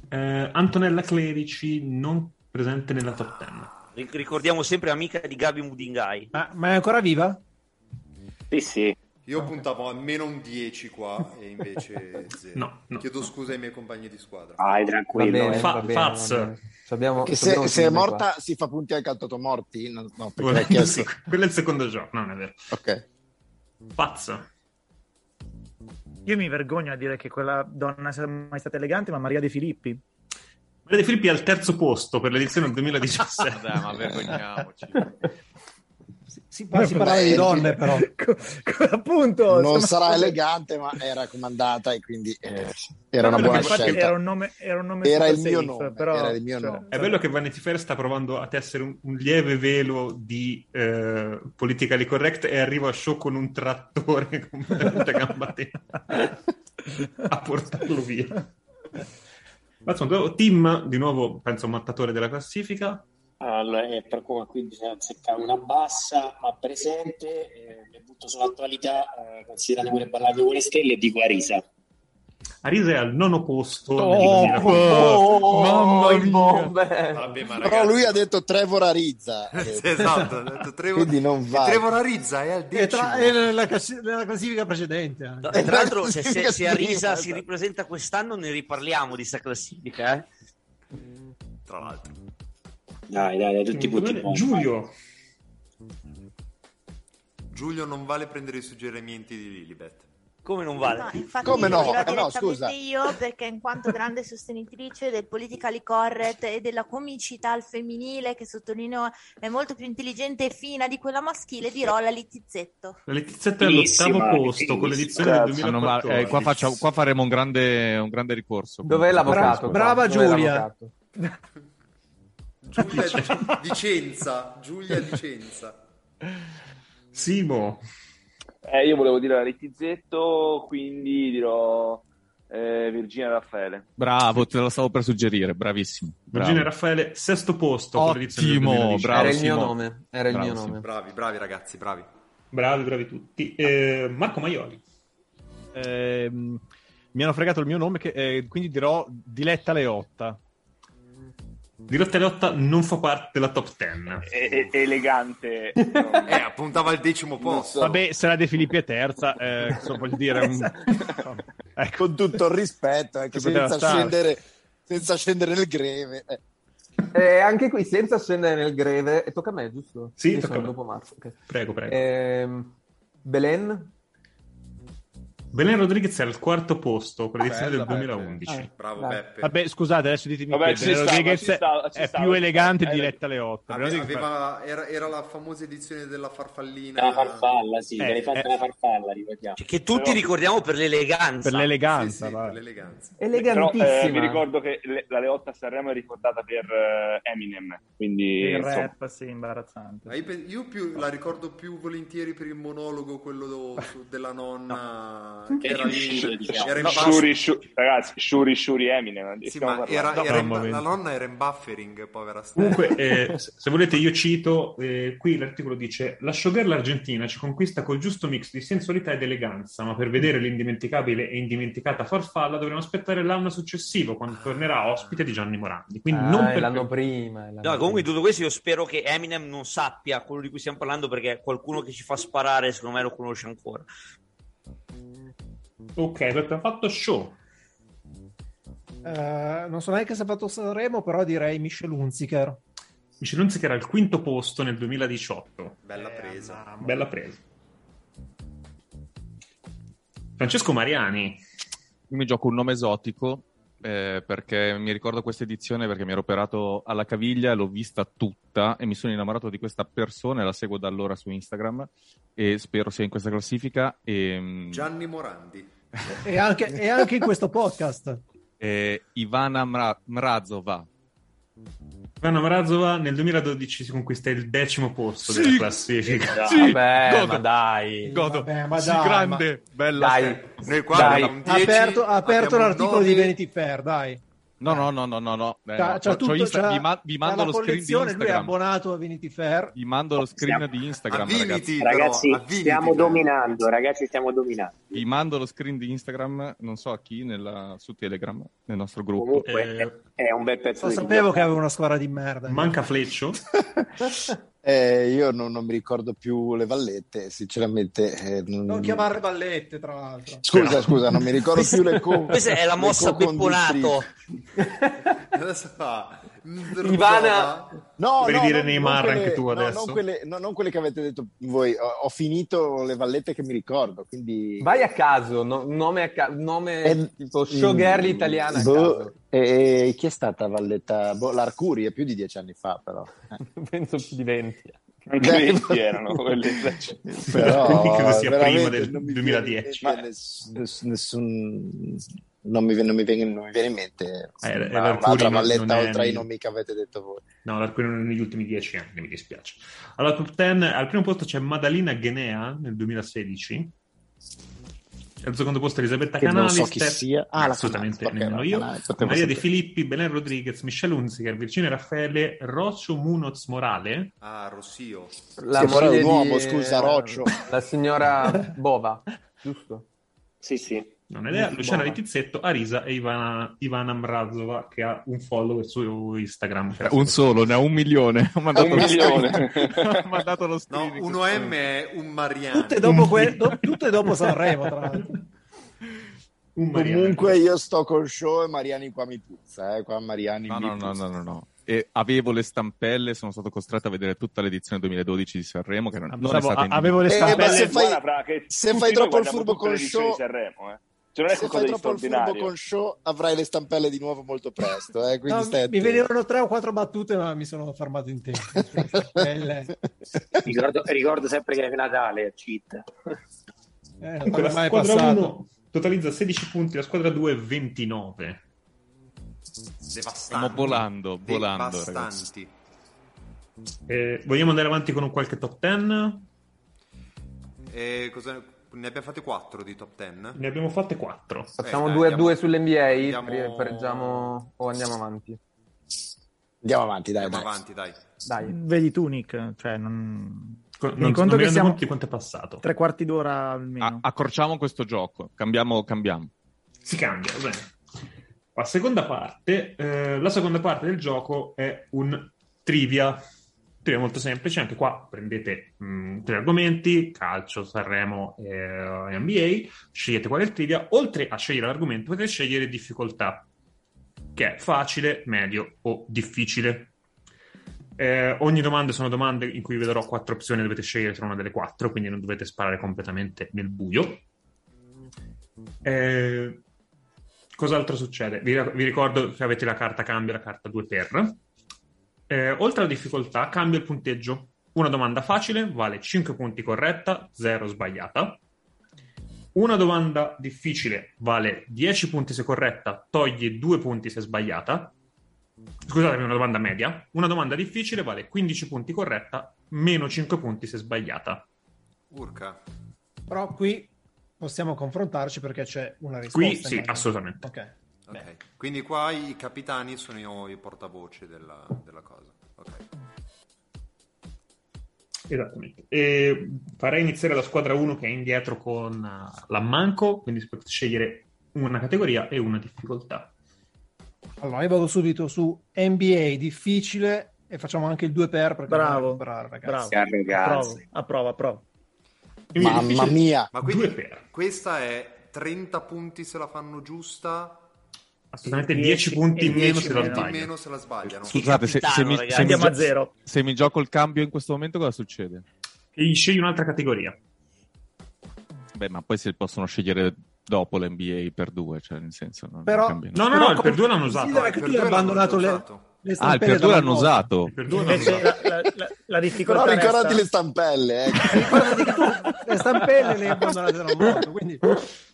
S4: Eh, Antonella Clerici non presente nella top 10.
S2: Ric- Ricordiamo sempre amica di Gabi Mudingai.
S12: Ma, ma è ancora viva?
S9: Sì, sì. Io puntavo almeno un 10 qua e invece 0.
S4: No, no,
S9: Chiedo scusa ai miei compagni di squadra.
S3: Vai, tranquillo.
S5: Va bene,
S4: Fa-
S5: eh. va bene,
S4: Faz.
S5: va bene. Ci abbiamo-
S8: Che
S5: ci
S8: se,
S5: abbiamo
S8: se è
S5: finito qua.
S8: morta si fa punti al cantato morti? No, no, perché l'hai
S4: Volendo-
S8: chiesto.
S4: sì, quello è il secondo gioco, no, non è vero.
S8: Ok.
S4: Pazzo.
S11: Io mi vergogno a dire che quella donna sia mai stata elegante, ma Maria De Filippi.
S4: Maria De Filippi è al terzo posto per l'edizione del 2017.
S6: Vabbè, ma vergogniamoci.
S12: Sì, poi si parlava
S8: Beh,
S12: di donne,
S8: eh,
S12: però.
S11: Appunto,
S8: Non
S11: sono-
S8: sarà elegante, ma è raccomandata e quindi eh, era una
S4: Quello
S8: buona
S4: che infatti
S8: scelta.
S11: Era un nome, era un nome
S8: Era
S11: super
S8: il mio
S11: safe,
S8: nome,
S11: però-
S8: era il mio
S11: cioè,
S8: nome.
S4: È bello che Vanity Fair sta provando a tessere un, un lieve velo di eh, politically correct e arriva a show con un trattore completamente a gamba tesa a portarlo via. Ma insomma, Tim, di nuovo, penso mattatore della classifica.
S3: Allora, eh, per come qui bisogna azzeccare una bassa ma presente, eh, le butto sull'attualità, eh, considerando quelle ballate con le stelle, e dico Arisa.
S4: Arisa è al nono posto.
S8: Oh,
S4: nel 2020.
S8: oh, oh,
S4: Mamma
S8: il
S4: mia.
S5: Bombe.
S9: Vabbè, ma
S8: Però
S9: ragazzi.
S8: lui ha detto Trevor Arizza. ha
S9: Sì,
S8: detto.
S9: esatto, ha detto Trevor...
S8: Quindi non va.
S9: E Trevor Arizza è al
S12: E
S9: decimo.
S12: tra- e nella, classi- nella classifica precedente. anche.
S2: No,
S10: Eh,
S2: Tra l'altro, se,
S8: classifica
S2: se, se Arisa
S8: sbagliata.
S2: si ripresenta quest'anno, ne riparliamo di sta classifica. Eh?
S9: Tra l'altro.
S3: Dai, dai, dai, tutti i punti buoni.
S4: Giulio,
S9: Giulio non vale prendere i suggerimenti di Lilibet.
S2: Come non vale?
S13: infatti
S8: Come no?
S13: lo dirò
S8: Eh, no,
S13: direttamente
S8: scusa.
S13: io perché in quanto grande sostenitrice del politically correct e della comicità al femminile che sottolineo è molto più intelligente e fina di quella maschile dirò la Littizzetto.
S4: la Letizia è all'ottavo
S3: Bellissima,
S4: posto con l'edizione del
S3: bellissima.
S6: Ah, no,
S4: 2014.
S6: ma, eh, qua, faccia- qua faremo un grande, un grande ricorso.
S5: Dov'è l'avvocato?
S6: Scusa.
S12: Brava
S5: Dov'è
S12: Giulia.
S5: l'avvocato?
S9: Giulia Di- Vicenza. Giulia Vicenza.
S4: Simo,
S7: Eh, io volevo dire la Rettizzetto, quindi dirò eh, Virginia Raffaele.
S6: Bravo, te lo stavo per suggerire, bravissimo. bravo.
S4: Virginia e Raffaele, sesto posto con l'edizione del
S6: Ottimo,
S4: 2019.
S6: bravo.
S5: Era il mio
S6: Simo.
S5: nome. Era il
S6: Bravo,
S5: mio
S6: Simo.
S5: nome.
S9: Bravi, bravi ragazzi, bravi.
S4: Bravi, bravi tutti. Eh, Marco Maioli.
S1: Ehm, mi hanno fregato il mio nome, che- eh, quindi dirò Diletta Leotta.
S4: Di lotta e lotta non fa parte della top 10.
S7: E- e- elegante.
S9: eh, puntava al decimo posto.
S1: Vabbè, sarà De Filippi è terza, eh, cosa vuol dire? Un- Ecco.
S8: Con tutto il rispetto, ecco,
S1: Ci poteva
S8: senza,
S1: stare.
S8: scendere, senza scendere nel greve. eh.
S5: Eh, anche qui, senza scendere nel greve, e tocca a me, giusto?
S4: Sì,
S5: Io
S4: tocca
S5: sono
S4: a me.
S5: dopo Marco. ok.
S4: Prego, prego.
S5: Ehm, Belen,
S4: Belen Rodriguez è al quarto posto, predizione
S5: Bella,
S4: del 2011.
S6: Eh.
S5: Beppe.
S9: Bravo Beppe.
S1: Vabbè, scusate, adesso ditemi
S9: Vabbè,
S1: che
S9: ci
S1: Belen
S9: stava,
S1: Rodriguez
S9: ci stava, ci stava,
S1: è
S9: Eh,
S1: più
S9: ci
S1: elegante
S9: stava.
S1: di Letta alle 8.
S9: Ave- aveva- era, era la famosa edizione della farfallina.
S3: La farfalla, sì,
S9: Eh,
S3: l'hai fatta
S9: eh.
S3: la farfalla, ricordiamo.
S2: Che tutti
S3: Però-
S2: ricordiamo per l'eleganza.
S1: Per l'eleganza, va.
S7: Però, eh, mi ricordo che le- la Leotta a Sanremo è ricordata per eh, Eminem, quindi
S11: Il
S7: insomma.
S11: rap, sì, imbarazzante.
S9: Ma io, pe- io più, la ricordo più volentieri per il monologo, quello do- su- della nonna che era lì,
S3: diciamo.
S9: era in
S7: No,
S9: basso-
S7: Shuri, Shuri- ragazzi, Shuri, Shuri, Eminem. eh,
S9: Sì,
S7: stiamo
S9: ma era-
S7: parlando.
S9: era in-
S4: Mamma mia.
S9: la nonna era in buffering, povera Stella.
S4: Comunque, eh, se se volete, io cito, eh, qui l'articolo dice: La showgirl argentina ci conquista col giusto mix di sensualità ed eleganza, ma per vedere l'indimenticabile e indimenticata farfalla dovremo aspettare l'anno successivo, quando tornerà ospite di Gianni Morandi. Quindi
S5: Ah,
S4: non
S5: è
S4: per
S5: l'anno prima. è l'anno
S2: No, comunque in tutto questo io spero che Eminem non sappia quello di cui stiamo parlando perché qualcuno che ci fa sparare secondo me lo conosce ancora.
S4: Ok, abbiamo fatto show.
S12: Eh, non so neanche se ha fatto Sanremo, però direi Michel Hunziker.
S4: Michel Hunziker era al quinto posto nel 2018.
S9: Bella presa.
S4: Bella presa. Francesco Mariani.
S6: Io mi gioco un nome esotico eh, perché mi ricordo questa edizione perché mi ero operato alla caviglia, l'ho vista tutta e mi sono innamorato di questa persona, e la seguo da allora su Instagram e spero sia in questa classifica. E, mm,
S9: Gianni Morandi.
S12: E anche, e anche in questo podcast.
S6: eh, Ivana Mra- Mrazova.
S4: Ivana Marazova nel 2012 si conquista il decimo posto
S6: Sì.
S4: della classifica.
S6: Sì. Vabbè,
S4: Godo.
S6: ma dai.
S4: Godo.
S12: Vabbè, ma
S4: Sì,
S12: dai,
S4: grande.
S12: ma-
S6: Bella.
S12: Dai.
S6: Noi
S12: Dai. ha aperto, ha aperto l'articolo di Vanity Fair, dai.
S6: No, no, no, no, no, no.
S12: C'ha-
S6: Eh, no,
S12: c'ha
S6: c'ho- c'ho
S12: tutto,
S6: Insta-
S12: c'ha-
S6: vi, ma- vi
S12: c'ha
S6: mando
S12: la
S6: lo screen di
S12: collezione, lui è
S6: Instagram.
S12: abbonato a Vanity Fair.
S6: Vi mando lo screen di Instagram, ragazzi.
S3: ragazzi, stiamo dominando, ragazzi, stiamo dominando.
S6: Vi mando lo screen di Instagram, non so a chi, nella- su Telegram, nel nostro gruppo.
S3: Comunque
S6: Eh.
S3: è un bel pezzo
S12: Lo
S3: di
S12: sapevo che avevo una squadra di merda.
S4: Manca Fleccio.
S8: Eh, io non, non mi ricordo più le vallette, sinceramente. eh, non-
S12: Non chiamare ballette, tra l'altro.
S8: Scusa, scusa, non mi ricordo più le co-
S2: Questa è la
S8: le
S2: mossa
S8: co-conduttrici.
S2: Bepponato.
S9: Adesso fa.
S2: Ivana-
S8: No,
S4: Devi
S8: no,
S4: dire
S8: non-
S4: Neymar
S8: non quelle-
S4: anche tu
S8: no,
S4: adesso.
S8: Non quelle, no, non quelle che avete detto voi. Ho, ho finito le vallette che mi ricordo, quindi...
S5: Vai a caso, no- nome, a ca- nome
S8: Eh,
S5: tipo showgirl
S8: mm,
S5: italiana. a
S8: boh,
S5: caso.
S8: e- e chi è stata Valletta? Boh, L'Arcuri è più di dieci anni fa, però.
S5: Penso più di 20.
S7: Anche
S8: Beh,
S7: Cioè, questi erano quelli. cioè,
S8: Però,
S4: Quindi credo sia prima
S8: veramente
S4: del
S8: non mi
S4: 2010.
S8: viene in mente ness- ness- nessun- non mi viene, non mi viene- non mi viene in mente
S4: Eh,
S8: una-
S4: l'Arcuri
S8: un'altra
S4: non- non
S8: valletta
S4: è-
S8: oltre ai nomi che avete detto voi.
S4: No, l'Arcuri non è negli ultimi dieci anni, mi dispiace. Alla top 10, al primo posto c'è Madalina Ghenea nel 2016. Al secondo posto Elisabetta
S8: Che non
S4: Canali,
S8: so chi sia. Ah, la
S4: assolutamente
S8: Canali,
S4: nemmeno
S8: perché
S4: io,
S8: la Canali, potevo
S4: Maria De
S8: sapere.
S4: Filippi, Belen Rodriguez, Michelle Hunziker, Virginia Raffaele, Rocio Munoz Morale,
S9: Ah, Rossio.
S5: La
S8: Sì, però è
S5: moglie
S8: un uomo,
S5: di-
S8: scusa, Roccio.
S5: La signora Bova, giusto?
S3: Sì, sì.
S4: non ho idea,
S5: Buona.
S4: Luciana Letizzetto, Arisa e Ivana, Ivana Mrazova che ha un follower su Instagram. Cioè,
S6: Eh, Un solo, ne ha un milione. Ha mandato
S7: Un
S6: lo screen.
S7: milione.
S6: ha mandato lo
S9: No,
S6: screen. di
S9: uno
S6: questo.
S9: M è un Mariano.
S12: Tutte dopo, que- do- tutte dopo Sanremo, tra l'altro.
S4: Un Mariano.
S8: Comunque io sto col show e Mariani qua mi puzza, eh, qua Mariani
S6: No,
S8: mi
S6: no, no,
S8: puzza.
S6: no, no, no. E avevo le stampelle, sono stato costretto a vedere tutta l'edizione 2012 di Sanremo, che non, non è
S1: Pensavo-
S6: stata
S1: a-
S6: in
S1: avevo le
S8: Eh,
S1: stampelle.
S8: ma se fai,
S7: Guarda, fra, che
S8: se
S7: tutti noi
S8: fai troppo il
S7: guardiamo
S8: furbo
S7: tutte
S8: col
S7: le edizioni
S8: show-
S7: di Sanremo, eh. Cioè, non è
S8: se
S7: qualcosa
S8: fai
S7: di
S8: troppo il furbo
S7: straordinario.
S8: con show avrai le stampelle di nuovo molto presto, eh, quindi
S12: No,
S8: stai
S12: mi
S8: attento.
S12: venivano tre o quattro battute, ma mi sono fermato in tempo. Belle.
S3: Ricordo, ricordo sempre che è Natale, cheat.
S12: Eh, non
S4: Comunque,
S12: è
S4: la
S12: mai
S4: squadra
S12: passato.
S4: 1 totalizza 16 punti, la squadra 2 29.
S9: Devastanti.
S6: Stiamo volando, volando,
S9: Devastanti.
S4: Eh, vogliamo andare avanti con un qualche top 10?
S9: Eh, cosa- Ne abbiamo fatte 4 di top 10?
S4: Ne abbiamo fatte 4.
S5: Facciamo
S9: Eh,
S5: 2 a
S9: andiamo-
S5: 2 sull'NBA,
S9: andiamo-
S5: pre- pareggiamo o andiamo avanti?
S8: Andiamo avanti, dai,
S9: Andiamo
S8: dai.
S9: avanti, dai.
S5: Dai.
S11: Vedi tu, Nick, cioè, non...
S4: Co- Non,
S11: Mi conto
S4: non mi
S11: che
S4: rendo
S11: siamo
S4: conto di quanto è passato.
S11: tre quarti d'ora
S6: A-
S11: almeno.
S6: accorciamo questo gioco, cambiamo, cambiamo.
S4: Si cambia, va bene. La seconda parte, eh, la seconda parte del gioco è un trivia. Trivia molto semplice, anche qua prendete mh, tre argomenti, calcio, Sanremo e eh, NBA, scegliete qual è il trivia, oltre a scegliere l'argomento potete scegliere difficoltà, che è facile, medio o difficile. Eh, ogni domanda sono domande in cui vi darò quattro opzioni, dovete scegliere tra una delle quattro, quindi non dovete sparare completamente nel buio. Eh, cos'altro succede? Vi, vi ricordo che avete la carta cambio e la carta 2 per. Eh, oltre alla difficoltà, cambia il punteggio. Una domanda facile vale 5 punti corretta, 0 sbagliata. Una domanda difficile vale 10 punti se corretta, toglie 2 punti se sbagliata. Scusatemi, una domanda media. Una domanda difficile vale 15 punti corretta, meno 5 punti se sbagliata.
S9: Urca.
S10: Però qui possiamo confrontarci perché c'è una risposta.
S4: Qui sì,
S10: immagino.
S4: assolutamente.
S10: Ok.
S9: Ok. Quindi qua i capitani sono io, i portavoce della, della cosa. Ok.
S4: Esattamente. E farei iniziare la squadra 1 che è indietro con eh, l'ammanco, quindi si può scegliere una categoria e una difficoltà.
S10: Allora, io vado subito su NBA difficile e facciamo anche il 2 per perché
S11: Bravo,
S10: non è- ragazzi.
S11: bravo. Sì, ragazzi.
S10: Approvo, approvo, approvo.
S9: Mamma
S11: difficile-
S8: mia.
S9: Ma quindi questa è 30 punti se la fanno giusta.
S4: Assolutamente
S9: e
S4: 10 punti
S9: e
S4: in meno
S9: 10
S4: se la
S9: punti in
S4: sbagliano.
S9: meno se la sbagliano.
S6: Scusate, se, se mi, se mi gio- se mi gioco il cambio in questo momento, cosa succede?
S4: E scegli un'altra categoria.
S6: Beh, ma poi se possono scegliere dopo l'NBA per due, cioè nel senso. Non
S10: Però-
S6: cambia
S4: No, no,
S6: nulla.
S4: no, il per due l'hanno usato.
S10: Considera che
S4: Il per
S10: tu hai
S4: due l'hanno
S10: abbandonato le,
S4: usato.
S10: le
S6: Ah, il
S10: stampelle
S6: per due
S10: dalla
S6: l'hanno
S10: moto.
S6: usato.
S11: Invece la, la, la, la difficoltà
S8: Però ricordati
S11: resta-
S8: le stampelle, eh.
S10: Le stampelle le hai abbandonate dalla moto, quindi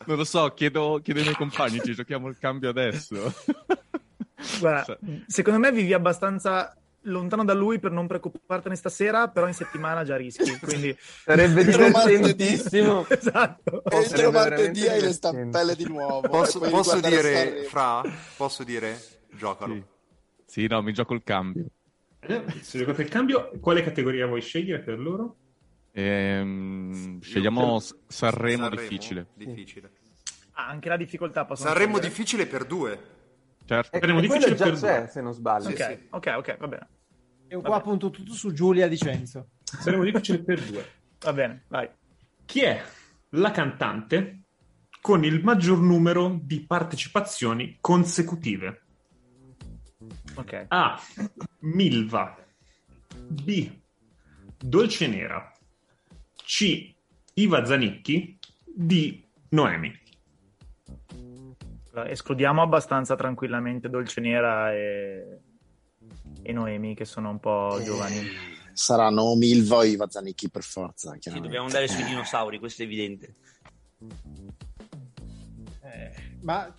S6: Non lo so, chiedo, chiedo ai miei compagni, ci giochiamo il cambio adesso.
S5: Cioè,
S11: Guarda, secondo me vivi abbastanza lontano da lui per non preoccupartene stasera, però in settimana già rischi, quindi
S5: Sarebbe
S11: Entro martedì.
S5: divertentissimo.
S11: esatto.
S8: Entro
S5: Sarebbe
S8: martedì
S5: veramente
S8: hai le
S5: divertente.
S8: stampelle di nuovo.
S9: Posso,
S8: e poi
S9: posso
S8: guardare
S9: dire,
S8: Sanremo.
S9: Fra, posso dire, giocalo.
S6: sì, no, mi gioco il cambio.
S4: Eh, Se giocate il cambio, quale categoria vuoi scegliere per loro?
S6: Ehm, scegliamo S- Sanremo, difficile.
S9: Difficile.
S11: Ah, anche la difficoltà possono
S9: Sanremo
S11: scegliere.
S9: difficile per due.
S6: Certo.
S5: Saremo E- e difficile Eh, quello già per c'è, due. se non sbaglio.
S11: Ok,
S5: Sì, sì.
S11: ok, ok, va bene.
S10: e qua appunto tutto su Giulia Dicenzo.
S4: Saremo difficile per due.
S11: Va bene, vai.
S4: Chi è la cantante con il maggior numero di partecipazioni consecutive?
S11: Ok.
S4: A. Milva. B. Dolce Nera. C. Iva Zanicchi. D. Noemi.
S11: Allora, Escludiamo abbastanza tranquillamente Dolce Nera e... e Noemi, che sono un po' giovani.
S8: Saranno Milva o Iva Zanicchi per forza.
S2: Sì,
S8: chiaramente.
S2: dobbiamo andare sui dinosauri, questo è evidente.
S10: Ma
S2: Iva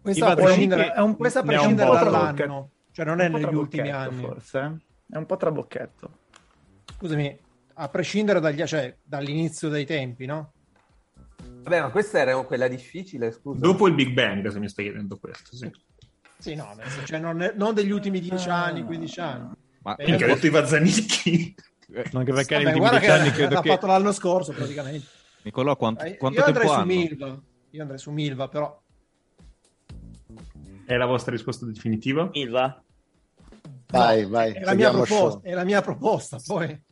S10: questa, a
S2: Zanicchi
S10: prescindere- è un, questa a
S11: ne ha un
S10: prescindere
S11: po'
S10: dall'anno,
S11: trabocchetto.
S10: cioè non è
S11: Un po'
S10: negli ultimi
S11: trabocchetto,
S10: anni.
S11: Forse. eh? È un po' trabocchetto.
S10: Scusami, a prescindere dagli, cioè, dall'inizio dei tempi, no?
S5: Vabbè, ma questa era quella difficile, scusa.
S4: Dopo il Big Bang, se mi stai chiedendo questo, sì.
S10: Sì, no, nel senso, cioè, non, è- non degli ultimi 10 anni, 15 anni.
S6: Ma
S10: Eh,
S4: Minchia, ha detto Iva Zanicchi.
S1: No, Eh, anche perché
S10: Vabbè,
S1: negli ultimi
S10: guarda
S1: dieci anni
S10: che
S1: credo
S10: l'ha
S1: che...
S10: fatto l'anno scorso praticamente.
S6: Nicolò, quant-
S10: Eh,
S6: quanto
S10: io andrei
S6: tempo
S10: su
S6: hanno?
S10: Milva, io andrei su Milva, però
S4: È la vostra risposta definitiva?
S2: Milva?
S8: Vai,
S4: Eh,
S8: vai.
S10: è la mia
S8: chiudiamo il show.
S10: proposta, è la mia proposta, poi.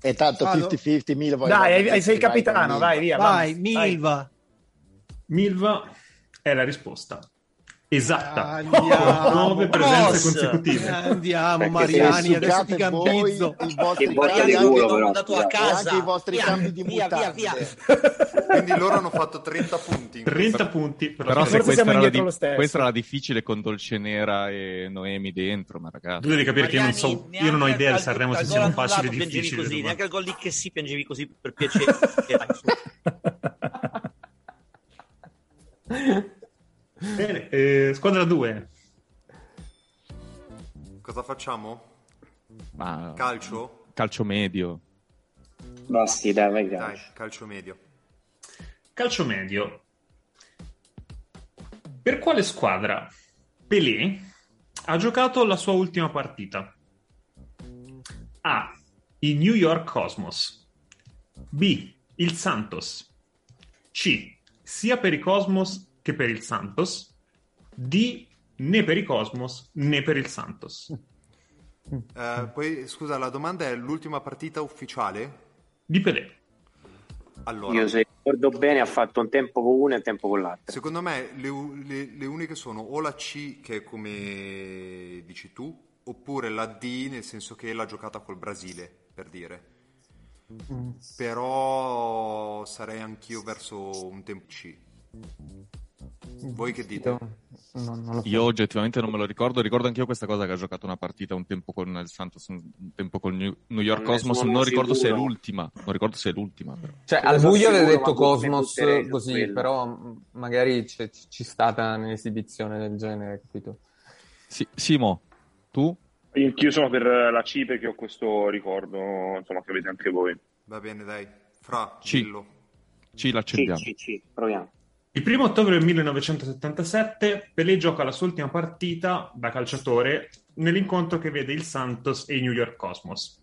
S8: E tanto
S10: Vado.
S8: 50-50 Milva.
S11: Ah, Dai,
S8: Iva
S11: hai-
S8: Zanicchi,
S11: sei
S8: vai
S11: il
S8: con
S11: capitano,
S8: Milva.
S11: vai, via.
S10: Vai,
S11: vamos,
S10: Milva.
S4: Milva è la risposta esatta.
S10: Andiamo.
S4: 9 presenze
S10: Boss.
S4: consecutive.
S10: Andiamo
S8: Perché se
S10: Mariani,
S8: ne
S10: adesso ti
S8: succhiate voi
S10: gambizzo.
S8: i vostri
S2: Che Mariani
S8: cambi
S2: culo,
S8: anche-
S2: però, scusate.
S8: e anche i vostri
S2: Via,
S8: cambi di
S2: via, via,
S8: mutande.
S2: via.
S9: Quindi loro hanno fatto 30 punti. in
S4: 30 punti per
S6: Però
S4: la
S6: se
S4: finale.
S6: questa era, la
S11: indietro
S6: di-
S11: lo stesso.
S6: questa era la difficile con Dolce Nera e Noemi dentro, ma
S4: Tu
S6: ragazzi.
S4: devi capire che io non so,
S2: Mariani,
S4: io non ho idea di
S2: neanche
S4: Sanremo
S2: al-
S4: se
S2: al
S4: sia
S2: gol
S4: facile o
S2: annullato piangevi
S4: difficile.
S2: così,
S4: insomma.
S2: neanche al gol di che si piangevi così per piacere.
S4: Bene, eh, squadra 2.
S9: Cosa facciamo?
S6: Ma-
S9: Calcio?
S6: Calcio medio.
S14: Ma sì, dai, vai
S9: Dai, calcio medio.
S4: Calcio medio. Per quale squadra Pelé ha giocato la sua ultima partita? A. I New York Cosmos. B. Il Santos. C. Sia per i Cosmos che per il Santos. D né per i Cosmos né per il Santos.
S9: Eh, poi, scusa, la domanda è l'ultima partita ufficiale?
S4: Di Pelé.
S9: Allora,
S14: Io se ricordo bene ha fatto un tempo con uno e un tempo con l'altro.
S9: secondo me le, u- le- le uniche sono o la C, che è come dici tu, oppure la D, nel senso che l'ha giocata col Brasile, per dire. Però sarei anch'io verso un tempo C. Voi che dite?
S5: No, non lo so.
S6: Io oggettivamente non me lo ricordo. Ricordo anch'io questa cosa che ha giocato una partita un tempo con il Santos, un un tempo con il New New York
S5: Non ne
S6: Cosmos.
S5: sono
S6: Non ricordo se è
S5: sicuro.
S6: l'ultima. Non ricordo se è l'ultima. però.
S5: Cioè,
S14: Sono
S5: al buio
S14: sicuro,
S5: avevo
S14: ma
S5: detto
S14: bu- ne
S5: Cosmos
S14: butterei su
S5: così,
S14: quello.
S5: però mh, magari c'è- ci ci sta stata un'esibizione del genere, capito?
S6: Sì, Simo, tu?
S7: Anch'io sono per la C perché ho questo ricordo, insomma, che avete anche voi.
S9: Va bene, dai. Fra,
S6: Ci-
S9: dillo.
S6: Ci l'accendiamo.
S14: proviamo.
S4: Il primo ottobre del 1977 Pelé gioca la sua ultima partita da calciatore nell'incontro che vede il Santos e i New York Cosmos.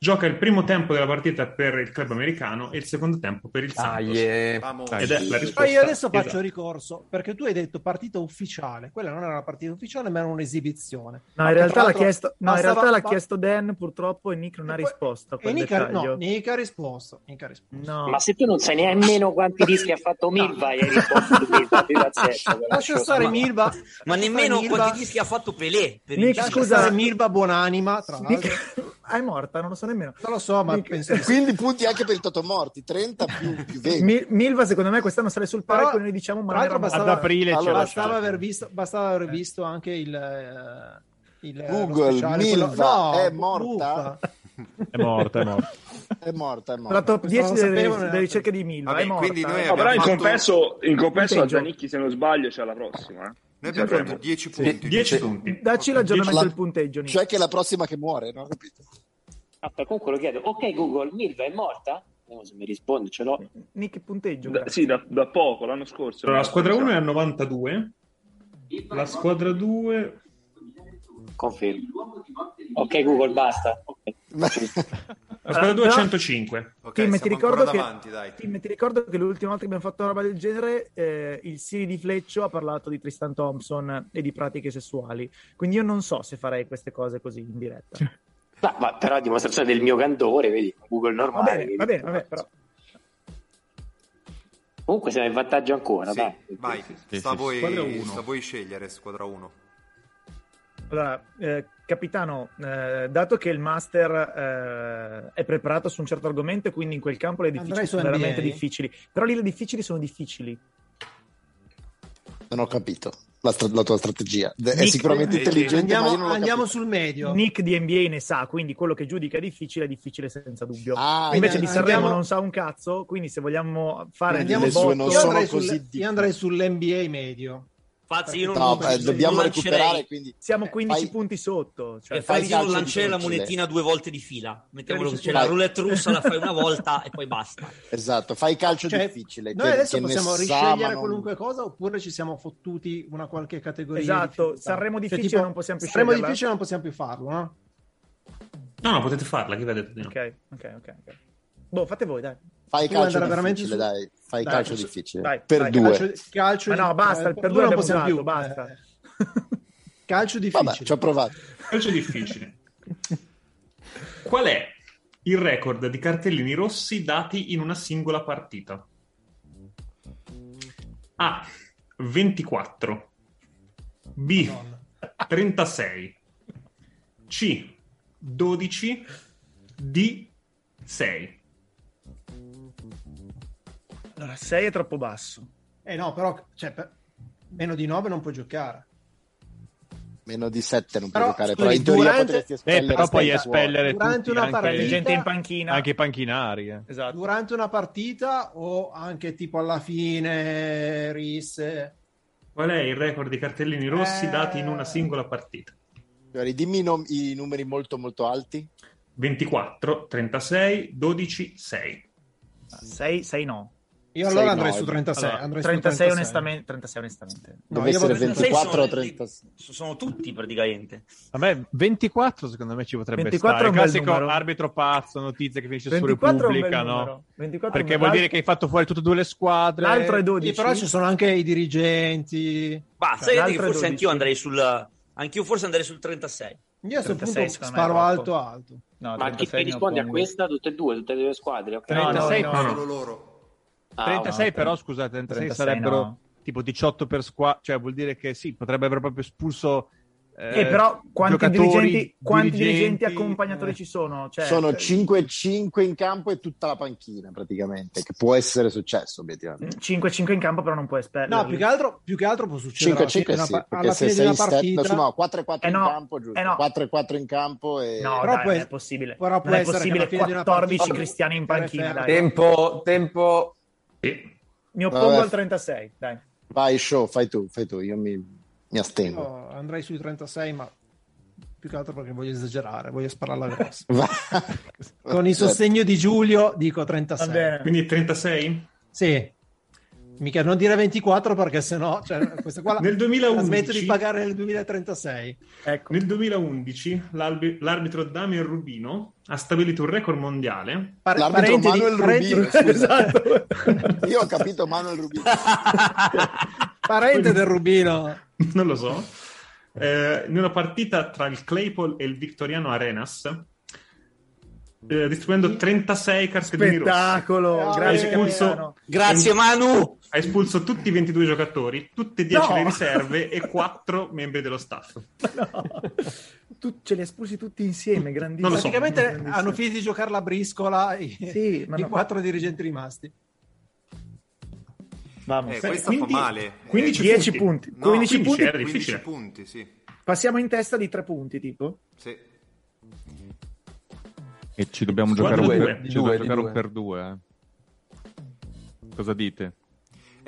S4: Gioca il primo tempo della partita per il club americano e il secondo tempo per il Santos. Ed è la risposta. Esatto.
S10: Ma eh. io adesso faccio
S11: Esatto.
S4: esatta.
S10: ricorso perché tu hai detto partita ufficiale. Quella non era una partita ufficiale, ma era un'esibizione.
S11: No, in realtà l'ha
S10: l'altro
S11: chiesto, no, in
S10: bastava-
S11: realtà l'ha
S10: ba-
S11: chiesto Dan, purtroppo, e Nick non ha risposto a
S10: E
S11: quel
S10: Nick ha,
S11: dettaglio.
S10: no, Nick ha risposto. Nick ha risposto.
S14: Ma se tu non sai nemmeno quanti dischi ha fatto Milva, hai risposto tu, Milva, sei pazzesco. però.
S10: Lascia stare Milva.
S2: Ma nemmeno
S10: Milva.
S2: quanti dischi ha fatto Pelé. Per
S10: Nick,
S2: il-
S10: scusa, Milva Buonanima, tra l'altro.
S11: Ah, è morta, non lo so nemmeno.
S10: Non lo so, ma penso di sì.
S8: Quindi punti anche per il Totomorti, 30 più, più 20.
S11: Mi- Milva, secondo me, quest'anno sale sul
S10: Però,
S11: palco e noi diciamo ma
S10: Tra
S11: non
S10: l'altro
S11: era
S10: bastava,
S11: morta.
S10: allora, bastava aver visto, bastava aver visto anche il, eh, il eh, lo
S8: Google,
S10: speciale, quello-
S8: Milva
S10: No,
S8: è
S10: bu-
S8: morta.
S1: È morta, è morta.
S8: È morta, è morta.
S11: La top 10
S8: Questo non lo
S11: delle,
S8: sapevo,
S11: delle
S8: neanche.
S11: ricerche di Milva.
S8: Vabbè,
S11: è morta. eh.
S8: quindi noi
S7: No, però in confesso, in confesso a
S11: Punteggio.
S7: Giannicchi, se non sbaglio, c'è la prossima. eh.
S9: Noi abbiamo fatto 10 punti.
S8: Sì.
S11: Dacci
S8: Ok,
S11: l'aggiornamento
S8: la-
S11: del punteggio, Nick.
S8: Cioè che è la prossima che muore, no? Capito?
S14: Aspetta, comunque lo chiedo. Ok Google, Milva è morta? Vediamo se mi risponde, ce l'ho.
S11: Nick, punteggio.
S7: Da- sì, da, da poco, l'anno scorso.
S4: Allora, la squadra 1 è a 92, la squadra 2
S14: Confermo. Ok Google, basta. Ok.
S4: la squadra 2 è
S11: Però-
S4: 105.
S11: Tim, ti ricordo che, Tim, ti ricordo che l'ultima volta che abbiamo fatto una roba del genere, eh, il Siri di Fleccio ha parlato di Tristan Thompson e di pratiche sessuali. Quindi io non so se farei queste cose così in diretta.
S14: No, ma però a dimostrazione del mio candore, vedi, Google normale.
S11: Va bene,
S14: vedi.
S11: va bene, va bene, però.
S14: Comunque siamo in vantaggio ancora,
S9: Sì,
S14: dai.
S9: vai.
S14: sì,
S9: Sta a
S14: sì. Squadra
S9: voi,
S14: uno.
S9: sta a voi scegliere squadra 1.
S11: Allora, eh, capitano, eh, dato che il master eh, è preparato su un certo argomento, e quindi in quel campo le difficili
S10: Andrei su
S11: sono
S10: NBA.
S11: veramente difficili. Però lì le difficili sono difficili.
S8: Non ho capito la, stra- la tua strategia. De- è
S11: Nick,
S8: sicuramente
S11: eh,
S8: intelligente, ma io non
S11: andiamo,
S8: l'ho
S11: andiamo
S8: capita.
S11: sul medio. Nick di NBA ne sa, quindi quello che giudica difficile è difficile senza dubbio.
S8: Ah,
S11: Invece
S4: eh,
S8: quindi
S11: di
S8: andiamo-
S11: Sanremo non sa un cazzo, quindi se vogliamo fare
S8: Andiamo
S11: delle
S8: su-
S11: botte-
S8: non
S10: io,
S8: sono
S10: andrei
S8: così
S10: sulle-
S8: deep.
S10: io andrei sull'NBA medio. eh,
S2: Infatti, io non,
S8: No,
S2: non-
S8: beh,
S2: non
S8: dobbiamo
S2: lancerei-
S8: recuperare, quindi eh,
S11: siamo 15
S8: fai-
S11: punti sotto. Cioè,
S2: E fai
S8: il
S2: io non
S8: calcio
S2: lanciare la
S8: difficile.
S2: monetina due volte di fila.
S4: Cioè,
S2: Mettiamolo così. C'è la
S8: Vai.
S2: roulette russa, la fai una volta e poi basta.
S8: esatto, fai calcio
S10: Cioè,
S8: difficile.
S10: Noi
S8: che-
S10: adesso
S8: che ne
S10: possiamo
S8: sa, ma
S10: riscegliere
S8: non-
S10: qualunque cosa oppure ci siamo fottuti una qualche categoria.
S11: Esatto,
S10: di difficoltà. Cioè,
S11: Sanremo difficile non possiamo più
S10: Sanremo
S11: sceglierla.
S10: difficile non possiamo più farlo, no?
S4: No, no, potete farla, chi vi ha detto di no?
S11: Ok, ok, ok. ok. Boh, fate voi, dai.
S8: Fai
S10: Tu
S8: calcio
S10: andare veramente
S8: difficile,
S10: su-
S8: dai. Fai
S11: Dai,
S8: calcio
S11: su-
S8: difficile.
S11: dai,
S8: per
S11: dai,
S8: due.
S10: Cioè, Calcio, calcio eh,
S11: Ma no, basta, per due
S10: non
S11: abbiamo
S10: possiamo
S11: usato,
S10: più.
S11: basta.
S10: Calcio difficile.
S8: Vabbè, ci ho provato.
S4: Calcio difficile. Qual è il record di cartellini rossi dati in una singola partita? A 24 B 36 C 12 D 6
S11: Allora, 6 è troppo basso.
S10: Eh no, però cioè, per- meno di 9 non può giocare.
S8: Meno di 7 non puoi
S10: Però,
S8: giocare,
S10: scusi,
S8: però in teoria
S10: durante-
S8: potresti
S10: Eh,
S8: espellere.
S1: però puoi
S8: Aspetta,
S1: espellere
S10: durante
S1: tutti,
S10: una
S1: anche-
S10: partita-
S11: Gente in panchina.
S1: anche i panchinari. eh.
S11: Esatto.
S10: Durante una partita o anche tipo alla fine, risse.
S4: Qual è il record di cartellini rossi
S10: Eh.
S4: dati in una singola partita?
S8: Fiori, Dimmi i, nom- i numeri molto molto alti.
S4: 24 36 12 6
S11: 6, 6 no.
S10: Io allora andrei su 36,
S11: Allora,
S10: andrei
S11: 36
S10: su 36.
S11: onestamente. 36 onestamente.
S10: No,
S8: eh. Deve
S10: io
S8: essere
S10: vado-
S8: 24 o
S2: sono-
S8: 36.
S2: Sono tutti praticamente.
S1: A me 24 secondo me ci potrebbe
S2: 24
S1: stare.
S2: è un bel
S1: Classico
S2: numero.
S1: arbitro pazzo, notizia che finisce su
S11: 24 è un bel
S1: Repubblica,
S11: numero.
S1: no?
S11: 24 è un
S1: Perché
S11: bel-
S1: vuol dire che hai fatto fuori tutte e due le squadre.
S11: L'altro è 12.
S10: Sì, però ci sono anche i dirigenti.
S2: Basta,
S10: Cioè,
S2: io dico
S10: l'altro
S2: che
S10: è
S2: forse
S10: 12.
S2: anch'io andrei sul anch'io forse andrei sul 36.
S10: Io a questo
S11: 36
S10: punto
S11: secondo me
S10: sparo
S11: è
S10: alto
S11: troppo.
S10: alto.
S11: No,
S3: Ma chi
S11: 36 ne ho
S3: risponde a
S11: pochi.
S3: questa? Tutte e due, tutte e due le squadre? ok?
S1: 36
S3: No,
S1: no,
S3: no,
S1: no.
S3: solo loro. Ah,
S1: 36
S3: ok.
S1: però, scusate, 36,
S3: 36
S1: sarebbero
S11: no.
S1: tipo 18 per squadra, cioè vuol dire che sì, potrebbe aver proprio espulso eh,
S11: Eh, però quanti
S1: giocatori,
S11: dirigenti, quanti dirigenti
S1: dirigenti,
S11: accompagnatori
S1: eh.
S11: ci sono? Cioè,
S8: Sono
S11: eh,
S8: 5 5 in campo e tutta la panchina praticamente, che può essere successo
S11: Eh
S8: obiettivamente.
S11: 5-5 in campo, però non puoi esperto.
S10: No, più che altro, più che altro può
S8: 5
S10: succedere alla
S8: 5
S10: fine,
S8: sì,
S10: della pa-
S8: perché
S10: alla
S8: se
S10: fine di
S8: sei
S10: una
S8: in
S10: partita.
S8: step, no, 4 4
S10: Eh
S8: in
S10: no,
S8: campo giusto,
S10: eh no.
S8: 4 4 in campo e
S11: No,
S10: Però
S11: dai,
S10: può
S11: non è
S10: es-
S11: possibile.
S10: però
S11: Non
S10: può
S11: è
S10: essere che
S11: possibile
S10: alla fine di una
S11: 14
S10: partita-
S11: cristiani in panchina, dai.
S5: Tempo, tempo.
S11: Mi oppongo
S8: Vabbè.
S11: al 36, dai.
S8: vai show, fai tu, fai tu, io mi mi astengo.
S10: Io andrei sui 36, ma più che altro perché voglio esagerare, voglio sparare alla grossa. Con il sostegno di Giulio dico 36.
S11: Va bene.
S4: Quindi 36?
S10: Sì. Mica non dire 24 perché sennò cioè, questa qua la-
S4: Nel 2011.
S10: la smetto di pagare nel 2036.
S4: Nel 2011 l'albi- l'arbitro Damien Rubino ha stabilito un record mondiale.
S10: Par-
S8: L'arbitro
S10: parenti di-
S8: Manuel
S10: parenti-
S8: Rubino, scusa.
S10: Esatto.
S8: Io ho capito Manuel Rubino.
S10: Parente del Rubino.
S4: non lo so. Eh, in una partita tra il Claypole e il Victoriano Arenas, eh, distribuendo 36 cartellini rossi.
S11: Spettacolo,
S4: Ha
S10: eh,
S11: grazie
S4: espulso-
S11: capitano.
S2: Grazie, Manu!
S4: Ha espulso tutti i 22 giocatori, tutte e 10
S11: No!
S4: le riserve e 4 membri dello staff.
S11: Tu ce li hai espulsi tutti insieme, grandissimo.
S4: Non lo so.
S10: Praticamente
S11: Grandissimo.
S10: hanno finito di giocare la briscola i,
S11: Sì, ma
S10: i
S11: no.
S10: quattro dirigenti rimasti.
S11: Vamos.
S9: Eh, questo fa male. Eh,
S11: 15 punti. 10 punti.
S9: No,
S11: 15 punti.
S4: era
S9: 15
S4: difficile.
S9: punti, sì.
S11: Passiamo in testa di tre punti, tipo.
S9: Sì.
S6: E ci dobbiamo
S4: Squadra
S6: giocare, un
S4: due,
S6: per,
S4: di
S6: ci dobbiamo
S4: due, di
S6: giocare un
S4: due.
S6: per due. eh. Cosa dite?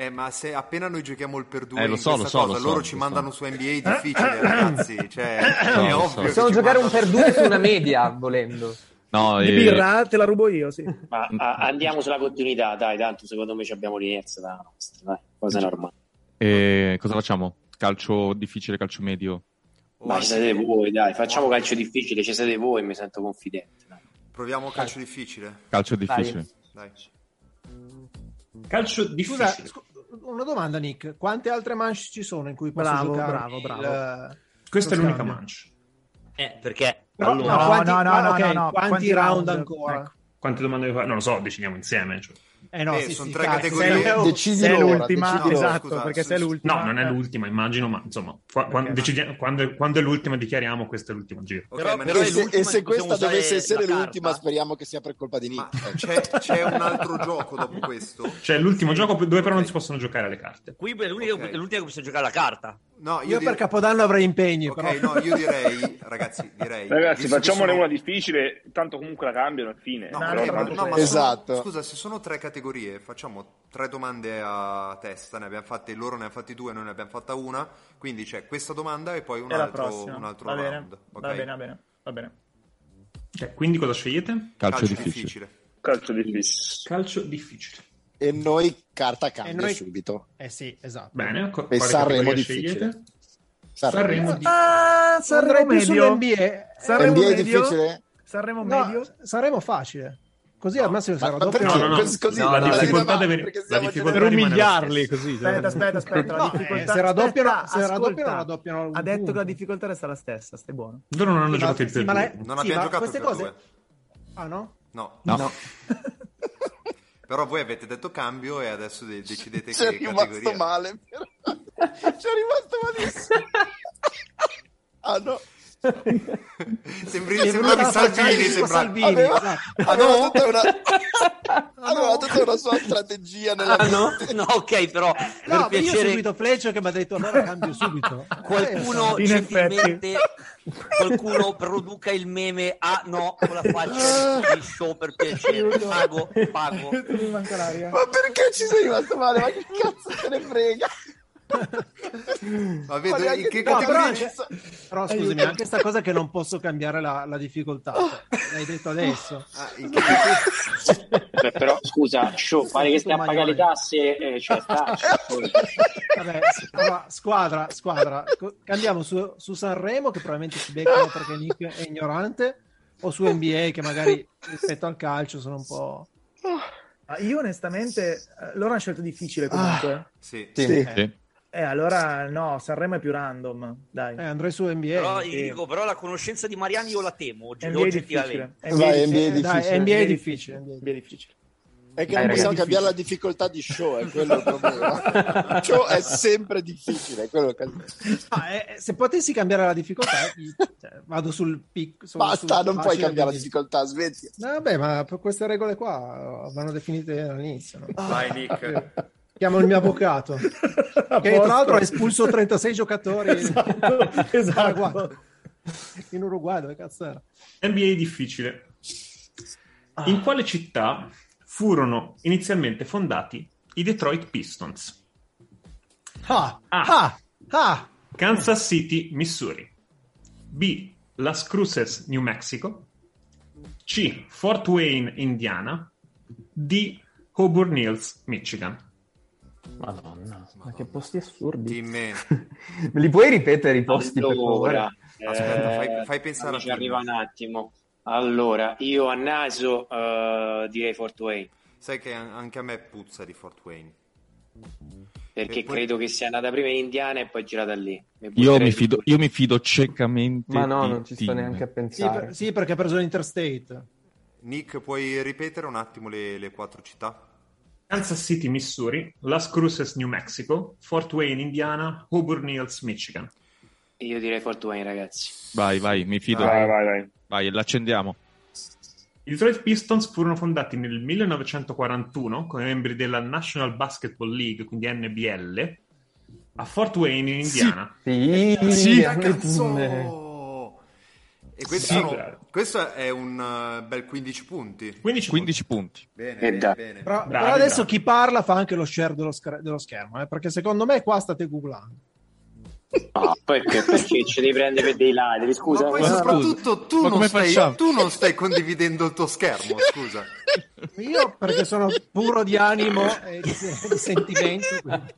S9: Eh, ma se appena noi giochiamo il per due
S6: Eh,
S9: in
S6: lo so,
S9: questa
S6: lo so,
S9: cosa,
S6: lo so,
S9: loro
S6: lo
S9: ci
S6: so.
S9: mandano su NBA difficile, ragazzi. Cioè,
S6: No,
S9: è
S6: lo so.
S9: ovvio. che
S6: Possiamo
S9: ci
S5: giocare un
S9: mandano-
S5: per due su una media, volendo.
S6: No,
S11: Di
S6: eh,
S11: birra te la rubo io, sì.
S3: Ma a- andiamo sulla continuità, dai, tanto secondo me ci abbiamo l'inerzia dalla nostra, dai, cosa normale.
S6: eh, cosa facciamo? Calcio difficile, calcio medio.
S3: Ma ci siete voi, dai, facciamo calcio difficile, ci siete voi, mi sento confidente.
S9: Proviamo calcio difficile.
S6: Calcio difficile.
S9: Dai.
S4: Calcio
S10: Scusa,
S4: difficile.
S10: scu- una domanda, Nick. Quante altre manche ci sono in cui posso
S11: Bravo,
S10: giocare?
S11: bravo,
S10: il-
S11: bravo.
S4: Questa è
S10: lo
S4: l'unica
S10: scambio?
S4: manche.
S2: Eh, perché
S10: Però-
S4: Allora,
S10: no, quanti,
S11: no, no,
S10: ah,
S11: no,
S10: ok,
S11: no, no,
S10: quanti
S11: quanti
S10: round,
S11: round?
S10: ancora?
S11: Ecco.
S4: Quante domande devi fare? Non lo so, deciniamo insieme. cioè.
S10: Eh no,
S9: Eh,
S10: sì,
S9: sono
S10: sì,
S9: tre
S10: cazzo,
S9: categorie.
S10: sei-
S8: Decidi
S11: Sei
S8: l'ora,
S11: l'ultima,
S8: decidi l'ora,
S11: esatto,
S9: scusa,
S11: perché
S9: sì,
S11: sei
S9: sì.
S11: l'ultima.
S4: No, non è l'ultima, immagino, ma insomma, qua- quando,
S11: Ok.
S4: decidiamo- quando- quando è l'ultima dichiariamo questo è l'ultimo giro.
S9: Ok,
S2: Però-
S9: ma
S2: però
S8: E
S9: noi-
S2: è
S8: se,
S2: l'ultima,
S8: e se
S2: possiamo
S8: questa
S2: usare
S8: dovesse essere
S2: la carta?
S8: l'ultima, speriamo che sia per colpa di
S9: ma
S8: Nick. eh.
S9: c'è, c'è un altro gioco dopo questo?
S4: Cioè, è l'ultimo
S9: Sì.
S4: gioco dove però non
S9: Ok.
S4: si possono giocare le carte.
S2: Qui è l'unica,
S9: Ok.
S2: è l'unica che possiamo giocare la carta.
S9: No,
S10: Io
S9: dir-
S10: per Capodanno avrei impegni,
S9: Ok,
S10: però.
S9: Eh, no, io direi, ragazzi, direi...
S3: Eh,
S7: Ragazzi,
S9: visto che
S7: facciamone
S9: sono-
S7: una difficile, tanto comunque la cambiano alla fine.
S9: No,
S11: No,
S7: Però
S9: ok, ma-
S7: tanto
S9: no, ma
S7: c'è-
S8: Esatto.
S9: sono- scusa, se sono tre categorie, facciamo tre domande a testa, ne abbiamo fatte loro, ne hanno fatte due, noi ne abbiamo fatta una, quindi c'è questa domanda e poi un
S11: È la
S9: altro,
S11: prossima.
S9: un altro
S11: va, bene.
S9: round. ok?
S11: va bene, va bene, va bene.
S4: Cioè, quindi cosa scegliete?
S6: Calcio,
S9: Calcio
S6: difficile.
S7: Calcio difficile.
S4: Calcio difficile.
S8: E noi carta cambia
S10: E noi-
S8: subito.
S10: Eh sì, esatto.
S4: Bene, co-
S8: E
S4: quale
S8: Sanremo
S4: categoria
S8: difficile.
S4: scegliete?
S8: Sanremo.
S4: Sanremo di...
S11: Ah, Sanremo
S10: Andrei più
S11: medio.
S10: sull'NBA.
S11: Sanremo
S8: NBA è
S11: medio.
S8: difficile?
S11: Sanremo
S10: No,
S11: medio.
S10: saremo facile. Così al massimo
S8: Ma-
S10: sarà
S8: ma
S10: doppio.
S8: perché?
S4: No, no, no.
S8: Cos- così,
S2: No,
S8: la
S2: no, la
S4: difficoltà
S8: deve-
S4: deve-
S8: perché
S4: la
S8: stiamo
S4: difficoltà
S1: Per
S8: generando-
S1: umiliarli così. cioè.
S11: Aspetta, aspetta, aspetta. la
S10: No, eh,
S11: difficoltà...
S10: se raddoppiano-
S11: aspetta,
S10: se raddoppiano,
S11: ascolta.
S10: raddoppiano un
S11: Ha detto
S10: punto.
S11: che la difficoltà resta la stessa, stai buono.
S4: Loro non hanno
S10: Sì, ma-
S4: giocato il
S10: sì,
S4: per
S10: ma
S4: due.
S10: la-
S9: Non
S10: sì,
S9: abbiamo
S10: ma
S9: giocato
S10: queste
S9: per
S10: cose-
S9: due.
S10: Ah no?
S9: No.
S6: No.
S9: Però voi avete detto cambio e adesso de- decidete
S8: C'è
S9: che
S8: Cioè, rimasto
S9: categoria.
S8: male. però. C'è rimasto malissimo. Ah no.
S9: Sembri,
S10: Mi è
S9: sembravi
S10: venuta la faccia
S9: Salvini,
S10: di Enrico
S9: sembra...
S10: Salvini.
S8: Aveva,
S10: esatto.
S8: aveva tutta una... aveva tutta una sua strategia nella
S2: Ah, no? No, ok, però
S10: No,
S2: per
S10: ma io ho
S2: piacere
S10: seguito Fleccio che mi ha detto allora cambio subito.
S2: qualcuno
S11: Eh, In effetti.
S2: gentilmente qualcuno produca il meme ah no con la faccia di show per piacere. Pago, pago.
S10: Mi manca l'aria.
S8: Ma perché ci sei rimasto male? Ma che cazzo te ne frega?
S9: Ma
S8: Ma
S9: vedo
S8: neanche-
S9: in che
S8: no,
S9: categoria...
S10: però c'è- Però scusami,
S4: eh.
S10: anche sta cosa che non posso cambiare la, la difficoltà. cioè, L'hai detto adesso.
S9: Ah, in che categoria-
S3: Beh, però scusa, show, pare che stia a pagare le tasse, eh, cioè, sta,
S10: Vabbè, s- allora, squadra, squadra, Co- andiamo su, su Sanremo che probabilmente si beccano perché Nick è ignorante o su NBA che magari rispetto al calcio sono un po'...
S11: Ah, Io onestamente, eh, loro hanno scelto difficile comunque.
S9: Sì.
S10: Sì.
S11: Sì. Eh, allora no, Sanremo è più random, dai.
S10: Eh, andrei su NBA.
S2: Però, io dico, però la conoscenza di Mariani io la temo, oggi-
S11: NBA è
S2: oggettivamente.
S11: difficile. Vai,
S8: NBA è
S10: Eh, dai,
S8: difficile.
S10: NBA è
S8: NBA è
S10: difficile. NBA
S11: è difficile.
S8: È Eh, che non
S10: Dai, Eh, ragazzi,
S8: possiamo
S10: difficile.
S8: cambiare la difficoltà di show, è quello il problema. show è sempre difficile, è quello che...
S10: Ah, eh, se potessi cambiare la difficoltà, i- cioè, vado sul picco.
S8: Basta, non puoi cambiare la difficoltà, smetti.
S10: Vabbè, ma per queste regole qua eh, vanno definite all'inizio. no?
S9: Ah. Vai, Nick.
S10: Chiamo il mio avvocato, che tra
S12: posto.
S10: l'altro ha espulso 36 giocatori
S12: Esatto,
S10: in Paraguay. In Uruguay, dove cazzo era?
S4: NBA difficile.
S10: Ah.
S4: In quale città furono inizialmente fondati i Detroit Pistons?
S10: Ah,
S4: ah,
S10: ah.
S4: Kansas City, Missouri. B. Las Cruces, New Mexico. C. Fort Wayne, Indiana. D. Auburn Hills, Michigan.
S5: Madonna, ma che posti assurdi.
S9: Dimmi.
S5: Me li puoi ripetere i posti per favore?
S9: Aspetta, fai,
S3: Eh,
S9: fai pensare a
S3: ci arriva un attimo. Allora, io a naso eh, direi Fort Wayne,
S9: Sai che an- anche a me puzza di Fort Wayne.
S3: perché
S9: E poi-
S3: credo che sia andata prima in Indiana e poi girata lì.
S6: Io mi, fido, io mi fido ciecamente.
S5: Ma no,
S6: di
S5: non ci sto
S6: Tim.
S5: neanche a
S10: Sì,
S5: pensare.
S10: per- sì, perché ha preso l'Interstate.
S9: Nick, puoi ripetere un attimo le, le quattro città?
S4: Kansas City, Missouri. Las Cruces, New Mexico. Fort Wayne, Indiana. Auburn Hills, Michigan.
S3: Io direi Fort Wayne, ragazzi.
S6: Vai, vai, mi fido.
S3: Vai,
S6: vai, vai. l'accendiamo.
S4: I Detroit Pistons furono fondati nel 1941 come membri della National Basketball League, quindi NBL, a Fort Wayne in Indiana.
S5: Sì,
S4: Sì,
S5: eh,
S9: Oh. E questo,
S4: Sì.
S9: sono- questo è un eh, bel 15 punti.
S6: 15, punti.
S9: Bene,
S10: Eh,
S9: bene,
S10: dai.
S9: bene.
S10: Però, però adesso chi parla fa anche lo share dello, scre- dello schermo, eh, perché secondo me qua state googlando.
S3: No, Ah, perché, perché ce li prende per dei ladri, scusa.
S9: Ma poi soprattutto tu non, stai, tu non stai condividendo il tuo schermo, scusa.
S10: Io perché sono puro di animo e di, di sentimento. quindi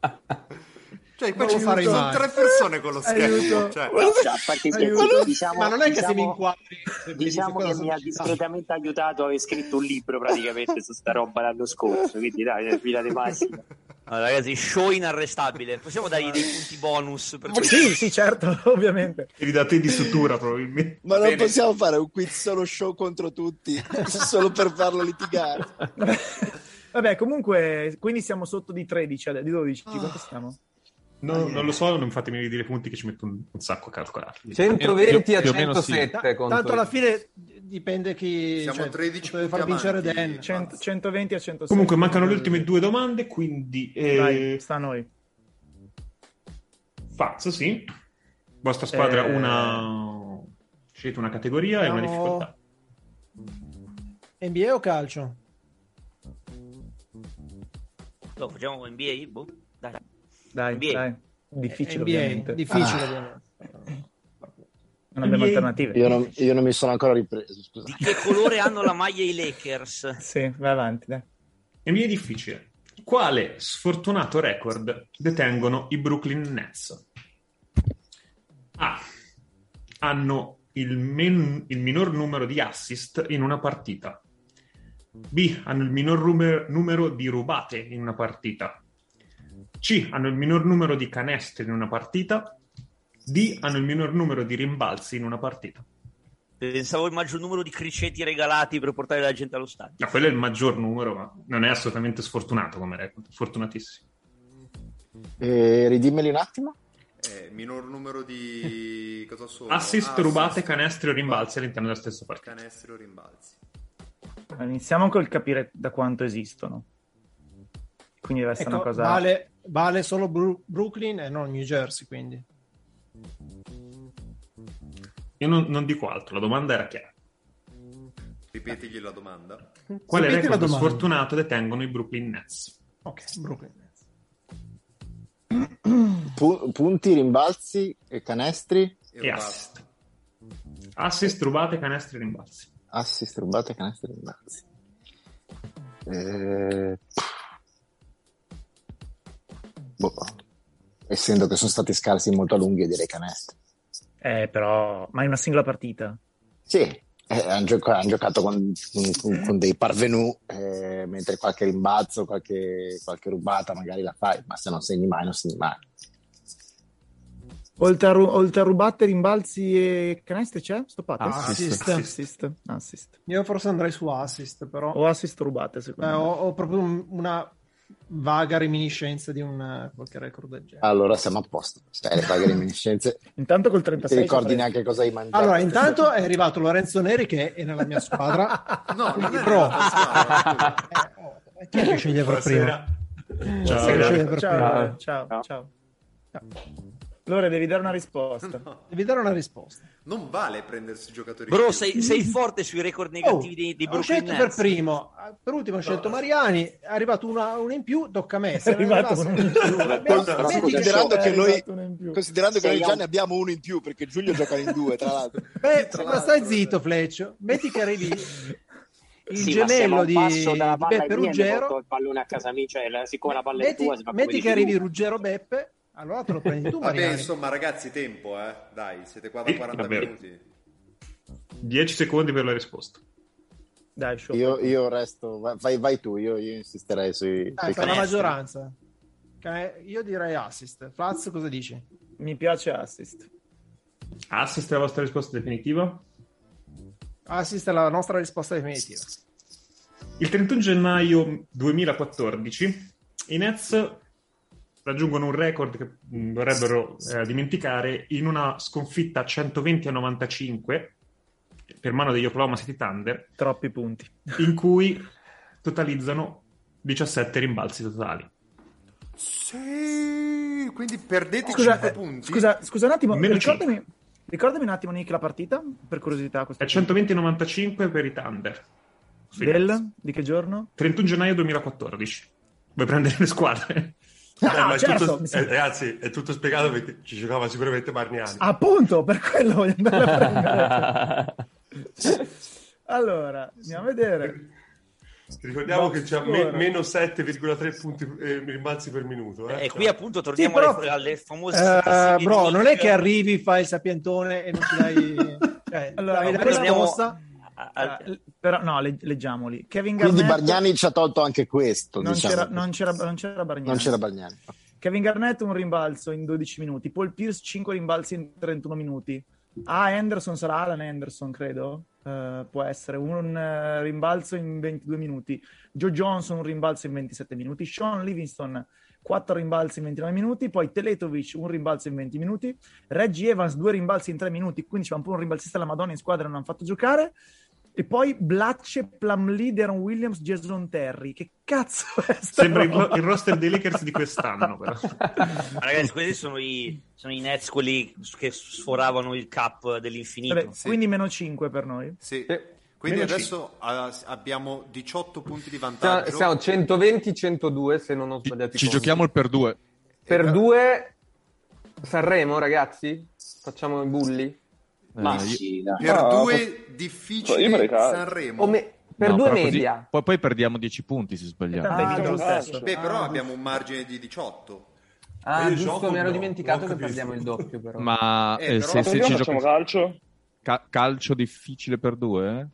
S9: Cioè, qua
S10: non lo
S9: ci
S10: farei
S9: sono
S10: mai.
S9: tre persone con lo schermo.
S10: Aiuto.
S9: cioè.
S3: Cioè, a parte i scherzi,
S10: Aiuto.
S3: diciamo-
S10: ma non è che se mi
S3: diciamo-
S10: inquadri
S3: Diciamo che mi ha discretamente aiutato aver scritto un libro praticamente su sta roba l'anno scorso, quindi dai, eh, fila di massima.
S2: Allora, ragazzi, show inarrestabile. Possiamo dargli dei punti bonus per questo?
S11: Sì, sì, certo, ovviamente.
S4: Devi da te di sutura, probabilmente.
S8: Ma non
S2: Bene.
S8: possiamo fare un quiz solo show contro tutti, solo per farlo litigare.
S11: Vabbè, comunque, quindi siamo sotto di 13, ade- di 12,
S8: Ah.
S11: quanto siamo?
S4: No, non lo so, non fatemi vedere i punti che ci metto un, un sacco a calcolare.
S5: 120
S4: Più-
S5: a
S4: più o meno sì.
S5: 107 contro
S10: Tanto alla fine dipende chi... Siamo 13 deve far vincere Dan.
S11: 120 a 106.
S4: Comunque mancano le ultime due domande, quindi... eh,
S11: Dai, sta a noi.
S4: Pazzo, sì. Vostra squadra
S11: Eh.
S4: una... Scegliete una categoria e una
S10: Siamo-
S4: difficoltà.
S10: NBA o calcio?
S2: No, facciamo NBA? Boh, dai.
S11: Dai,
S2: NBA.
S11: dai. Difficile,
S10: NBA,
S11: ovviamente.
S10: difficile,
S8: Ah.
S10: ovviamente.
S11: Non abbiamo
S2: NBA.
S11: alternative.
S8: Io non, io non mi sono ancora ripreso, scusa.
S2: Di che colore hanno la maglia i Lakers?
S11: Sì, vai avanti, dai.
S4: E mi è difficile. Quale sfortunato record detengono i Brooklyn Nets? A. Hanno il, men- il minor numero di assist in una partita. B. Hanno il minor rume- numero di rubate in una partita. C. Hanno il minor numero di canestri in una partita. D. Hanno il minor numero di rimbalzi in una partita.
S2: Pensavo il maggior numero di criceti regalati per portare la gente allo stadio.
S4: No, quello è il maggior numero, ma non è assolutamente sfortunato come record. Fortunatissimo.
S8: Eh, ridimmeli un attimo.
S9: Eh, minor numero di... cosa sono?
S4: Assist, rubate, canestri o rimbalzi all'interno della stessa partita.
S9: Canestri o rimbalzi.
S11: Ah, Iniziamo col capire da quanto esistono. Quindi deve essere
S10: Ecco,
S11: una cosa...
S10: vale, vale solo Bru- Brooklyn e non New Jersey, quindi.
S4: Io non, non dico altro, la domanda era chiara.
S9: Ripetigli la domanda.
S10: Sapete
S4: Quale
S10: la
S4: record
S10: domanda?
S4: sfortunato detengono i Brooklyn Nets?
S10: Ok, Brooklyn.
S8: Pu- punti, rimbalzi, e canestri,
S4: E assist. Assist, rubate, canestri, rimbalzi.
S8: assist, rubate, canestri, rimbalzi. Eh, boh. Essendo che sono stati scarsi molto a lunghi, direi canestri.
S11: Eh, però, ma è una singola partita.
S8: Sì, eh, hanno gioca- hanno giocato con, con- con dei parvenu, eh, mentre qualche rimbalzo, qualche, qualche rubata magari la fai, ma se non segni mai, non segni mai.
S11: Oltre a, ru- oltre a rubate, rimbalzi e canestri c'è? Sto
S4: Ah,
S11: patto?
S10: Assist.
S11: Assist. Assist.
S10: Io forse andrei su assist, però.
S11: O assist rubate, secondo
S10: Eh,
S11: me.
S10: ho, ho proprio un- una vaga reminiscenza di un eh, qualche record del genere.
S8: Allora siamo a posto. Stai, le vaghe reminiscenze.
S11: Intanto col
S8: Non ti ricordi neanche cosa hai mangiato.
S10: Allora, intanto è arrivato Lorenzo Neri che è nella mia squadra.
S9: no, non è
S10: Pro.
S9: arrivata squadra.
S10: Eh, Chi è che sceglie per prima? Ciao.
S11: Buonasera. Ciao, ciao,
S10: Ciao.
S11: ciao, ciao, ciao. Allora devi dare una risposta.
S10: Devi dare una risposta.
S9: Non vale prendersi giocatori.
S2: Bro,
S9: più.
S2: sei, sei forte sui record negativi dei, dei
S10: Oh, Ho
S2: Brooklyn
S10: scelto per
S2: Nets.
S10: primo, Ah, per ultimo ho scelto Mariani, è arrivato una, uno in più, tocca a me.
S11: È arrivato uno in più.
S10: Beh, metti che
S8: considerando
S10: so-
S8: che
S10: eh,
S8: noi,
S10: esatto, uno in più.
S8: considerando che
S10: Sei
S8: noi già
S10: out.
S8: ne abbiamo uno in più, perché Giulio gioca in due, tra l'altro.
S10: Beh, ma stai zitto, Fleccio. Metti che arrivi il
S8: Sì, ma siamo a
S10: gemello
S8: un
S10: di,
S8: passo dalla
S10: di
S8: palla
S10: Beppe
S8: di Niente,
S10: Ruggero.
S14: porto il pallone a casa mia,
S3: eh,
S14: cioè la- siccome la palla è
S10: Metti,
S14: tua, si fa come
S10: metti
S14: dici
S10: che arrivi
S14: tu.
S10: Ruggero Beppe, allora te lo prendi tu,
S9: Vabbè,
S10: Mariani.
S9: insomma, ragazzi, tempo, eh. Dai, siete qua da 40
S4: davvero.
S9: minuti.
S4: 10 secondi per la risposta.
S11: Dai,
S8: Io, io resto, vai, vai tu, io, io insisterei sui...
S10: Dai,
S8: sui
S10: fa la
S8: canestri.
S10: maggioranza. Ca- Io direi assist. Fraz, cosa dici?
S11: Mi piace assist.
S4: Assist è la vostra risposta definitiva?
S10: Assist è la nostra risposta definitiva.
S4: Il 31 gennaio 2014 i Nets raggiungono un record che mh, vorrebbero eh, dimenticare in una sconfitta 120 a 95 per mano degli Oklahoma City Thunder.
S11: Troppi punti.
S4: In cui totalizzano 17 rimbalzi totali.
S9: Sì, quindi perdete
S11: Scusa,
S9: 5
S11: eh,
S9: punti.
S11: Scusa, scusa un attimo,
S4: Meno
S11: ricordami, ricordami un attimo Nick la partita, per curiosità.
S4: È 120 a 95 per i Thunder. Sui Nets.
S11: Del? Di che giorno?
S4: 31 gennaio 2014. Vuoi prendere le squadre?
S11: No,
S15: Eh, ma è
S11: certo,
S15: tutto-
S11: mi
S15: eh,
S11: sembra-
S15: ragazzi, è tutto spiegato perché ci giocava sicuramente Marniani.
S11: Appunto, per quello voglio andare a prendere. allora, andiamo a vedere.
S15: Ricordiamo
S11: Box
S15: che c'è
S11: score.
S15: me- meno 7,3 punti eh, rimbalzi per minuto. Eh.
S2: E qui appunto torniamo
S10: Sì, però-
S2: alle, alle famose...
S10: Eh,
S2: statistiche
S10: bro,
S2: di
S10: non è
S2: Nick.
S10: che arrivi, fai il sapientone e non ci dai... cioè,
S11: Allora,
S10: dai la
S11: questa-
S10: risposta...
S11: Eh, però no, le- leggiamoli. Kevin
S8: Quindi
S11: Garnett
S8: Bargnani ci ha tolto anche questo,
S11: non,
S8: diciamo.
S11: c'era, non, c'era, non c'era Bargnani.
S8: Non c'era Bargnani.
S11: Kevin Garnett un rimbalzo in 12 minuti, Paul Pierce 5 rimbalzi in 31 minuti. Ah, Anderson sarà Alan Anderson, credo. Eh, può essere un eh, rimbalzo in 22 minuti. Joe Johnson un rimbalzo in 27 minuti. Sean Livingston 4 rimbalzi in 29 minuti. Poi Teletovic un rimbalzo in 20 minuti. Reggie Evans 2 rimbalzi in 3 minuti. Quindi c'è un po' un rimbalzista alla Madonna in squadra non hanno fatto giocare. E poi Blatche, Plumlee, Deron Williams, Jason Terry. Che cazzo è sta
S4: Sembra il,
S11: roba?
S4: il roster dei Lakers di quest'anno, però.
S2: Ma Ragazzi, questi sono i, sono i Nets, quelli che sforavano il cap dell'infinito.
S11: Vabbè, Quindi meno 5 per noi.
S9: Sì. Quindi
S11: Meno
S9: adesso ah, abbiamo 18 punti di
S5: Siamo,
S9: vantaggio.
S5: Ah, siamo 120-102 se non ho sbagliato. i
S6: Ci
S5: conti.
S6: giochiamo il per due.
S5: Per due Sanremo, ragazzi? Facciamo i bulli?
S6: Ma Eh, sì, io- dai.
S9: Per
S5: Ah,
S9: due difficili
S5: Io vorrei fare-
S9: Sanremo.
S5: O me- Per
S6: No,
S5: due
S6: però così-
S5: media. Eh,
S6: poi, poi perdiamo 10 punti se sbagliamo.
S9: Ah,
S5: Vediamo
S9: no,
S5: lo stesso.
S9: Beh, però
S5: Ah,
S9: abbiamo un margine di 18.
S5: Ah,
S9: Io
S5: giusto,
S9: gioco,
S5: mi ero
S9: no,
S5: dimenticato
S9: non
S5: che
S9: capisco.
S5: perdiamo il doppio, però.
S6: Ma
S9: Eh,
S6: eh,
S9: però-
S6: se, se
S9: Dobbiamo
S6: ci
S9: facciamo
S6: giochiamo
S7: calcio?
S6: calcio difficile per due? eh?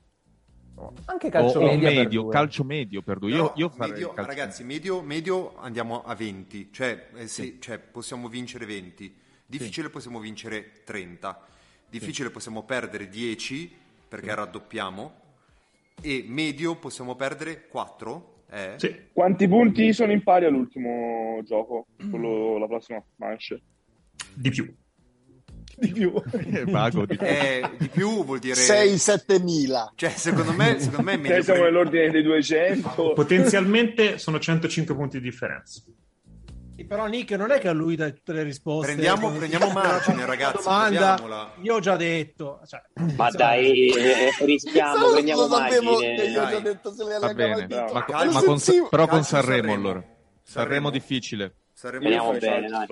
S5: Anche
S9: calcio
S6: o, o
S9: media per
S6: medio,
S9: due.
S6: calcio medio per due.
S9: Però
S6: io io farei
S9: medio-
S6: il calcio
S9: ragazzi, medio, medio andiamo a 20, cioè, eh, sì, cioè, possiamo vincere 20, difficile possiamo vincere 30, difficile possiamo perdere 10 perché raddoppiamo e medio possiamo perdere 4. Eh?
S16: Quanti punti sono in pari all'ultimo gioco? Quello, la prossima manche?
S4: Di più.
S11: Di più.
S6: vago, di
S9: Eh, di più vuol dire
S8: 6-7 mila.
S9: Cioè, secondo me, secondo me è meglio
S16: Cioè, siamo
S9: prendere-
S16: nell'ordine dei 200.
S4: Potenzialmente sono 105 punti di differenza.
S10: Sì, Però Nick non è che a lui dà tutte le risposte.
S4: Prendiamo- prendiamo margine,
S10: La
S4: ragazzi,
S10: domanda,
S9: prendiamola.
S10: Io ho già detto. Cioè,
S14: Ma dai, eh, rischiamo,
S8: Solo
S14: prendiamo
S8: lo sapevo
S14: margine.
S8: che io ho già
S14: dai.
S8: detto se le
S6: Va
S8: allargava
S6: bene,
S8: il dito.
S6: ma,
S8: Calcio
S6: ma con-
S8: sensivo.
S6: però con
S8: Calcio
S6: Sanremo,
S8: Sanremo.
S6: allora. Sanremo, difficile.
S9: Sanremo
S14: Vediamo
S9: difficile.
S14: bene,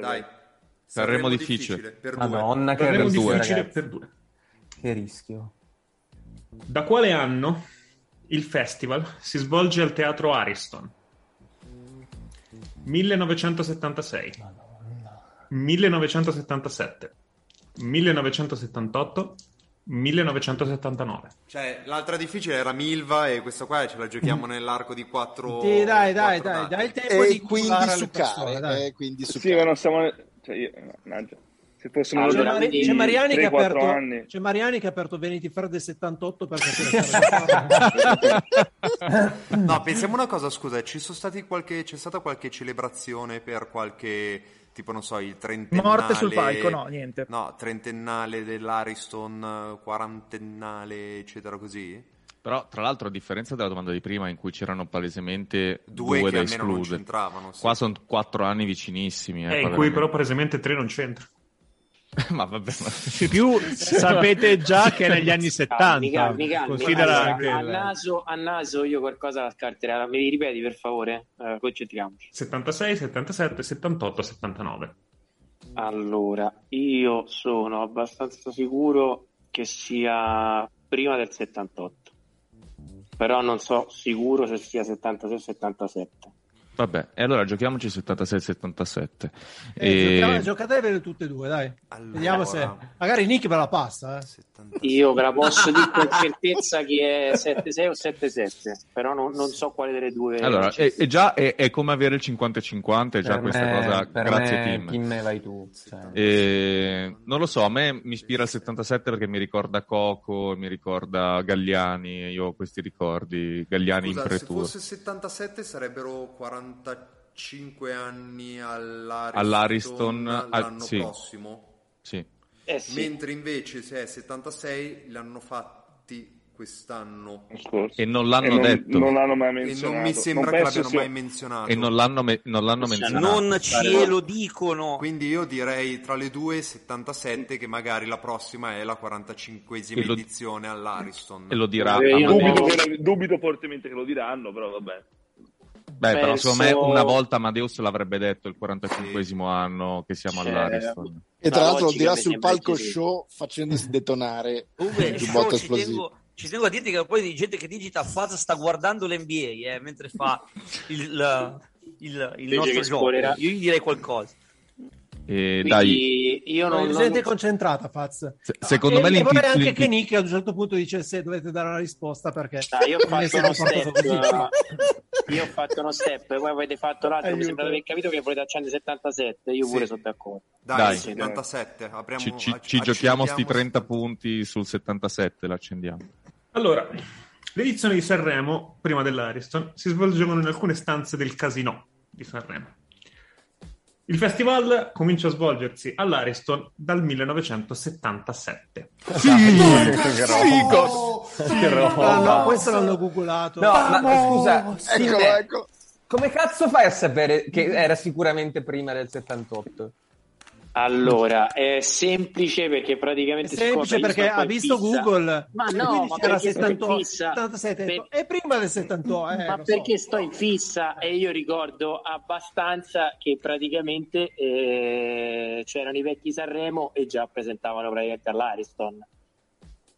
S14: dai.
S9: Dai.
S6: Sanremo difficile.
S9: difficile per due.
S5: Madonna, che
S4: Sanremo
S5: per due,
S4: difficile
S5: ragazzi.
S4: per due.
S5: Che rischio.
S4: Da quale anno Il festival si svolge al teatro Ariston. 1976. 1977. 1978. 1979.
S9: Cioè, l'altra difficile era Milva e questa qua ce la giochiamo nell'arco di quattro...
S10: Sì, dai, dai,
S9: quattro
S10: dai,
S9: dati.
S10: dai il tempo di cullare alle persone, dai.
S8: eh,
S16: sì, ma non siamo... Cioè, io, mannaggia. se fossimo
S10: Allora,
S16: giocati
S10: c'è, Mari- c'è Mariani che ha
S16: 3-4
S10: aperto,
S16: anni.
S10: c'è Mariani che ha aperto Vanity Fair del 78 per capire
S9: No, pensiamo una cosa, scusa, ci sono stati qualche, c'è stata qualche celebrazione per qualche, tipo non so, il trentennale...
S11: Morte sul palco, no, niente.
S9: No, trentennale dell'Ariston, quarantennale, eccetera, così?
S6: Però, tra l'altro, a differenza della domanda di prima, in cui c'erano palesemente
S9: Due
S6: due,
S9: che
S6: da
S9: almeno non
S6: escludere,
S9: c'entravano, sì.
S6: qua sono quattro anni vicinissimi. eh, qua
S4: Eh, in cui
S6: veramente.
S4: però palesemente tre non c'entra.
S6: ma vabbè, ma...
S1: Più sapete già che è negli anni 70.
S3: Mi calmi, mi calmi.
S1: Considera
S3: Allora,
S1: anche
S3: a,
S1: il-
S3: naso, a naso io qualcosa la scarterò. Mi ripeti per favore? Eh, concentriamoci.
S4: 76, 77, 78, 79.
S3: Allora, io sono abbastanza sicuro che sia prima del 78. Però non so sicuro se sia 76 o 77.
S6: Vabbè, e allora giochiamoci 76-77.
S10: Eh,
S6: E-
S10: giochiamo- Giocatevele tutte e due, dai. Vediamo se... Magari Nick ve la passa. eh.
S3: Io ve la posso dire con certezza che è 76 o 77, però non, non so quale delle due.
S6: Allora,
S3: c'è.
S6: è, è già è, è come avere il 50-50, è
S5: Eh,
S6: già
S5: Per
S6: questa
S5: me-
S6: cosa.
S5: per
S6: Grazie,
S5: me,
S6: team.
S5: Tim, vai tu. cioè.
S6: E- non lo so, a me mi ispira il 77 perché mi ricorda Coco, mi ricorda Galliani. Io ho questi ricordi, Galliani
S9: Scusa,
S6: in
S9: se
S6: pre-tour.
S9: fosse 77 sarebbero 45 anni all'Ariston,
S6: All'Ariston, ah,
S9: l'anno
S6: sì.
S9: prossimo.
S6: Sì.
S16: Eh,
S9: Mentre invece se è 76 l'hanno fatti quest'anno.
S6: E non l'hanno
S16: E non-
S6: detto.
S16: non l'hanno mai
S9: E
S16: menzionato.
S9: non mi sembra
S16: Non
S9: che
S16: penso
S9: l'abbiano
S16: sia-
S9: mai menzionato.
S6: E non l'hanno, me- non l'hanno menzionato.
S9: dicono. Quindi io direi tra le due 77 che magari la prossima è la 45esima
S6: E lo-
S9: edizione all'Ariston.
S6: e lo dirà
S16: Eh, io
S6: a Matteo.
S16: dubito, che- dubito fortemente che lo diranno, però vabbè.
S6: Beh, però
S16: Penso-
S6: secondo me una volta Amadeus l'avrebbe detto il 45esimo anno che siamo
S16: Sì.
S6: all'Ariston.
S8: Eh, E tra
S6: La
S8: l'altro lo
S6: logica
S8: dirà
S6: mi
S8: sul
S6: sembra
S8: palco
S6: eccessiva.
S8: show facendosi detonare il
S11: diciamo
S2: Show,
S8: giubbotto
S2: diciamo, ci,
S8: esplosivo.
S2: tengo, ci tengo a dirti che poi di gente che digita Faz sta guardando l'NBA eh, mentre fa il, la- il- il
S3: Dice
S2: nostro
S3: che
S2: gioco.
S3: spoilerà.
S2: Io gli direi qualcosa.
S6: E
S3: Quindi io non-
S10: Gente
S3: non- non-
S10: concentrata, Faz.
S6: Se- secondo
S10: e,
S6: me
S10: e
S6: l'inti-
S10: vorrei anche
S6: l'inti-
S10: che Nick a un certo punto dice se dovete dare una risposta perché
S3: Ah, io ho
S10: ne
S3: fatto
S10: siamo
S3: uno
S10: portato
S3: step,
S10: così.
S3: eh, io ho fatto uno step, e voi avete fatto l'altro. Mi
S9: Aiuto.
S3: sembra di aver capito che volete accendere 77. Io
S9: Sì.
S3: pure sono d'accordo.
S9: Dai,
S6: Dai.
S9: 77, apriamo
S6: Ci, ci-
S9: ac-
S6: ci giochiamo sti
S9: accendiamo
S6: 30 punti sul 77, l'accendiamo.
S4: Allora, le edizioni di Sanremo, prima dell'Ariston, si svolgevano in alcune stanze del casino di Sanremo. Il festival comincia a svolgersi all'Ariston dal 1977.
S10: Figo! Ah,
S4: Che roba.
S10: No, no, questo l'hanno googolato.
S5: No, ma
S6: Ecco,
S5: scusa,
S10: Silve,
S5: Silve, come cazzo fai a sapere che era sicuramente prima del 78?
S3: Allora, è semplice perché praticamente
S10: È semplice
S3: siccome
S10: perché
S3: io sono
S10: ha
S3: poi
S10: visto
S3: fissa-
S10: Google
S3: Ma
S10: e
S3: no,
S10: quindi
S3: ma
S10: c'era
S3: perché sono
S10: 78,
S3: fissa?
S10: 77 e prima del 78 eh,
S3: Ma
S10: lo so.
S3: perché sto in fissa e io ricordo abbastanza che praticamente eh, c'erano i vecchi Sanremo e già presentavano praticamente all'Ariston.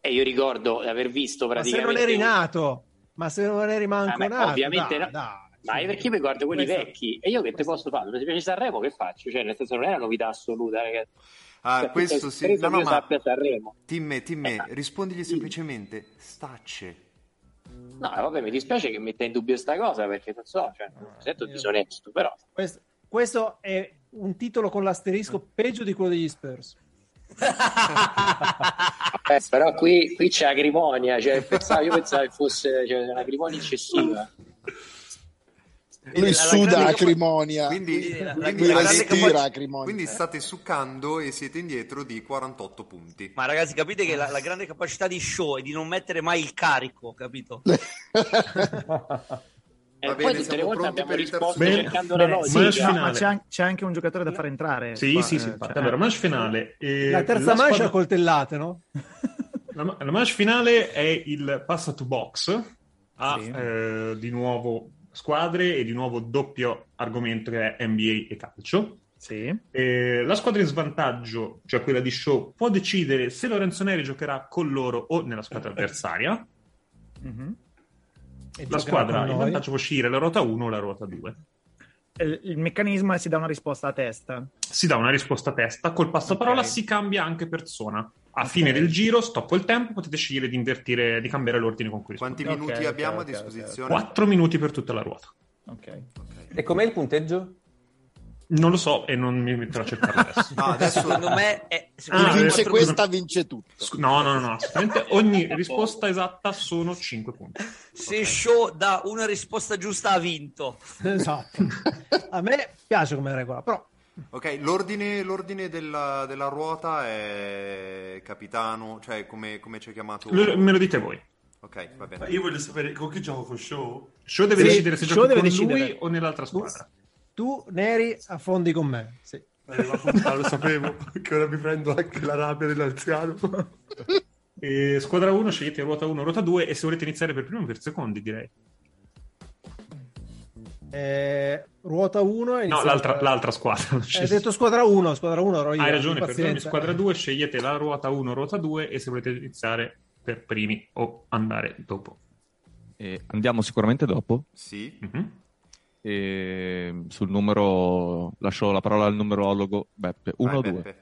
S3: E io ricordo di aver visto
S10: ma se
S3: praticamente.
S10: non eri nato ma se non eri manco
S3: Ah, beh,
S10: nato
S3: ovviamente
S10: dai,
S3: no.
S10: dai.
S3: Ma io perché mi guardo quelli
S10: Questa-
S3: vecchi? E io che te posso fare? Non ti piace Sanremo? Che faccio? Cioè, nel senso, non è una novità assoluta, ragazzi.
S9: Ah,
S3: Cioè,
S9: questo
S3: tutto
S9: sì.
S3: preso
S9: No, no,
S3: che io
S9: ma-
S3: sappia Sanremo. Eh.
S9: Timme, Timme, rispondigli semplicemente stacce.
S3: No, eh, vabbè, mi dispiace che metta in dubbio sta cosa perché non so, cioè, mi sento disonesto, però.
S10: questo, questo è un titolo con l'asterisco
S4: Mm.
S10: peggio di quello degli Spurs
S3: Eh, però qui, qui c'è acrimonia, cioè, pensavo- io pensavo che fosse cioè, un'acrimonia eccessiva.
S8: Lui suda acrimonia.
S9: Quindi,
S8: Lui
S9: quindi-
S8: respira acrimonia.
S9: quindi state succando e siete indietro di 48 punti.
S2: Ma ragazzi, capite che la, la grande capacità di show è di non mettere mai il carico, capito?
S9: Va
S3: Eh, poi
S9: bene,
S3: tutte
S9: siamo
S3: le volte
S9: pronti
S3: abbiamo
S9: per il terzo
S3: risposto
S9: giro.
S3: cercando
S11: Bene,
S3: la logica.
S11: sì,
S4: manche
S11: ma- ma
S4: finale.
S11: c'è, anche- c'è anche un giocatore da far entrare.
S4: Sì,
S11: Qua,
S4: sì,
S11: eh,
S4: sì, infatti.
S11: cioè-
S4: Allora, manche finale. eh,
S10: la terza
S4: la
S10: mancia
S4: squadra-
S10: a coltellate no?
S4: La, ma- la match finale è il passa to box a eh, di nuovo squadre e di nuovo doppio argomento che è NBA e calcio. Eh, la squadra in svantaggio, cioè quella di Show, può decidere se Lorenzo Neri giocherà con loro o nella squadra avversaria. la squadra in vantaggio può scegliere la ruota 1 o la ruota 2.
S11: Eh, Il meccanismo è si dà una risposta a testa.
S4: Si dà una risposta a testa, col passaparola
S11: Ok.
S4: si cambia anche persona. A fine del giro, stoppo il tempo, potete scegliere di invertire, di cambiare l'ordine con cui
S9: Quanti
S4: rispondete.
S9: minuti abbiamo a disposizione?
S4: 4 minuti per tutta la ruota.
S11: Ok.
S5: E com'è il punteggio?
S4: Non lo so e non mi metterò a cercare Ah, adesso.
S9: No, adesso- Secondo me è-
S8: Chi vince
S4: eh,
S8: questa vince tutto.
S4: scu- No, no, no, no, assolutamente ogni risposta esatta sono 5 punti.
S2: Se Show dà una risposta giusta ha vinto.
S10: Esatto. A me piace come regola, però
S9: Ok, l'ordine, l'ordine della, della ruota è capitano, cioè come, come ci ha chiamato?
S4: Lo- me lo dite voi.
S9: Ok,
S15: Ma
S9: va bene.
S15: io voglio sapere con chi gioco con Show.
S4: Show deve
S10: Sì,
S4: decidere se
S10: Show
S4: gioca
S10: deve
S4: con lui
S10: decidere.
S4: o nell'altra squadra.
S10: tu, Neri, affondi con me. Sì.
S15: Ah, lo sapevo, che ora mi prendo anche la rabbia dell'anziano.
S4: E squadra 1 scegliete ruota 1, ruota 2 e se volete iniziare per primo o per secondi direi.
S10: Eh, ruota 1
S4: No, l'altra, l'altra squadra.
S10: Eh, Hai detto squadra 1, squadra 1 ero io.
S4: Hai ragione,
S10: abbi
S4: perdonami,
S10: pazienza.
S4: squadra 2 scegliete la ruota 1, ruota 2 e se volete iniziare per primi o andare dopo.
S6: E andiamo sicuramente dopo.
S9: Sì.
S10: Mhm.
S6: E sul numero lascio la parola al numerologo Beppe. 1 o 2?
S10: Eh,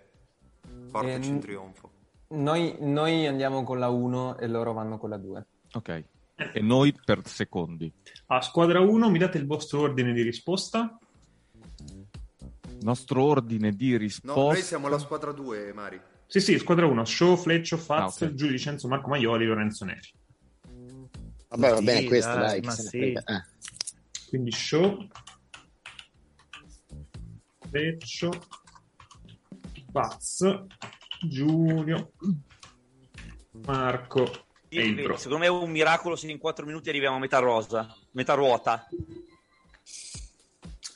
S9: Portaci
S5: Ehm,
S9: in trionfo.
S5: Noi, noi andiamo con la 1 e loro vanno con la 2.
S6: Ok. E noi per secondi.
S4: A squadra 1 mi date il vostro ordine di risposta?
S6: Nostro ordine di
S9: No,
S6: risposta.
S9: noi siamo la squadra 2, Mari.
S4: Sì, sì, squadra 1, Show, Fleccio, Faz,
S6: Ah, ok.
S4: Giulio Vincenzo, Marco Maioli, Lorenzo Neri.
S8: Vabbè, va
S4: Sì,
S8: bene questo,
S11: ah,
S4: dai,
S8: dai,
S4: ma
S8: chi se ne
S4: sì.
S8: frega. Eh.
S4: Quindi Show, Fleccio, Faz, Giulio, Marco e il bro.
S2: Secondo me è un miracolo se in 4 minuti arriviamo a metà rosa, metà ruota.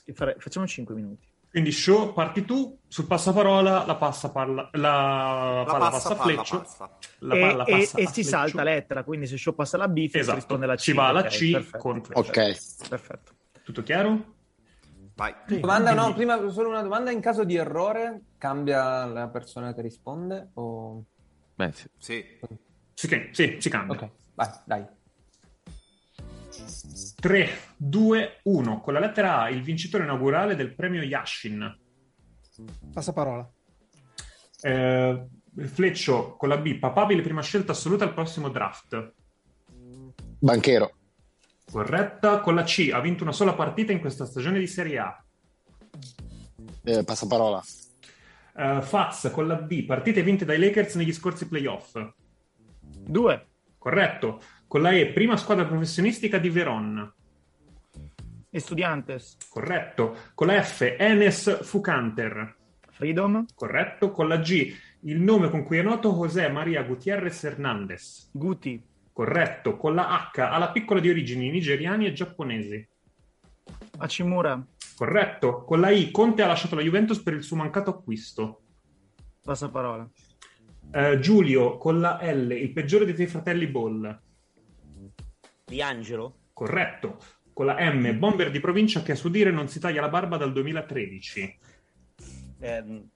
S11: E fare- Facciamo 5 minuti.
S4: Quindi show, parti tu, sul passaparola la passa parla, la, palla passa, fleccio, la
S11: e,
S4: palla
S11: e-
S4: passa
S11: e
S4: a
S11: si
S4: Fleccio.
S11: salta lettera, quindi se Show passa la B, Fleccio
S4: Esatto,
S11: risponde alla C.
S4: si va alla
S11: ok,
S4: C
S11: perfetto.
S4: con
S8: Ok.
S11: Perfetto.
S4: Tutto chiaro?
S9: Vai.
S5: Domanda, no, prima solo una domanda. In caso di errore, cambia la persona che risponde? O...
S6: Beh, sì.
S9: Sì.
S4: Sì, sì, si cambia.
S5: Ok, vai, dai.
S4: 3, 2, 1. Con la lettera A, il vincitore inaugurale del premio Yashin.
S10: Passa parola.
S4: Eh, fleccio con la B, papabile prima scelta assoluta al prossimo draft.
S8: Banchero,
S4: Corretta. Con la C, ha vinto una sola partita in questa stagione di Serie A.
S8: eh, passaparola,
S4: Eh, Faz con la B, partite vinte dai Lakers negli scorsi playoff.
S11: 2.
S4: Corretto. Con la E, prima squadra professionistica di Veron.
S11: Estudiantes.
S4: Corretto. Con la F, Enes Fucanter.
S11: Freedom.
S4: Corretto. Con la G, il nome con cui è noto José Maria Gutierrez Hernández.
S11: Guti.
S4: Corretto. Con la H, alla piccola di origini nigeriani e giapponesi.
S11: Acimura.
S4: Corretto. Con la I, Conte ha lasciato la Juventus per il suo mancato acquisto.
S11: Passa parola.
S4: Eh, Giulio, con la L, il peggiore dei tuoi fratelli Ball.
S2: Di Angelo?
S4: Corretto. Con la M, bomber di provincia che a suo dire non si taglia la barba dal 2013.
S2: Ehm,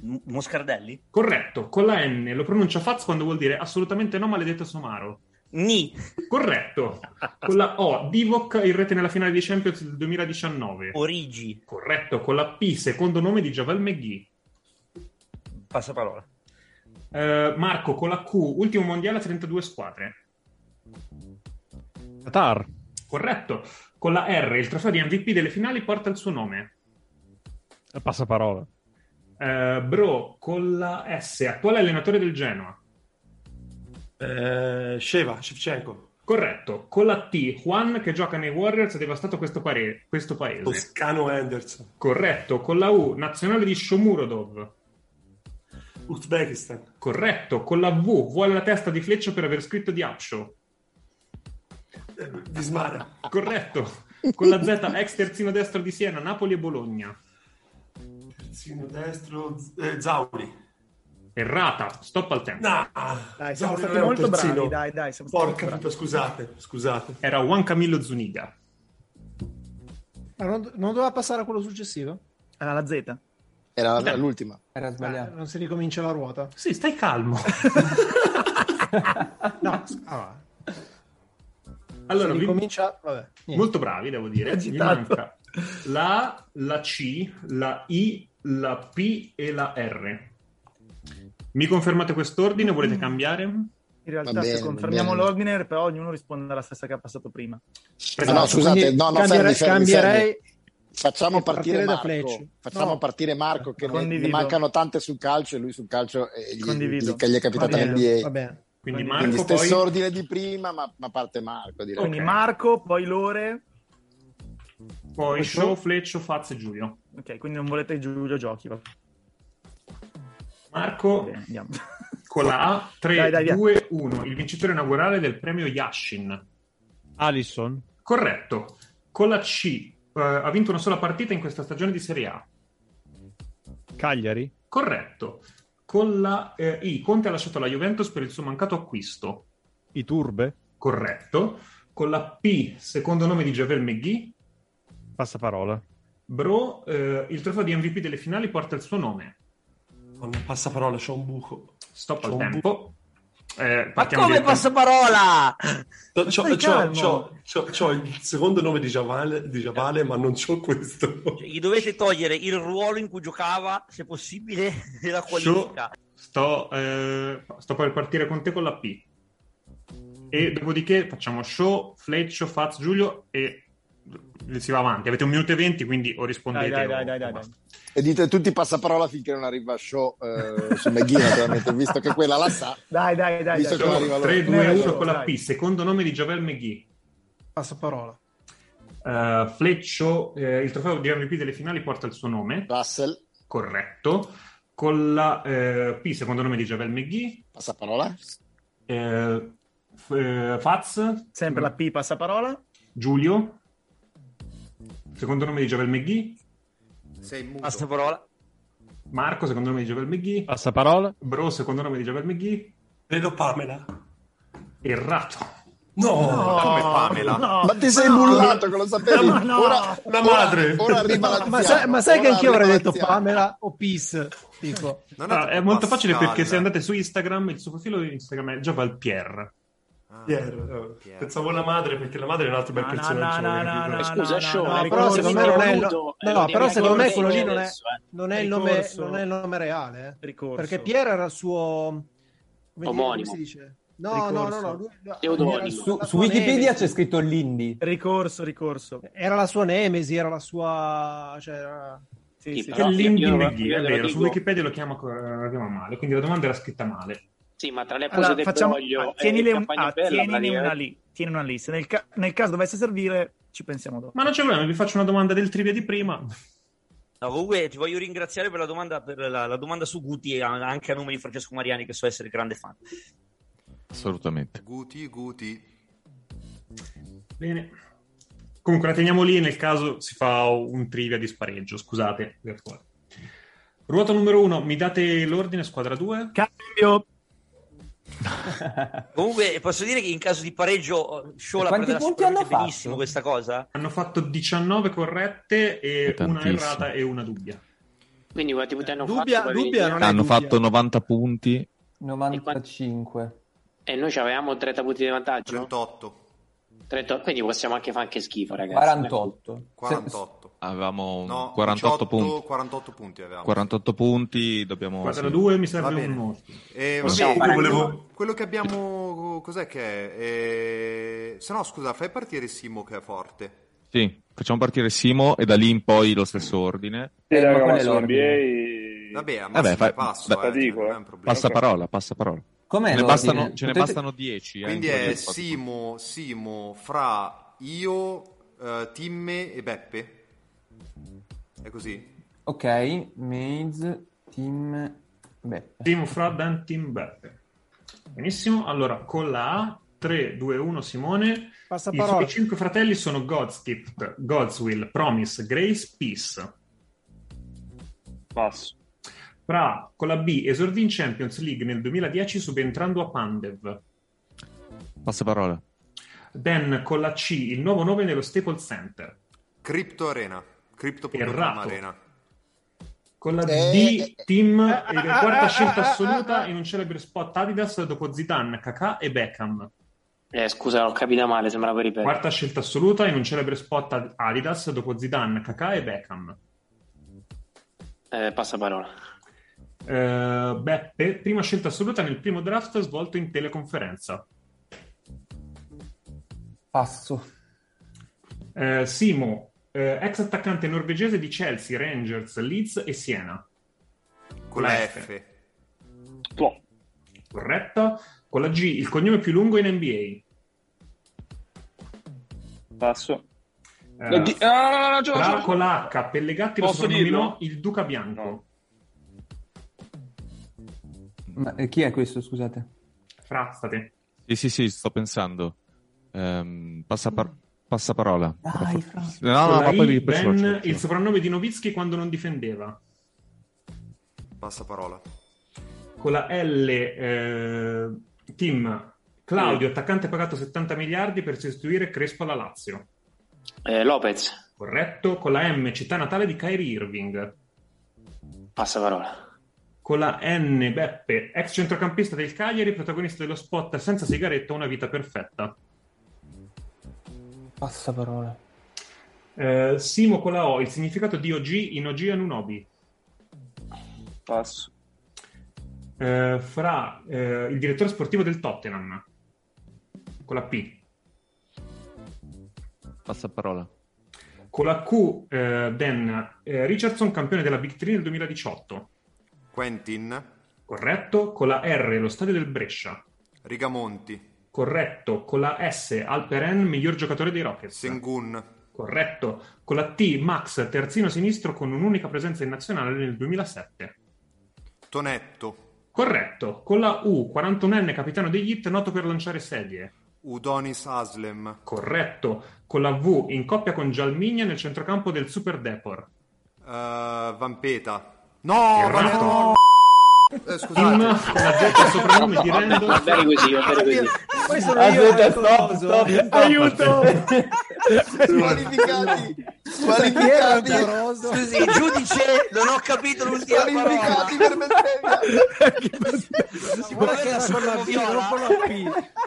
S2: M- Moscardelli?
S4: Corretto, con la N lo pronuncia Faz quando vuol dire assolutamente no, maledetto Somaro.
S2: Ni.
S4: Corretto, con la O, Divock in rete nella finale di Champions del 2019.
S2: Origi.
S4: Corretto, con la P, secondo nome di Javel McGee.
S2: Passaparola.
S4: Eh, Marco, con la Q, ultimo mondiale a 32 squadre.
S1: Qatar,
S4: Corretto, con la R, il trofeo di MVP delle finali porta il suo nome.
S1: passaparola.
S4: Eh, bro, con la S, attuale allenatore del Genoa.
S15: Eh, Sheva, Shevchenko.
S4: Corretto, con la T, Juan che gioca nei Warriors ha devastato questo, pare- questo paese.
S15: Toscano Anderson.
S4: Corretto, con la U, nazionale di Shomurodov.
S15: Uzbekistan.
S4: Corretto, con la V, vuole la testa di Fleccio per aver scritto di Upshow.
S15: Vismara.
S4: Corretto, con la Z, ex terzino destro di Siena, Napoli e Bologna.
S15: Terzino destro. Z- eh, Zauri.
S4: Errata, stop al tempo.
S15: No.
S11: Dai, siamo
S15: Zauri
S11: stati
S15: non era un
S11: molto bravi,
S15: terzino.
S11: dai, dai, siamo stati
S15: Porca
S11: bravi.
S15: puttana, scusate, scusate.
S4: Era Juan Camillo Zuniga.
S10: Ma Ah, non, non doveva passare a quello successivo?
S11: Era la Z.
S8: era la- l'ultima.
S5: Era
S10: sbagliato. Ah, non si ricomincia la ruota.
S4: Sì, stai calmo.
S10: No, s- allora.
S4: Allora,
S10: Se
S4: vi-
S10: ah, ricomincia... Vabbè, niente.
S4: Molto bravi, devo dire. Vi
S10: Agitato.
S4: manca la A, la C, la I, la P e la R. Mi confermate quest'ordine? Volete cambiare?
S11: Mm. In realtà,
S4: Va bene,
S11: se confermiamo
S4: bene.
S11: l'ordine, però ognuno risponde alla stessa che ha passato prima.
S8: No, no, scusate, no, no, fermi, fermi,
S15: Eh,
S8: fermi. Facciamo
S11: e
S8: partire,
S11: partire da
S8: Marco.
S11: Fleccio.
S8: Facciamo
S11: No.
S8: partire Marco che ne- ne,
S11: Condivido.
S8: mancano tante sul calcio e lui sul calcio eh, gli,
S11: Condivido.
S8: gli- che gli è capitata
S11: Va bene,
S8: l'NBA.
S11: va bene.
S4: Quindi
S11: Marco,
S8: stesso
S11: poi-
S8: ordine di prima, ma, ma parte Marco. Direi.
S11: Quindi Marco, poi Lore.
S4: Poi Show, Fleccio, Fazio e Giulio.
S11: Ok, quindi non volete Giulio Giochi. va.
S4: Marco
S11: Bene, andiamo.
S4: con la A, 3,
S11: Dai, dai, via.
S4: 2, 1. Il vincitore inaugurale del premio Yashin.
S1: Alisson.
S4: Corretto. Con la C, eh, ha vinto una sola partita in questa stagione di Serie A.
S1: Cagliari.
S4: Corretto. Con la eh, I, Conte ha lasciato la Juventus per il suo mancato acquisto.
S1: I Turbe.
S4: Corretto. Con la P, secondo nome di Javel McGee,
S1: Passaparola.
S4: Bro, eh, il trofeo di MVP delle finali porta il suo nome. Non passa parola, c'è un buco. Stop
S15: C'ho
S4: al
S15: un
S4: tempo. Eh,
S2: Ma
S4: partiamo
S2: come
S4: direttamente-
S2: passaparola?
S15: C'ho, c'ho,
S2: Stai
S15: c'ho,
S2: calmo.
S15: c'ho- c'ho- c'ho il secondo nome di Giavale, di Giavale, ma non c'ho questo.
S2: Gli dovete togliere il ruolo in cui giocava, se possibile, della qualifica.
S4: Sto, eh, sto per partire con te con la P. E dopodiché facciamo show, Fleccio, Faz, Giulio e si va avanti. Avete un minuto e venti, quindi o rispondete
S8: Dai, dai, dai,
S4: o-
S8: dai,
S4: o
S8: dai,
S4: basta.
S8: E dite tutti passaparola finché non arriva show eh, su McGee, naturalmente, visto che quella la sa.
S11: Dai, dai, dai.
S8: Visto
S11: dai.
S8: che arriva allora.
S4: 3, 2, 1 con la
S11: Dai.
S4: P, secondo nome di Javel McGee.
S10: Passo parola.
S4: Eh, Fleccio, eh, il trofeo di MVP delle finali porta il suo nome.
S8: Russell.
S4: Corretto. Con la eh, P, secondo nome di Javel McGee.
S8: Passaparola.
S4: Eh, F- eh, Faz.
S11: Sempre la P, passaparola.
S4: Giulio. Secondo nome di Javel McGee.
S9: Sei muto.
S2: Passaparola.
S4: Marco, secondo nome di Javel McGee.
S1: Passaparola.
S4: Bro, secondo nome di Javel McGee.
S15: Vedo Pamela.
S4: Errato.
S15: No,
S4: come
S15: Pamela?
S8: Ma ti sei bullato che lo sapevi?
S15: Ma no.
S8: Ora,
S15: La
S8: ora-
S15: madre.
S8: Ora, arriva la
S10: Ma sai, ma sai che anch'io avrei detto Pamela o Peace? Tipo.
S4: Ah, è molto facile perché se andate su Instagram, il suo profilo di Instagram è Javel Pierre.
S15: Pier, eh, Pensavo alla madre perché la madre è un altro bel
S11: No, no,
S15: personaggio.
S11: no, no,
S15: capito?
S11: no, no,
S10: Scusa,
S11: no,
S10: show,
S11: no,
S10: no,
S11: no,
S10: però secondo me non è eh, il no-
S11: ricordo-
S10: no,
S11: ricordo-
S10: però secondo me quello lì
S11: ricordo-
S10: non è, non è il nome,
S11: ricorso.
S10: non è il nome reale. eh.
S11: Ricorso.
S10: Perché Pier era il suo come dire,
S11: Omonimo.
S10: come si dice? No, no, no, no, lui- no,
S11: Teodonimo.
S10: era il suo-
S5: Su,
S10: la
S5: su
S10: sua
S5: Wikipedia
S10: nemesi.
S5: c'è scritto Eh, Lindy.
S11: Ricorso, ricorso.
S10: Era la sua nemesi, era la sua cioè, era-
S11: Sì,
S4: È
S11: però
S4: Lindy
S11: io lo-
S4: McGee,
S11: io
S4: è
S11: lo
S4: vero, su
S11: dico-
S4: Wikipedia lo chiama, lo chiama Eh, male, quindi la domanda era scritta male.
S3: Sì, ma tra le accuse
S11: Allora,
S3: del
S11: facciamo,
S3: Broglio
S15: Eh,
S11: ah, tienile,
S3: e
S11: un-
S3: Campagna
S11: ah,
S3: Bella,
S11: tienine
S3: praticamente-
S11: una lì. Tieni una lì. Se nel, ca- nel caso dovesse servire, ci pensiamo dopo.
S4: Ma non c'è problema, vi faccio una domanda del trivia di prima.
S2: No, comunque ti voglio ringraziare per la domanda, per la, la domanda su Guti e a- anche a nome di Francesco Mariani, che so essere grande fan.
S6: Assolutamente.
S9: Guti, Guti.
S4: Bene. Comunque la teniamo lì nel caso si fa un trivia di spareggio, scusate. per favore. Ruota numero uno, mi date l'ordine, squadra 2?
S11: Cambio.
S2: Comunque posso dire che in caso di pareggio eh, Sciola
S4: quanti
S2: prenderà
S4: punti
S2: sicuramente
S4: hanno fatto?
S2: benissimo questa cosa.
S4: Hanno fatto 19 corrette e una
S6: tantissimo.
S4: errata e una dubbia.
S9: Oh,
S3: Quindi quanti punti hanno
S10: Dubbia-
S3: fatto?
S10: dubbia non è
S6: Hanno
S10: dubbia.
S6: fatto 90 punti.
S5: 95.
S3: E noi ci avevamo 30 punti di vantaggio?
S9: 38.
S3: 38, quindi possiamo anche fare anche schifo, ragazzi.
S5: 48.
S9: 48.
S6: Avevamo
S9: No,
S6: 48
S9: 18,
S6: punti.
S9: 48 punti avevamo.
S6: 48 punti, dobbiamo...
S4: Quadra
S6: sì.
S4: 2 mi
S9: Va
S4: serve
S9: bene.
S4: un ordine.
S9: Eh,
S6: Cosa
S9: vabbè,
S6: fare?
S9: quello, quello che abbiamo. Cos'è che è? Eh, Se no, scusa, fai partire Simo che è forte.
S6: Sì, facciamo partire Simo e da lì in poi lo stesso ordine.
S16: Sì, raga, ma
S5: qual è
S16: su
S5: Eh, l'ordine?
S16: NBA...
S9: Vabbè, a
S6: Vabbè,
S9: massimo
S6: fai-
S9: passo.
S6: da-
S9: eh, cioè,
S16: dico,
S9: non
S16: eh.
S9: è un problema.
S6: Passa parola, passa parola.
S5: Com'è
S6: ce ne
S5: l'ordine?
S6: bastano, ce ne
S5: Potete-
S6: bastano 10. eh,
S9: Quindi
S6: ancora
S9: è
S6: abbiamo fatto.
S9: Simo, Simo, Fra, io, eh, Timme e Beppe. È così?
S5: Ok, Maze, Team... Beh.
S4: Team Fra Dantin Beppe. Benissimo, allora con la A, 3, 2, 1 Simone. I
S10: Passaparola.
S4: suoi cinque fratelli sono Godskift, Godswill, Promise, Grace, Peace.
S16: Passo.
S4: Fra, con la B, esordì in Champions League nel 2010 subentrando a Pandev.
S6: Passa parola.
S4: Dan, con la C, il nuovo nome nello Staples Center.
S9: Crypto Arena. Crypto.com
S4: Errato.
S9: Arena.
S4: Con la
S9: Eh,
S4: D, Team, è
S9: ah,
S4: la
S9: ah,
S4: quarta
S9: ah,
S4: scelta
S9: ah,
S4: assoluta in un celebre spot Adidas dopo Zidane, Kakà e Beckham.
S3: Eh, scusa, l'ho capita male, sembrava ripetere.
S4: Quarta scelta assoluta in un celebre spot ad Adidas dopo Zidane, Kakà e Beckham.
S3: Eh, passa parola.
S4: Eh, Beppe, prima scelta assoluta nel primo draft svolto in teleconferenza.
S5: Passo.
S4: Eh, Simo, eh, ex attaccante norvegese di Chelsea, Rangers, Leeds e Siena.
S9: Con la F.
S4: Può. Corretta. Con la G, il cognome più lungo in NBA.
S16: Passo.
S4: Eh,
S16: Di- ah, no, no, Gio,
S4: fra
S16: Gio.
S4: con la H, Pellegatti lo
S16: Posso
S4: soprannominò
S16: dirlo?
S4: il Duca Bianco.
S5: Ma, eh, chi è questo, scusate?
S4: Fra, state.
S6: Sì, sì, sì, sto pensando. Ehm, passa par- passaparola.
S5: Dai,
S6: No,
S4: Con
S6: no,
S4: la
S6: ma
S4: I,
S6: poi vi- poi ce l'ho,
S4: Ben,
S6: ce l'ho, ce
S4: il
S6: l'ho.
S4: soprannome di Novitsky quando non difendeva.
S9: Passa parola.
S4: Con la L, eh, Tim, Claudio, attaccante pagato 70 miliardi per sostituire Crespo alla Lazio.
S3: Eh, Lopez,
S4: Corretto. Con la M, città natale di Kyrie Irving.
S3: passa parola.
S4: Con la N, Beppe, ex centrocampista del Cagliari, protagonista dello spot Senza sigaretta, una vita perfetta.
S5: Passa parola.
S4: Eh, Simo con la O, il significato di OG in OG Anunobi.
S16: Passo.
S4: Eh, fra eh, il direttore sportivo del Tottenham con la P,
S6: Passaparola.
S4: con la Q, eh, Dan eh, Richardson, campione della Big Three del 2018.
S9: Quentin.
S4: Corretto. Con la R, lo stadio del Brescia.
S9: Rigamonti.
S4: Corretto. Con la S, Alperen, miglior giocatore dei Rockets.
S9: Sengun.
S4: Corretto. Con la T, Max, terzino sinistro con un'unica presenza in nazionale nel 2007.
S9: Tonetto.
S4: Corretto. Con la U, 41enne capitano degli Hit, noto per lanciare sedie.
S9: Udonis Aslem.
S4: Corretto. Con la V, in coppia con Gialmigna nel centrocampo del Super Depor.
S9: Eh, Vampeta. No,
S4: Errato.
S9: Vampeta. no. Eh,
S4: Tim,
S9: scusate.
S4: con la Z il soprannome di Randall.
S3: Va bene così, va bene così.
S10: Poi sono Ah, io
S14: Aspetta,
S10: il
S14: stop,
S10: coso.
S14: stop, aiuto!
S9: Squalificati.
S10: Piero
S14: Squalificati.
S10: Amoroso.
S2: Scusi, giudice, non ho capito l'ultima parola.
S14: Squalificati per
S2: Guarda che era solo viola.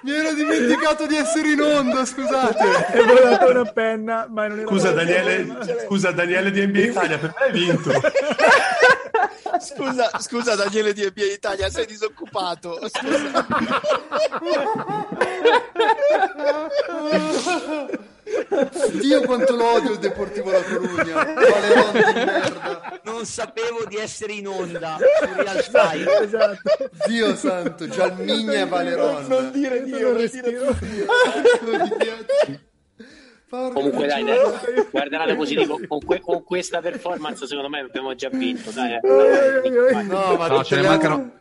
S15: Mi ero dimenticato di essere in onda, scusate.
S11: È volata una penna, ma non era
S15: Scusa
S11: volata
S15: Daniele,
S11: una-
S15: scusa Daniele di NBA Italia, per me hai vinto.
S17: Scusa, scusa Daniele di NBA Italia, sei disoccupato. Scusa.
S15: Dio quanto lo odio il Deportivo La Corugna. Quale onda di merda.
S2: Non sapevo di essere in onda su Real Time.
S15: esatto. Dio santo, Gianmigna e Valeron.
S14: Non dire Dio, non dire
S3: Comunque dai, dai, guarda lato positivo, con, que- con questa performance secondo me abbiamo già vinto. Dai, eh.
S15: No, ma
S6: No, ce ne mancano,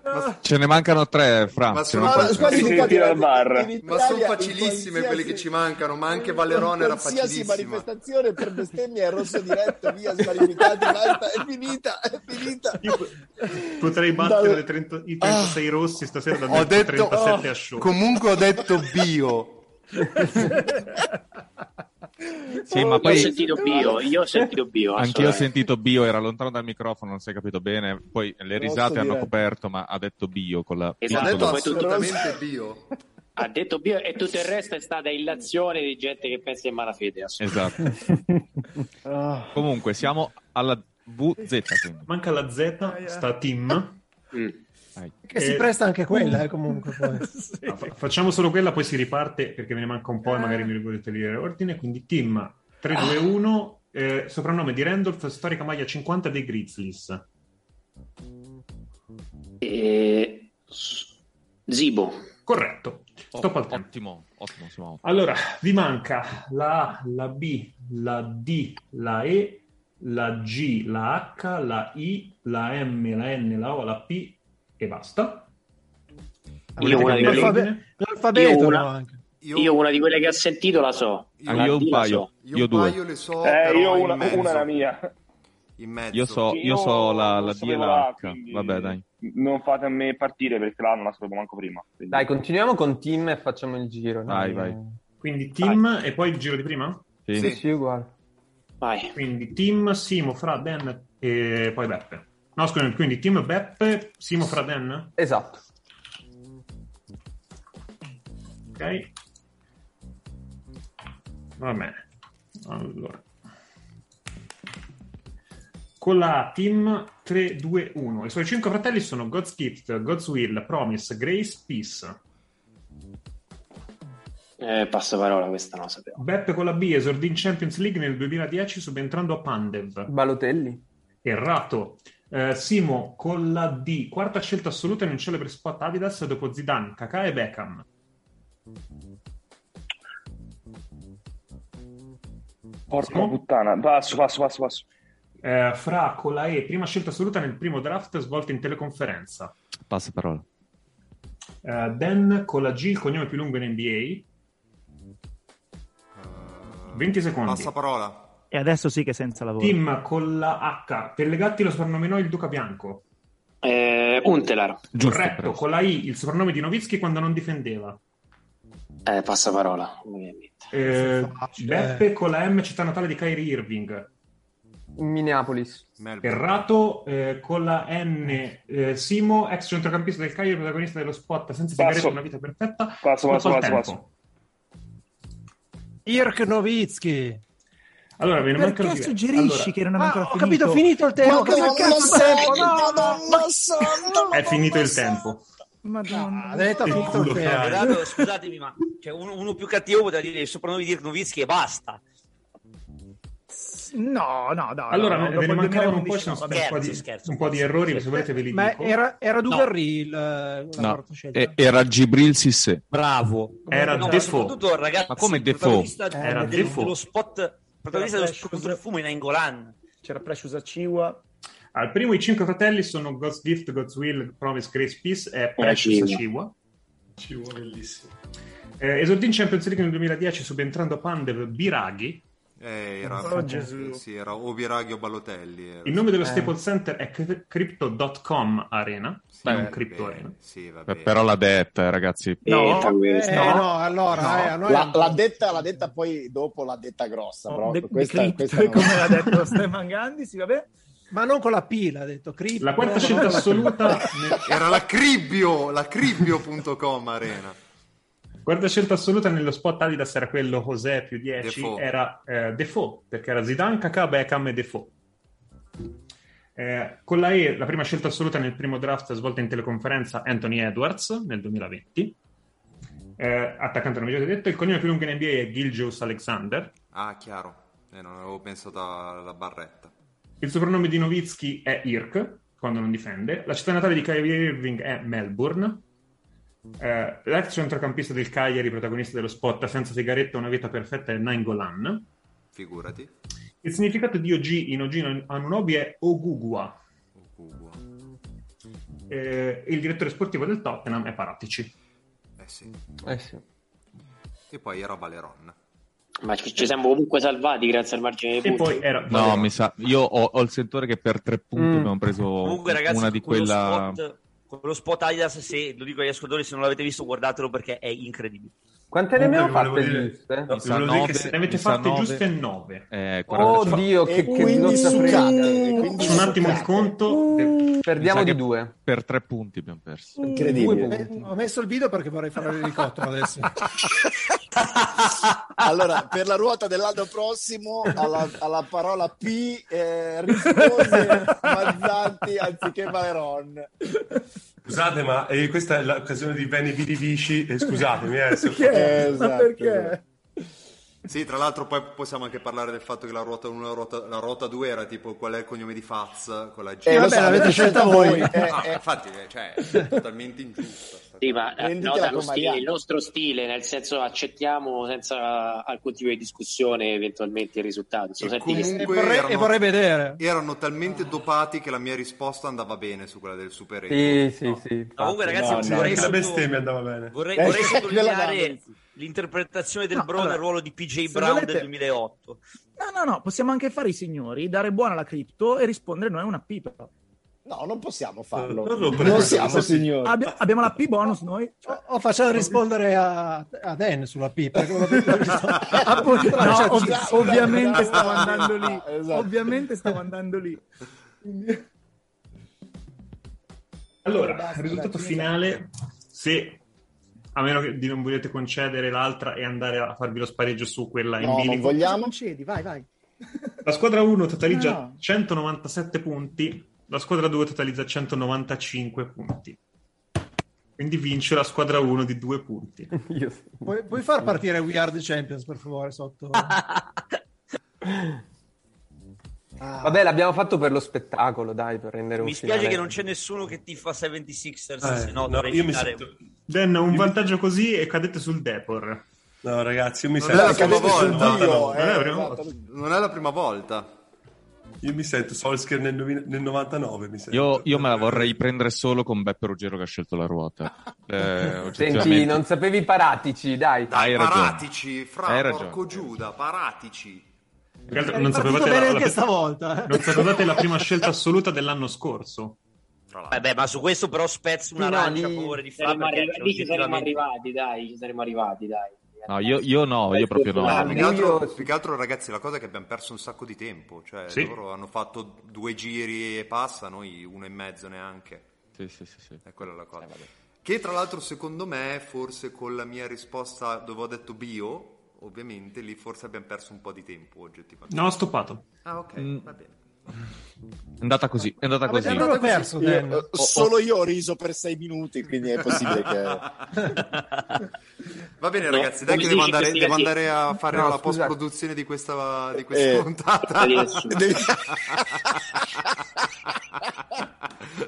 S6: ce ne mancano tre, Fra.
S15: Ma
S6: ce
S15: sono
S6: ne mancano tre.
S15: facili-
S17: in
S15: Ma sono
S17: Italia, in
S15: facilissime quelle che
S17: qualsiasi-
S15: ci mancano, ma anche
S17: Valerone
S15: Valerone era
S17: qualsiasi
S15: facilissima.
S17: manifestazione per bestemmia è rosso diretto, via sbarificati, basta, è finita, è finita.
S4: Potrei battere
S17: Dal-
S4: le 30 i 36 rossi stasera da
S15: Ho detto
S4: 37
S15: oh,
S4: a show.
S15: Comunque ho detto bio.
S6: Sì, ma
S3: Io ho
S6: poi-
S3: sentito bio, io ho sentito bio.
S6: Anch'io ho
S3: assolutamente.
S6: sentito bio, era lontano dal microfono, non si è capito bene. Poi le
S3: Rosso
S6: risate hanno
S3: diretto.
S6: coperto, ma ha detto bio con la...
S3: Esatto,
S6: con la-
S3: poi tu-
S15: Assolutamente bio.
S3: Ha detto bio e tutto il resto è stata illazione di gente che pensa in malafede. assolutamente.
S6: Esatto.
S16: Ah.
S6: Comunque, siamo alla VZ. quindi.
S4: Manca la Z, sta Tim.
S3: Mm.
S6: Dai.
S10: Che si presta anche quella, eh, comunque. poi.
S4: Ah, fa- Facciamo solo quella, poi si riparte perché me ne manca un po' e magari mi volete dire ordine. Quindi Tim 321, eh, soprannome di Randolph, storica maglia 50 dei Grizzlies.
S3: E- Zibo.
S4: Corretto. Stop al tempo.
S6: Ottimo, ottimo, siamo ottimi.
S4: Allora, vi manca la A, la B, la D, la E, la G, la H, la I, la M, la N, la O, la P e basta.
S3: Io una, di quelle-
S10: L'alfabe-
S3: io,
S10: L'alfabeto, però,
S3: una,
S10: anche.
S3: io una di quelle che ha sentito la so.
S6: Ah,
S3: La
S6: io
S3: D
S6: un
S3: la
S6: paio,
S3: so.
S6: io,
S9: Io un
S6: due.
S9: paio le so,
S16: Eh,
S9: però
S16: io
S9: in
S16: una,
S9: mezzo.
S16: una è la mia.
S9: In mezzo.
S6: Io so, io
S16: Io
S6: so la, la
S16: non
S6: D e
S16: sapevo
S6: la
S16: la,
S6: H.
S16: quindi-
S6: Vabbè, dai.
S16: Non fate a me partire perché là non la sapevo manco prima. quindi-
S5: Dai, continuiamo con Tim e facciamo il giro. no?
S6: Vai, vai.
S4: Eh, Quindi Tim e poi il giro di prima?
S6: Sì.
S5: Sì, sì, uguale.
S3: Vai.
S4: Quindi Tim, Simo, Fra, Dan e poi Beppe. No, scusami, quindi Tim, Beppe, Simo, Fra, Dan?
S5: Esatto.
S4: Ok. Va bene. Allora. Con la A, Team 3-2-1. I suoi cinque fratelli sono God's Gift, God's Will, Promise, Grace, Peace.
S3: Eh, passo parola, questa non la sapevo.
S4: Beppe con la B esordì in Champions League nel 2010 subentrando a Pandev.
S5: Balotelli.
S4: Errato. Eh, Simo con la D, quarta scelta assoluta in un celebre spot Adidas dopo Zidane, Kakà e Beckham.
S16: Porca puttana, passo, passo, passo, passo.
S4: Eh, Fra con la E, prima scelta assoluta nel primo draft svolto in teleconferenza.
S6: Passa parola.
S4: Eh, Dan con la G, il cognome più lungo in NBA. 20 secondi.
S9: Passa parola.
S11: E adesso sì che senza lavoro.
S4: Tim con la H, Pellegatti lo soprannominò il Duca Bianco.
S3: Eh, Untelar.
S4: Corretto, con la I, il soprannome di Novitsky quando non difendeva.
S3: Eh, passa parola.
S4: Eh,
S11: Ah,
S4: Beppe con la M, città natale di Kyrie Irving.
S5: Minneapolis.
S4: Errato eh, con la N, eh, Simo, ex centrocampista del Cagliari, protagonista dello spot senza sigarette una vita perfetta.
S16: Passo, passo,
S4: Colpa al
S16: passo,
S4: tempo.
S16: passo.
S10: Irk Novitsky.
S4: Allora, me ne
S10: Perché
S4: mancano due.
S10: suggerisci
S4: Allora,
S10: che non è ancora Ah, ho capito, finito il tempo. Ho capito, cazzo, il tempo. No, no, ma-
S4: è finito il tempo.
S10: Madonna.
S4: Ah,
S10: Ha detto, ha finito il
S4: Culo,
S10: tempo.
S4: dai.
S2: Peraltro, scusatemi, ma c'è uno, uno più cattivo poteva dire il soprannome di Dirk Nowitzki e basta.
S11: No, no, no.
S4: Allora,
S11: no,
S4: me-
S11: dopo
S4: ve ne
S11: il
S4: mancavano un
S11: 2011
S4: po', ci sono
S11: no,
S4: stati un po' di,
S11: scherzo, scherzo.
S4: un po' di errori, se volete ve li dico.
S10: Ma era, era Dugarry il- la
S6: No,
S10: quarta scelta.
S6: e- era Gibril Sisse.
S2: Bravo.
S6: Era
S2: no, ma
S6: Defoe.
S2: soprattutto, ragazzi,
S6: Ma come
S2: il
S6: Defoe?
S2: protagonista
S6: Eh, era
S2: dello,
S6: Defoe.
S2: dello spot protagonista dello
S11: Flash,
S2: spot fumo in Angolan.
S11: C'era Precious Aciwa.
S4: Al primo i cinque fratelli sono God's Gift, God's Will, Promise, Grace, Peace e Precious
S9: Ciwa.
S4: Aciwa.
S15: Ci vuole bellissimo.
S4: Eh, esordì in Champions League nel 2010 subentrando a Pandev Biraghi.
S9: Eh, era,
S4: Oh, Gesù.
S9: sì, era o Biraghi o Balotelli. era-
S4: Il nome dello
S9: Eh.
S4: Staples Center è cri- Crypto.com Arena, non
S9: eh,
S4: Crypto
S9: bene,
S4: Arena.
S9: Sì, va
S6: Beh,
S9: bene.
S6: Però l'ha detta, eh, ragazzi.
S9: Detta
S10: eh, no, allora,
S6: No.
S10: eh, a noi
S8: La, l'ha, detta, l'ha detta poi dopo, l'ha detta grossa, però
S11: De-
S8: questa,
S11: decrypt,
S8: questa non-
S11: come l'ha detto Stefan Gandhi, sì, vabbè.
S10: Ma non con la P, l'ha detto Crip.
S4: La quarta scelta assoluta
S9: Era la Cribbio, la Cribbio.com Arena.
S4: Guarda scelta assoluta nello spot Adidas era quello José più 10,
S9: Defoe.
S4: era eh, Defoe, perché era Zidane, Kakà, Beckham e Defoe. Eh, con la E, la prima scelta assoluta nel primo draft svolta in teleconferenza Anthony Edwards nel 2020. Eh, attaccante non mi avete detto, il cognome più lungo in NBA è Gilgeous Alexander.
S9: Ah, chiaro. Eh, non avevo pensato alla barretta.
S4: Il soprannome di Novitsky è Irk, quando non difende. La città natale di Kyrie Irving è Melbourne. Eh, l'ex centrocampista del Cagliari, protagonista dello spot Senza sigaretta, una vita perfetta, è Nangolan.
S9: Figurati.
S4: Il significato di OG in Ogino Anunobi è Ogugua. Eh, e il direttore sportivo del Tottenham è Paratici.
S9: Eh sì.
S5: Eh sì.
S9: E poi era Valeron.
S3: Ma ci, ci siamo comunque salvati grazie al margine di
S4: E
S3: punti.
S4: poi era...
S6: No, mi sa, io ho, ho il sentore che per tre punti
S2: Mm.
S6: abbiamo preso
S2: Comunque, ragazzi,
S6: una di
S2: quello
S6: quella.
S2: spot, quello spot Adidas, se lo dico agli ascoltatori, se non l'avete visto, guardatelo perché è incredibile.
S5: Quante ne abbiamo
S4: Comunque,
S5: fatte
S4: volevo dire-
S5: giuste?
S4: No,
S6: Mi sa
S4: volevo dire che
S6: nove,
S4: se ne avete
S6: mi sa
S4: fatte
S6: nove.
S4: giuste 9.
S6: Eh, 45.
S5: Oddio, che,
S8: E
S5: che
S8: quindi
S5: lotta fredda.
S8: succate, e quindi
S4: Su un attimo il
S8: succate.
S4: conto. de-
S5: Perdiamo
S6: Mi sa
S5: di
S6: che
S5: due.
S6: Per tre punti abbiamo perso.
S8: Incredibile.
S10: Eh, Ho messo il video perché vorrei fare l'elicottero adesso.
S8: Allora, per la ruota dell'anno prossimo, alla, alla parola P eh, rispose Mazzanti anziché Valeron.
S18: Scusate, ma eh, questa è l'occasione di Bene Vidi Vici. Eh, scusatemi, eh, se-
S8: Esatto.
S9: Sì, tra l'altro poi possiamo anche parlare del fatto che la ruota 1 e la ruota, la ruota 2 era tipo qual è il cognome di Faz con la G.
S8: Eh, lo Vabbè, so, l'avete l'avete scelta scelta voi. voi. Eh,
S9: Ah,
S8: eh.
S9: infatti, eh, cioè, è totalmente ingiusta. sta
S3: Sì,
S9: cosa.
S3: ma eh,
S8: Prenditela
S3: nota
S8: con
S3: lo stile,
S8: Mariano.
S3: il nostro stile, nel senso accettiamo senza alcun tipo di discussione eventualmente il risultato. Sono
S9: E
S3: senti che-
S9: comunque
S10: vorrei-
S9: erano,
S10: e vorrei vedere.
S9: erano talmente dopati che la mia risposta andava bene su quella del Super
S5: Sì, sì, sì.
S2: comunque, ragazzi,
S18: No, no,
S2: vorrei
S18: anche la
S2: sotto-
S18: bestemmia andava bene.
S2: Vorrei,
S18: Eh,
S2: vorrei
S18: sì,
S2: sottolineare
S18: quella
S2: l'interpretazione del
S11: No,
S2: Brown al
S11: allora,
S2: ruolo di PJ
S11: se
S2: Brown
S11: volete-
S2: del 2008.
S11: No, no, no, possiamo anche fare i signori, dare buona alla cripto e rispondere noi a una P. però.
S8: No, non possiamo farlo.
S18: Non lo
S8: Non
S18: prendo,
S8: siamo
S18: sì.
S8: signori.
S11: Abbi- abbiamo la P bonus noi. Cioè,
S10: Ho facciato rispondere a, a Dan sulla P. perché non ho capito giusto.
S11: appunto, no,
S10: Cioè,
S11: ov-
S10: esatto,
S11: ovviamente
S10: esatto.
S11: stavo andando lì.
S8: Esatto.
S11: Ovviamente stavo andando lì.
S4: Allora, risultato finale, se a meno che di non volete concedere l'altra e andare a farvi lo spareggio su quella in
S11: No, non
S4: bilico.
S11: vogliamo. Concedi, vai, vai.
S4: La squadra 1 totalizza
S11: No, no.
S4: 197 punti, la squadra 2 totalizza 195 punti. Quindi vince la squadra 1 di due punti.
S10: Puoi, puoi far partire We Are the Champions, per favore, sotto.
S5: Vabbè, l'abbiamo fatto per lo spettacolo, dai, per rendere un
S2: Mi spiace
S5: finale.
S2: che non c'è nessuno che ti fa 76ers,
S18: Eh,
S2: se no
S18: no,
S2: dovrei
S18: io mi
S2: citare-
S18: sento-
S4: Dan, un vantaggio così e cadete sul Depor.
S18: No, ragazzi, io mi
S4: Non
S18: sento
S4: è la prima volta,
S18: no, non
S4: no,
S18: è la
S4: eh,
S18: prima
S4: esatto.
S18: volta.
S9: Non è la prima volta.
S18: Io mi sento Solskjaer nel, novin- nel 99, mi sento.
S6: Io, io me la vorrei prendere solo con Beppe Ruggero che ha scelto la ruota. Eh,
S5: Senti,
S6: oggettivamente.
S5: non sapevi paratici, dai.
S6: Hai ragione.
S9: Paratici, fra
S6: Hai ragione.
S9: porco Giuda, paratici.
S4: Più che altro
S9: È
S4: Non
S9: ripartito
S4: sapevate,
S9: bene
S4: la,
S9: anche
S4: la-
S10: stavolta, eh.
S4: non sapevate la prima scelta assoluta dell'anno scorso.
S2: Vabbè, ma su questo però spezzo una lancia a favore di Fabio.
S3: Saremmo
S2: perché
S3: arriva-
S2: c'è
S3: lì ci saremmo
S2: oggettivamente-
S3: arrivati, dai, ci saremmo arrivati, dai.
S6: No, io, io no, io proprio
S9: Ah,
S6: no.
S9: più, che altro, più che altro, ragazzi, la cosa è che abbiamo perso un sacco di tempo. Cioè,
S6: Sì.
S9: loro hanno fatto due giri e passa, noi uno e mezzo neanche.
S6: Sì, sì, sì, Eh, sì.
S9: È quella la cosa. che tra l'altro, secondo me, forse con la mia risposta dove ho detto bio, ovviamente, lì forse abbiamo perso un po' di tempo oggettivamente.
S4: No, ho stoppato.
S9: Ah, ok,
S6: Mm.
S9: va bene.
S6: È andata così, è andata
S17: Avete
S6: così.
S17: allora perso,
S6: Io-
S17: Dan.
S4: eh,
S6: oh, oh.
S17: Solo io ho riso per sei minuti, quindi è possibile che...
S9: Va bene,
S17: No,
S9: ragazzi, dai
S17: come
S9: che
S17: dici
S9: devo andare,
S17: questi ragazzi?
S9: devo andare a fare
S17: No,
S9: la
S17: scusate.
S9: post-produzione di questa, di questa
S17: Eh,
S9: puntata.
S17: adesso. Devi-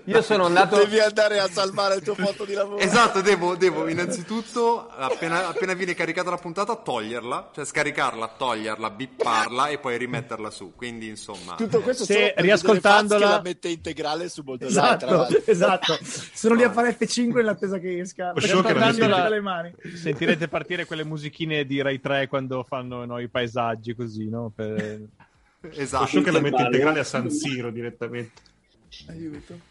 S5: Io sono andato...
S17: Devi andare a salvare il tuo posto di lavoro.
S9: Esatto, devo, devo innanzitutto, appena, appena viene caricata la puntata, toglierla, cioè scaricarla, toglierla, bipparla e poi rimetterla su. Quindi, insomma...
S17: Tutto questo
S9: Se
S17: solo per vedere Fazio
S9: riascoltandola-
S17: che la mette integrale su molto
S11: Esatto, esatto. Sono lì a fare F5 in attesa che esca.
S1: Riascoltandola,
S11: Riascoltandola- le mani.
S1: sentirete partire quelle musichine di Rai 3 quando fanno no, i paesaggi così, no? Per...
S9: Esatto.
S4: Lascio che la mette integrale a San Siro direttamente.
S17: eh. Aiuto.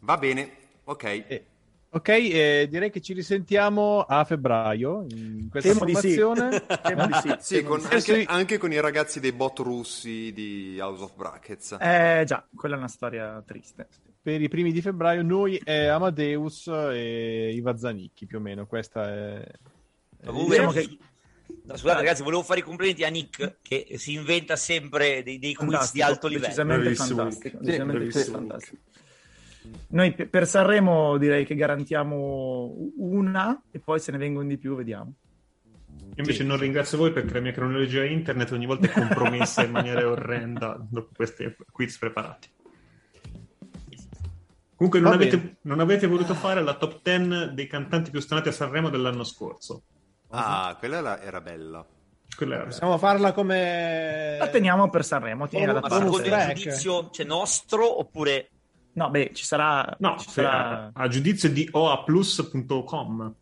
S9: Va bene, ok.
S1: Ok, eh, direi che ci risentiamo a febbraio in questa
S9: Temo di sì.
S1: formazione.
S9: Sì, con- anche, anche con i ragazzi dei bot russi di House of Brackets.
S1: Eh,
S11: già, quella è una storia triste.
S1: Per i primi di febbraio noi è Amadeus e Iva Zanicchi più o meno, questa è... eh, diciamo
S2: Comunque, No, scusate ragazzi, volevo fare i complimenti a Nick che si inventa sempre dei, dei quiz di
S11: Fantastico,
S2: alto livello.
S11: decisamente
S18: Bravissimo,
S11: fantastico,
S18: Nick.
S11: decisamente
S18: Bravissimo,
S11: fantastico. Noi pe- per Sanremo direi che garantiamo una e poi se ne vengono di più vediamo.
S4: Io invece non ringrazio voi perché la mia cronologia internet ogni volta è compromessa in maniera orrenda dopo questi quiz preparati. Comunque non
S1: Va bene.
S4: avete, non avete voluto fare la top 10 dei cantanti più stonati a Sanremo dell'anno scorso.
S9: Ah, quella era, era bella.
S4: Quella era
S10: Possiamo farla come...
S11: La teniamo per Sanremo, tienila da
S10: Ma
S11: parte.
S10: secondo il
S2: giudizio c'è nostro oppure...
S11: No, beh, ci sarà...
S4: No,
S11: ci
S4: se-
S11: sarà-
S4: a, a giudizio di oaplus.com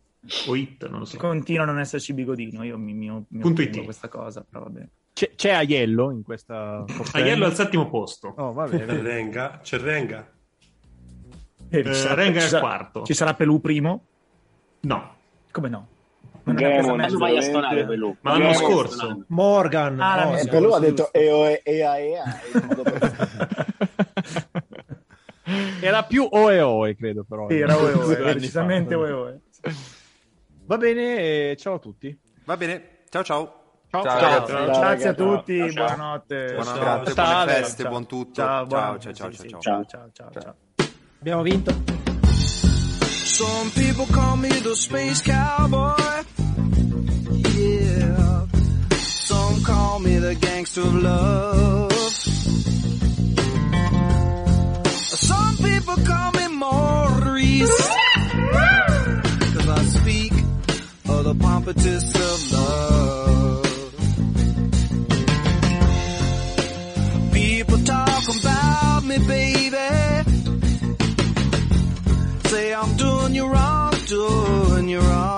S4: o it, non lo so.
S11: Continua a non esserci bigodino, io mi, mi, mi
S4: Punto
S11: oppongo
S4: IT.
S11: a questa cosa, però va bene.
S1: C'è, c'è Aiello in questa... top ten?
S4: Ah, Aiello al settimo posto.
S1: Oh, va bene.
S18: Renga, c'è Renga.
S11: Eh,
S4: Eh,
S11: ci sarà-
S4: Renga
S11: ci
S4: è
S11: sarà-
S4: quarto.
S11: Ci sarà Pelù primo?
S4: No.
S11: Come no?
S17: Demon,
S11: mezzo.
S17: vai a stonare Pelù. Ma l'anno Demon. scorso.
S10: Morgan.
S11: Ah, la
S10: Morgan.
S11: mia
S17: E per lui Eh, ha detto EOE, EA,
S1: Era più OE OE, credo però.
S11: Sì, era
S1: Due
S11: oe, oe,
S1: anni fa.
S11: decisamente oe, oe.
S1: Va bene, eh, ciao a tutti.
S9: Va bene, ciao ciao.
S1: Ciao.
S11: Ciao,
S1: Ciao,
S11: ciao,
S1: ciao,
S11: grazie a
S1: ragazzi.
S11: tutti,
S1: Ciao, ciao.
S11: buonanotte.
S9: Buonanotte,
S11: Ciao.
S9: buone
S11: Ciao.
S9: feste,
S11: Ciao.
S9: buon tutto.
S11: Ciao,
S9: Ciao, ciao,
S11: buona-
S9: ciao, ciao,
S11: sì, sì,
S9: ciao.
S11: ciao, ciao, ciao, ciao. Abbiamo vinto.
S19: Some people call me the space cowboy. Yeah. Some call me the gangster of love. Some people call me Maurice. Cause I speak of the pompous of love. People talk about me, baby. Say I'm doing you wrong, doing you wrong.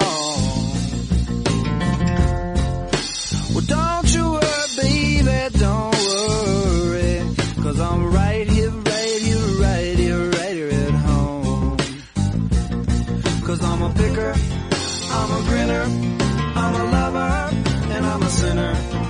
S19: Well, don't you worry, baby, don't worry. Cause I'm right here, right here, right here, right here at home. Cause I'm a picker, I'm a grinner, I'm a lover, and I'm a sinner.